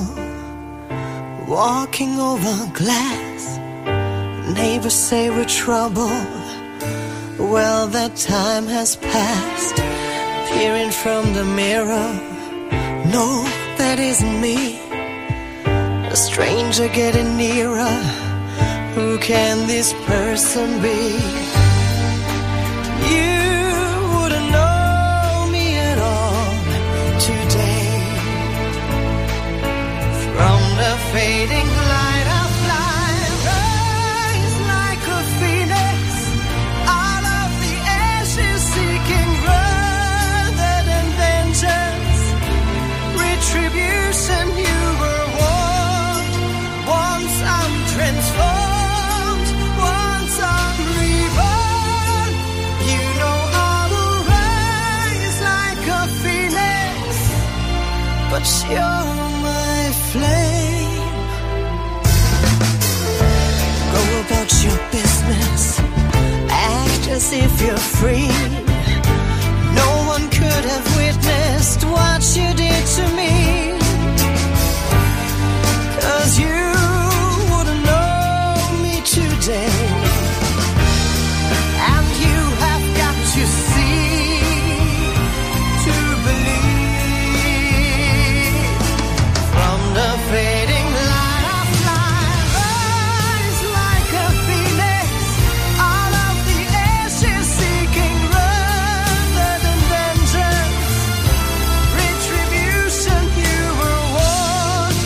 walking over glass. Neighbors say we're trouble. Well, that time has passed. Peering from the mirror, no, that isn't me. A stranger getting nearer. Who can this person be? You wouldn't know me at all today. From the fading light, I fly, rise like a phoenix out of the ashes, seeking rather than vengeance, retribution. You were warned. Once I'm transformed, once I'm reborn. You know I will rise like a phoenix, but you're my flame. Go about your business, act as if you're free. No one could have witnessed what you did to me. Cause you wouldn't know me today. And you have got to see to believe. From the fading light I fly, rise like a phoenix. All of the ashes seeking rather than vengeance. Retribution, you were warned.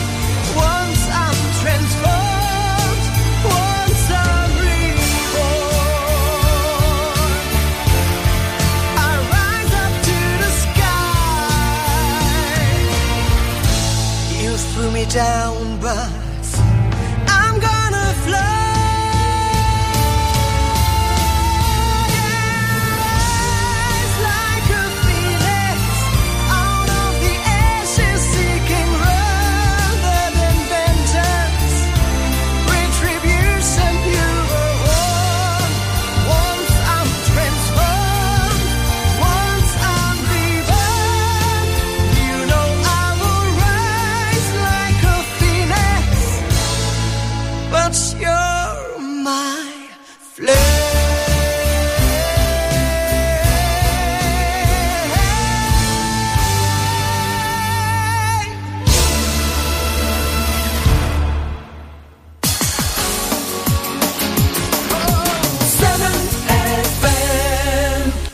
Once I'm transformed, once I'm reborn. I rise up to the sky. You threw me down, but I'm gonna fly. Like a phoenix, out of the ashes, seeking rather than vengeance. Retribution, you were warned. Once I'm transformed, once I'm reborn. You know I will rise like a phoenix, but you're my flame.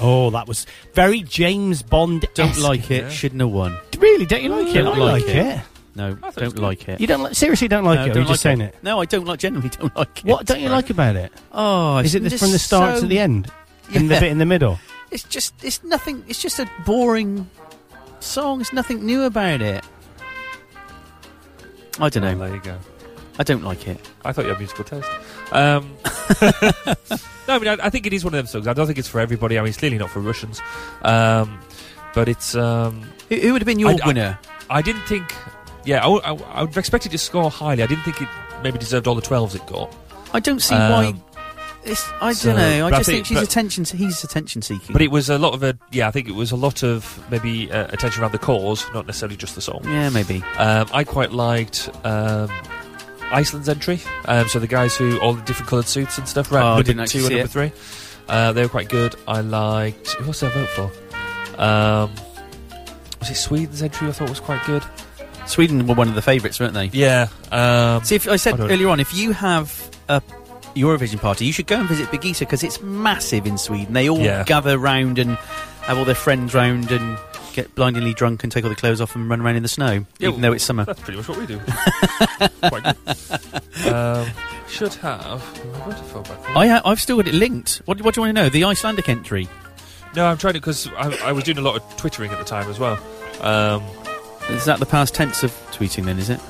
Oh, that was very James Bond. Don't like it. Shouldn't have won. Really? Don't you like it? Don't I like it. No, don't like it. You don't like- seriously don't like it, or don't you're just saying it? No, I don't like. Generally, don't like it. What don't you like about it? Oh, is it it's the- from the just start so- to the end? And the Yeah. bit in the middle? It's just. It's nothing. It's just a boring song. It's nothing new about it. I don't know. There you go. I don't like it. I thought you had musical taste. [LAUGHS] Um, no, I mean, I, I think it is one of them songs. I don't think it's for everybody. I mean, it's clearly not for Russians. Um, but it's. Um, Who- who would have been your I- I- winner? I, didn't think. Yeah, I, would- I, would- I would expect it to score highly. I didn't think it maybe deserved all the 12s it got. I don't see Um, why. It's, I so- don't know. I but I just think- think, she's but- attention. He's attention seeking. But it was a lot of a yeah. I think it was a lot of maybe uh, attention around the cause, not necessarily just the song. Yeah, maybe. Um, I quite liked um, Iceland's entry. Um, so the guys who all the different coloured suits and stuff. Right, Oh, I number didn't actually two and see number three. Uh, they were quite good. I liked. Who else did I vote for? Um, was it Sweden's entry? I thought was quite good. Sweden were one of the favourites, weren't they? Yeah. Um, See, if I said I don't- earlier on, if you have a Eurovision party, you should go and visit Birgitta because it's massive in Sweden. They all Yeah. gather round and have all their friends round and get blindingly drunk and take all the clothes off and run around in the snow, Yeah, even though it's summer. That's [LAUGHS] pretty much what we [LAUGHS] do. Quite good. Um, should have. Wonderful back. I ha- I've still got it linked. What, what do you want to know? The Icelandic entry. No, I'm trying to because I, I was doing a lot of twittering at the time as well. Um, Is that the past tense of tweeting? Then is it?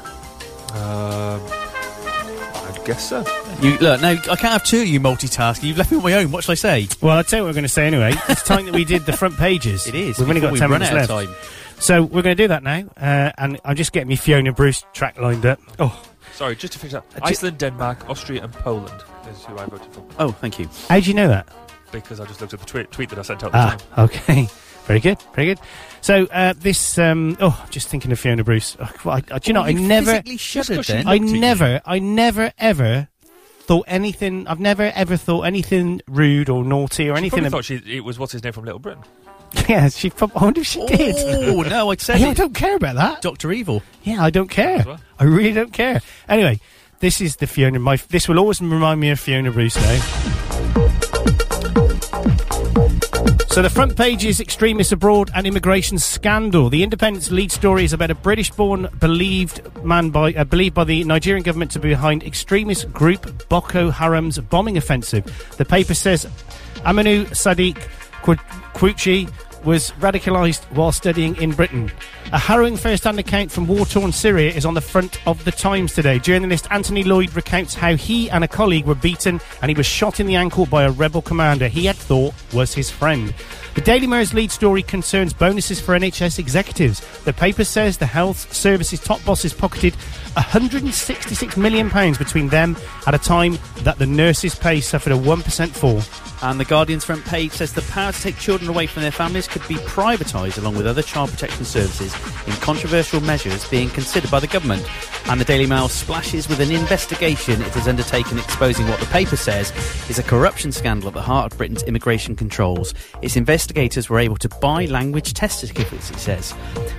Um, I guess so. You look. No, I can't have two. of You multitasking. You've left me on my own. What shall I say? Well, I'll tell you what we're going to say anyway. It's time that we did the front [LAUGHS] pages. It is, We've only before got we 10 run minutes out left. of time. So we're going to do that now. Uh, and I'm just getting me Fiona Bruce track lined up. Oh. Sorry, just to finish Uh, up. Iceland, Denmark, Austria, and Poland is who I voted for. Oh, thank you. How do you know that? Because I just looked at the tweet, tweet that I sent out. Ah, At the time. okay. [LAUGHS] Very good. Very good. So uh, this, um, oh, just thinking of Fiona Bruce. Oh, I, I, do you know, Oh, I you never, physically shuddered Just 'cause she then? I looked at you. never, I never ever thought anything. I've never ever thought anything rude or naughty or She anything. probably ab- thought she, it was what's his name from Little Britain. [LAUGHS] yeah, she. Prob- I wonder if she did. Oh no, I'd said [LAUGHS] yeah, I it. don't care about that. Doctor Evil. Yeah, I don't care. well. I really don't care. Anyway, this is the Fiona. My this will always remind me of Fiona Bruce now. So the front page is extremists abroad and immigration scandal. The Independent's lead story is about a British-born believed man by uh, believed by the Nigerian government to be behind extremist group Boko Haram's bombing offensive. The paper says Aminu Sadiq Qu- Quuchi was radicalised while studying in Britain. A harrowing first-hand account from war-torn Syria is on the front of the Times today. Journalist Anthony Lloyd recounts how he and a colleague were beaten and he was shot in the ankle by a rebel commander he had thought was his friend. The Daily Mirror's lead story concerns bonuses for NHS executives. The paper says the health services top bosses pocketed £166 million between them at a time that the nurses' pay suffered a 1% fall. And the Guardian's front page says the power to take children away from their families could be privatised along with other child protection services in controversial measures being considered by the government. And the Daily Mail splashes with an investigation it has undertaken exposing what the paper says is a corruption scandal at the heart of Britain's immigration controls. Its investigators were able to buy language test certificates, it says.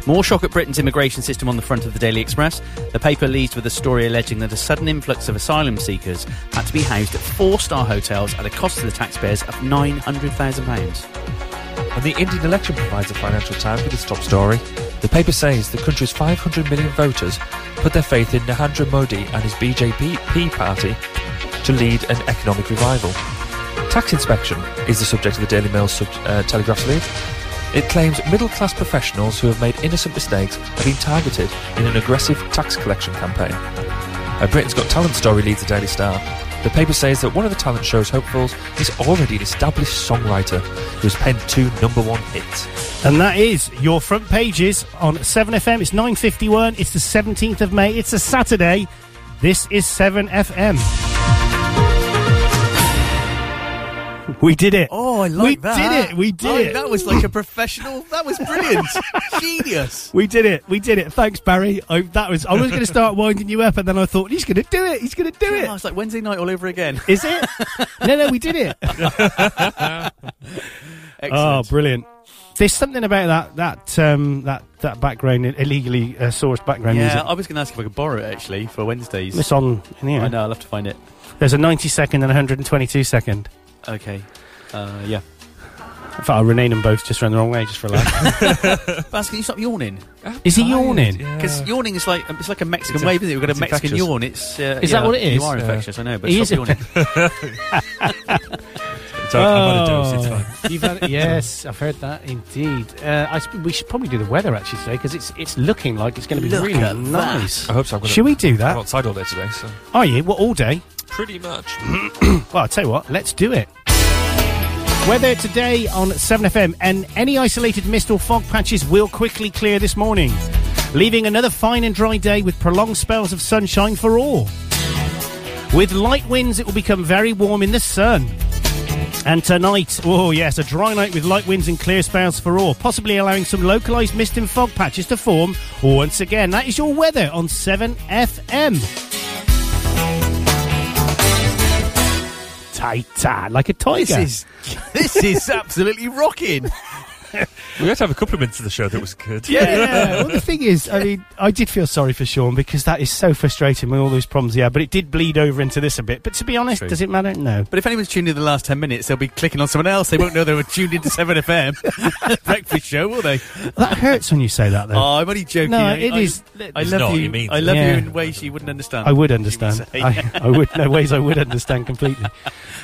More shock at Britain's immigration system on the front of the Daily Express. The paper leads with a story alleging that a sudden influx of asylum seekers had to be housed at four star hotels at a cost to the taxpayers of £900,000. And the Indian election provides the Financial Times with its top story. The paper says the country's 500 million voters put their faith in Narendra Modi and his BJP party to lead an economic revival. Tax inspection is the subject of the Daily Mail sub- uh, Telegraph's lead. It claims middle class professionals who have made innocent mistakes have been targeted in an aggressive tax collection campaign. A Britain's Got Talent story leads the Daily Star. The paper says that one of the talent show's hopefuls is already an established songwriter who has penned two number one hits. And that is your front pages on 7FM. It's 9.51. It's the 17th of May. It's a Saturday. This is 7FM. We did it. Oh, I like We that. did it. We did it. That was like a professional. That was brilliant. [LAUGHS] Genius. We did it. We did it. Thanks, Barry. I, that was. I was going to start winding you up, and then I thought he's going to do it. He's going to do Yeah, it. I was like Wednesday night all over again. Is it? no, no, we [LAUGHS] did it. Oh, brilliant. There's something about that that um, that that background illegally uh, sourced background yeah, music. I was going to ask if I could borrow it actually for Wednesdays. It's on in here. I know. I'll have to find it. There's a 90 second and a 122 second. Okay. Uh, [LAUGHS] yeah. I thought I'll rename them both. Just ran the wrong way, just for a laugh. Baz, can you stop yawning? Is he yawning? Because yawning is like [LAUGHS] it's like a Mexican It's a- wave, isn't it? We've got a it's Mexican infectious. yawn. It's uh, Is yeah, that what it is? You are Yeah. infectious, I know, but He stop yawning. [LAUGHS] Oh. You've had it- [LAUGHS] yes, I've heard that indeed. Uh, I sp- we should probably do the weather actually today because it's it's looking like it's going to be Look really at that. nice. I hope so. I'm gonna- Should we do that? I'm outside all day today, so Are you? What all day? pretty much. [CLEARS THROAT] well, I'll tell you what, let's do it. Weather today on 7FM, and any isolated mist or fog patches will quickly clear this morning, leaving another fine and dry day with prolonged spells of sunshine for all. With light winds, it will become very warm in the sun. And tonight, oh yes, a dry night with light winds and clear spells for all, possibly allowing some localised mist and fog patches to form once again. That is your weather on 7FM. Tight, tight, like a tiger. [LAUGHS] This is this is absolutely rocking. [LAUGHS] We had to have a compliment to the show that was good. Yeah. well, the thing is, I mean, I did feel sorry for Sean because that is so frustrating with all those problems he had. But it did bleed over into this a bit. But to be honest, True. does it matter? No. But if anyone's tuned in the last 10 minutes, they'll be clicking on someone else. They won't know they were tuned into 7FM [LAUGHS] breakfast show, will they? That hurts when you say that, though. [LAUGHS] Oh, I'm only joking. No, I, it I- is- I, It's love not, you. it means- I love Yeah. you in ways you wouldn't understand. I would understand. You I, I would [LAUGHS] no ways. I would understand completely.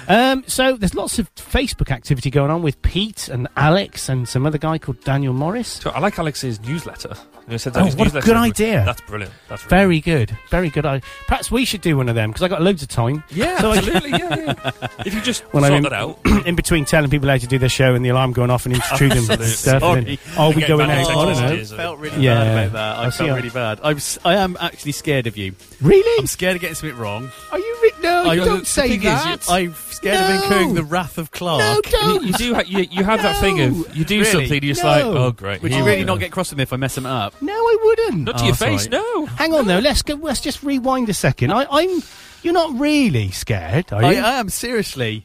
Um, so there's lots of Facebook activity going on with Pete and Alex and some other guy called Daniel Morris. So I like Alex's newsletter. You know, sends out [LAUGHS] Oh, his what a newsletter good every- idea! That's brilliant. That's brilliant. very good, very good. I, perhaps we should do one of them because I got loads of time. Yeah, [LAUGHS] So I- absolutely. yeah, yeah. If you just When sort I'm that out. [CLEARS THROAT] in, in between telling people how to do their show and the alarm going off and intruding [LAUGHS] them and Absolutely. stuff, and then, Sorry. oh, I'm we getting going back out. to I text don't messages. know. I felt really yeah. bad about that. I, see felt it. really bad. I'm, s- I am actually scared of you. Really? I'm scared of getting something wrong. Are you? Re- no, I- you I- don't the say thing is, that. you- I'm scared of incurring the wrath of Clark. No, don't. You do. Ha- you, you have that thing of you do Really? something. You're just like, oh great. Would you here we really go. not get cross with me if I mess them up? No, I wouldn't. Not to your face, no. Hang on though. Let's go. Let's just rewind a second. I, I'm. You're not really scared, are I, you? I am seriously.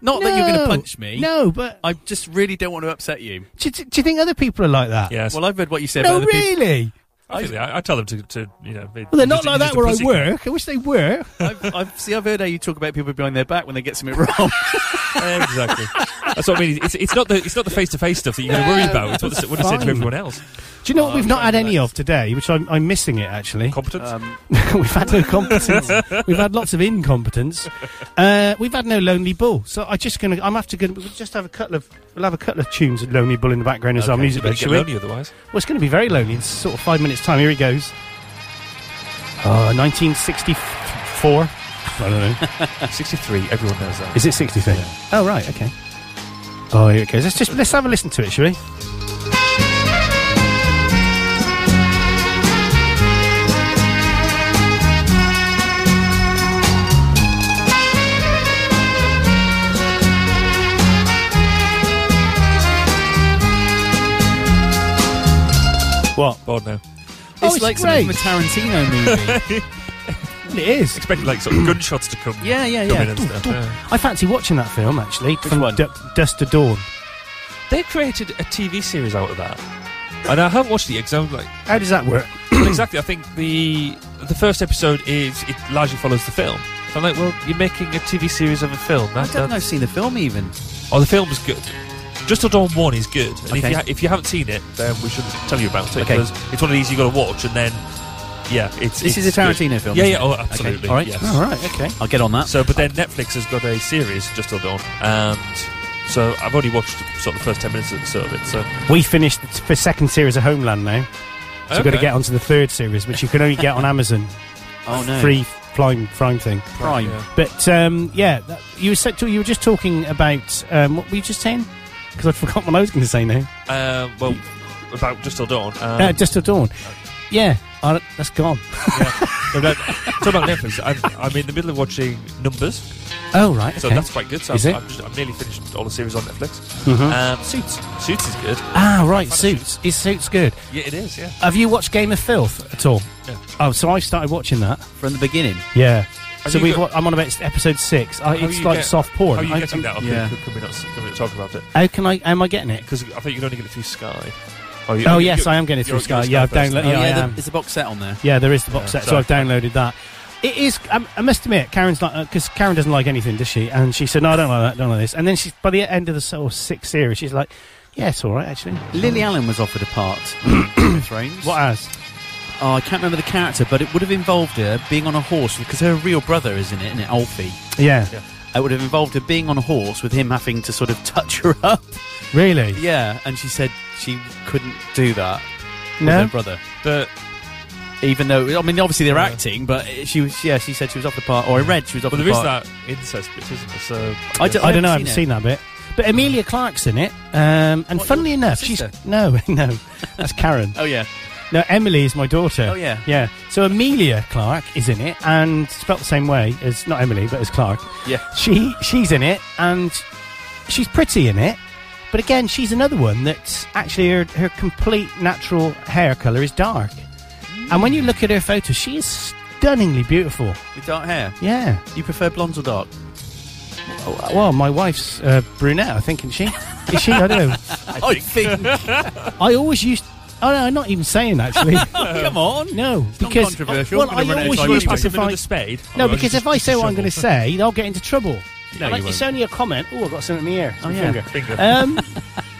Not that you're going No. to punch me. No, but I just really don't want to upset you. do, you- do you think other people are like that? Well, I've read what you said. No, about other people. really. I, think- I, I tell them to, to you know. Well, Well, they're not like that where I work. I wish they were. I've, I've, see, I've heard how you talk about people behind their back when they get something [LAUGHS] wrong. exactly. That's what I mean. It's, it's not the it's not the face to face stuff that you're going to worry about. It's what, it's what it said to Fine. everyone else. Do you know Oh, what we've not had any of today, which I'm, I'm missing it actually? Competence. [LAUGHS] we've had no [LAUGHS] competence. we've had lots of incompetence. Uh, we've had no lonely bull. So I'm just gonna. I'm have to. Gonna, we'll just have a couple of. We'll have a couple of tunes of lonely bull in the background as our Okay. music. eh? You're gonna bed, shall get we? lonely otherwise. Well, it's going to be very lonely. It's sort of five minutes time. Here he goes. Uh, 1964. I [LAUGHS] don't know. 63. Everyone knows that. Is it 63? Oh right. Okay. Oh, here it goes. Let's just let's have a listen to it, shall we? What? Bored now. Oh, it's, it's like something great. from a Tarantino movie. It is. Expect like Mm. sort of gunshots to come. Yeah, yeah, come yeah. in and stuff, yeah. I fancy watching that film actually. From Du- Dust to Dawn. They created a TV series out of that, and I haven't watched it yet 'cause I'm like, How does that work? [CLEARS THROAT] well, exactly. I think the the first episode is it largely follows the film. So I'm like, well, you're making a TV series of a film. That, I don't know. I've seen the film even. Oh, the film's good. Just till Dawn One is good, and if Okay. you, ha- if you haven't seen it, then we shouldn't tell you about it Okay. because it's one of these you got to watch, and then yeah, it's This it's is a good. Tarantino film, Yeah, yeah, isn't it? oh, Okay. absolutely. All right. yes. All right, okay. I'll get on that. So, but then Netflix has got a series just till Dawn, and so I've already watched sort of the first ten minutes or so of it. So We finished the t- second series of Homeland now. So we've got to Okay. get onto the third series, which you can [LAUGHS] only get on Amazon. Oh, no. Free prime prime thing. Prime. Yeah. But um, yeah, that, you were said to, you were just talking about um, what were you just saying? Because I forgot what I was going to say now. Um, well, about Just Till Dawn. Um, uh, just at dawn. Yeah, I, don't- that's gone. no, no, talk [LAUGHS] about Netflix. I'm, I'm in the middle of watching Numbers. Oh, right, So okay. that's quite good. So Is I'm, it? I'm, just, I'm nearly finished all the series on Netflix. Mm-hmm. Mhm. Um, Suits. Suits is good. [LAUGHS] ah, right, suits. Is suits good? Yeah, it is, yeah. Have you watched Game of Filth at all? No. Oh, so I started watching that. From the beginning. Yeah. Have so you we've. got- wa- I'm on about s- episode six. I, How it's you like get- soft porn. How are you I- getting that? I think Yeah. could- could we not, s- could we not talk about it? How can I? Am I getting it? Because I think you're only getting it through Sky. Oh, Oh, yes, I am getting it through Sky. Yeah, I've downloaded. Oh, Yeah, I am. there's a box set on there. Yeah, there is the box Yeah, set, so I've downloaded that. It is. I, I must admit, Karen's like because Karen doesn't like anything, does she? And she said, "No, I don't like that. Don't like this." And then she's by the end of the sort of sixth series, she's like, "Yeah, it's all right, actually." Lily Allen was offered a part. [COUGHS] in Game of Thrones. What as? Oh, I can't remember the character, but it would have involved her being on a horse because her real brother is in it, isn't it, Alfie? Yeah. It would have involved her being on a horse with him having to sort of touch her up. Really? Yeah, and she said she couldn't do that No? with her brother. But even though, I mean, obviously they're acting, but she was, yeah, she said she was off the part, or I read she was off But the there is part. that incest bit, isn't there? So I d- I don't know. I haven't seen that bit. But Amelia Clark's in it, um, and funnily enough, she's no, [LAUGHS] no, that's Karen. Oh yeah. No, Emily is my daughter. Oh, yeah. yeah. So Amelia Clark is in it, and spelt the same way as not Emily, but as Clark. Yeah. she she's in it, and she's pretty in it. But again, she's another one that's actually her her complete natural hair color is dark, and when you look at her photo, she is stunningly beautiful. With dark hair. Yeah. Oh, You prefer blondes or dark? Well, my wife's uh, brunette, I think, isn't she? Is she? I don't [LAUGHS] know. I think. I always used. Oh no, I'm not even saying actually. [LAUGHS] Come on. No, not because controversial. Well, We're gonna I run out of always time used anyway. to Give him find another spade. No, Or because just if I say what I'm shovel. going to say, they'll get into trouble. No, Like, you it's won't. only a comment. Oh, I got something in my ear. It's Oh, my yeah. finger. Finger. [LAUGHS] Um,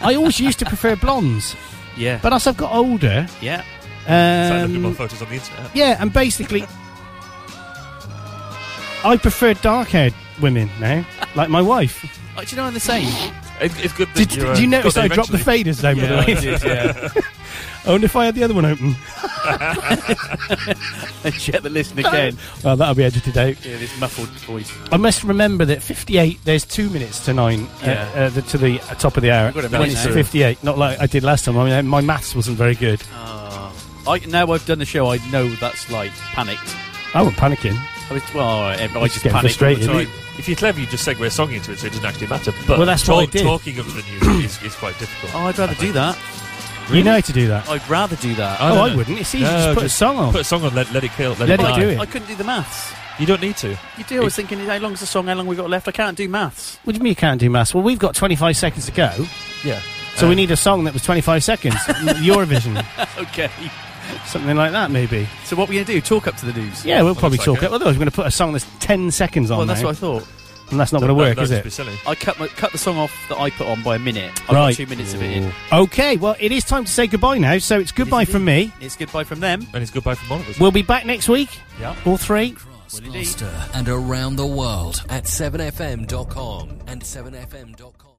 I always used to prefer blondes, Yeah. but as I've got older, yeah. so I looked at my um, photos on the internet. yeah, and [LAUGHS] basically, I prefer dark-haired women now, like my wife. Oh, do you know I'm the [LAUGHS] same? [LAUGHS] It, it's good. That Did, you're, uh, did you notice got I there dropped the eventually. faders down? yeah, by the I way, did, [LAUGHS] yeah. I wonder if I had the other one open. [LAUGHS] and check the listen again. well, that'll be edited out. Yeah, this muffled voice. I must remember that 58. There's two minutes to nine uh, Yeah. uh, the, to the uh, top of the hour. We've got a When minute it's now. 58, not like I did last time. I mean, uh, my maths wasn't very good. I now I've done the show. I know that's like panicked. I wasn't panicking. I was well. I, I Just just get panicked all the frustrated. time. If you're clever, you just segue a song into it, so it doesn't actually matter. But Well, that's talk, what I did. talking up to the news is, is quite difficult. Oh, I'd rather do that. You know how to do that. I'd rather do that. oh, don't I know. wouldn't. It's easy. just put a song on. Put a song on. Let, let it kill. Let, Let it die. do it. I couldn't do the maths. You don't need to. You do. I was thinking, how long's the song? How long we got left? I can't do maths. What do you mean you can't do maths? Well, we've got 25 seconds to go, Yeah. so we need a song that was 25 seconds. [LAUGHS] Eurovision, [LAUGHS] okay. something like that, maybe. So what are we gonna do? Talk up to the news. Yeah, we'll That probably looks talk like it. Otherwise, we're going to put a song that's 10 seconds on. Well, that's now, what I thought. and that's not going to work, is it? I cut my, cut the song off that I put on by a minute. I've Right. got two minutes of it in. Okay, well, it is time to say goodbye now. So it's goodbye from me. It's goodbye from them. And it's goodbye from one of us. We'll be back next week. Yeah. All three. Blaster and around the world at 7fm.com and 7fm.com.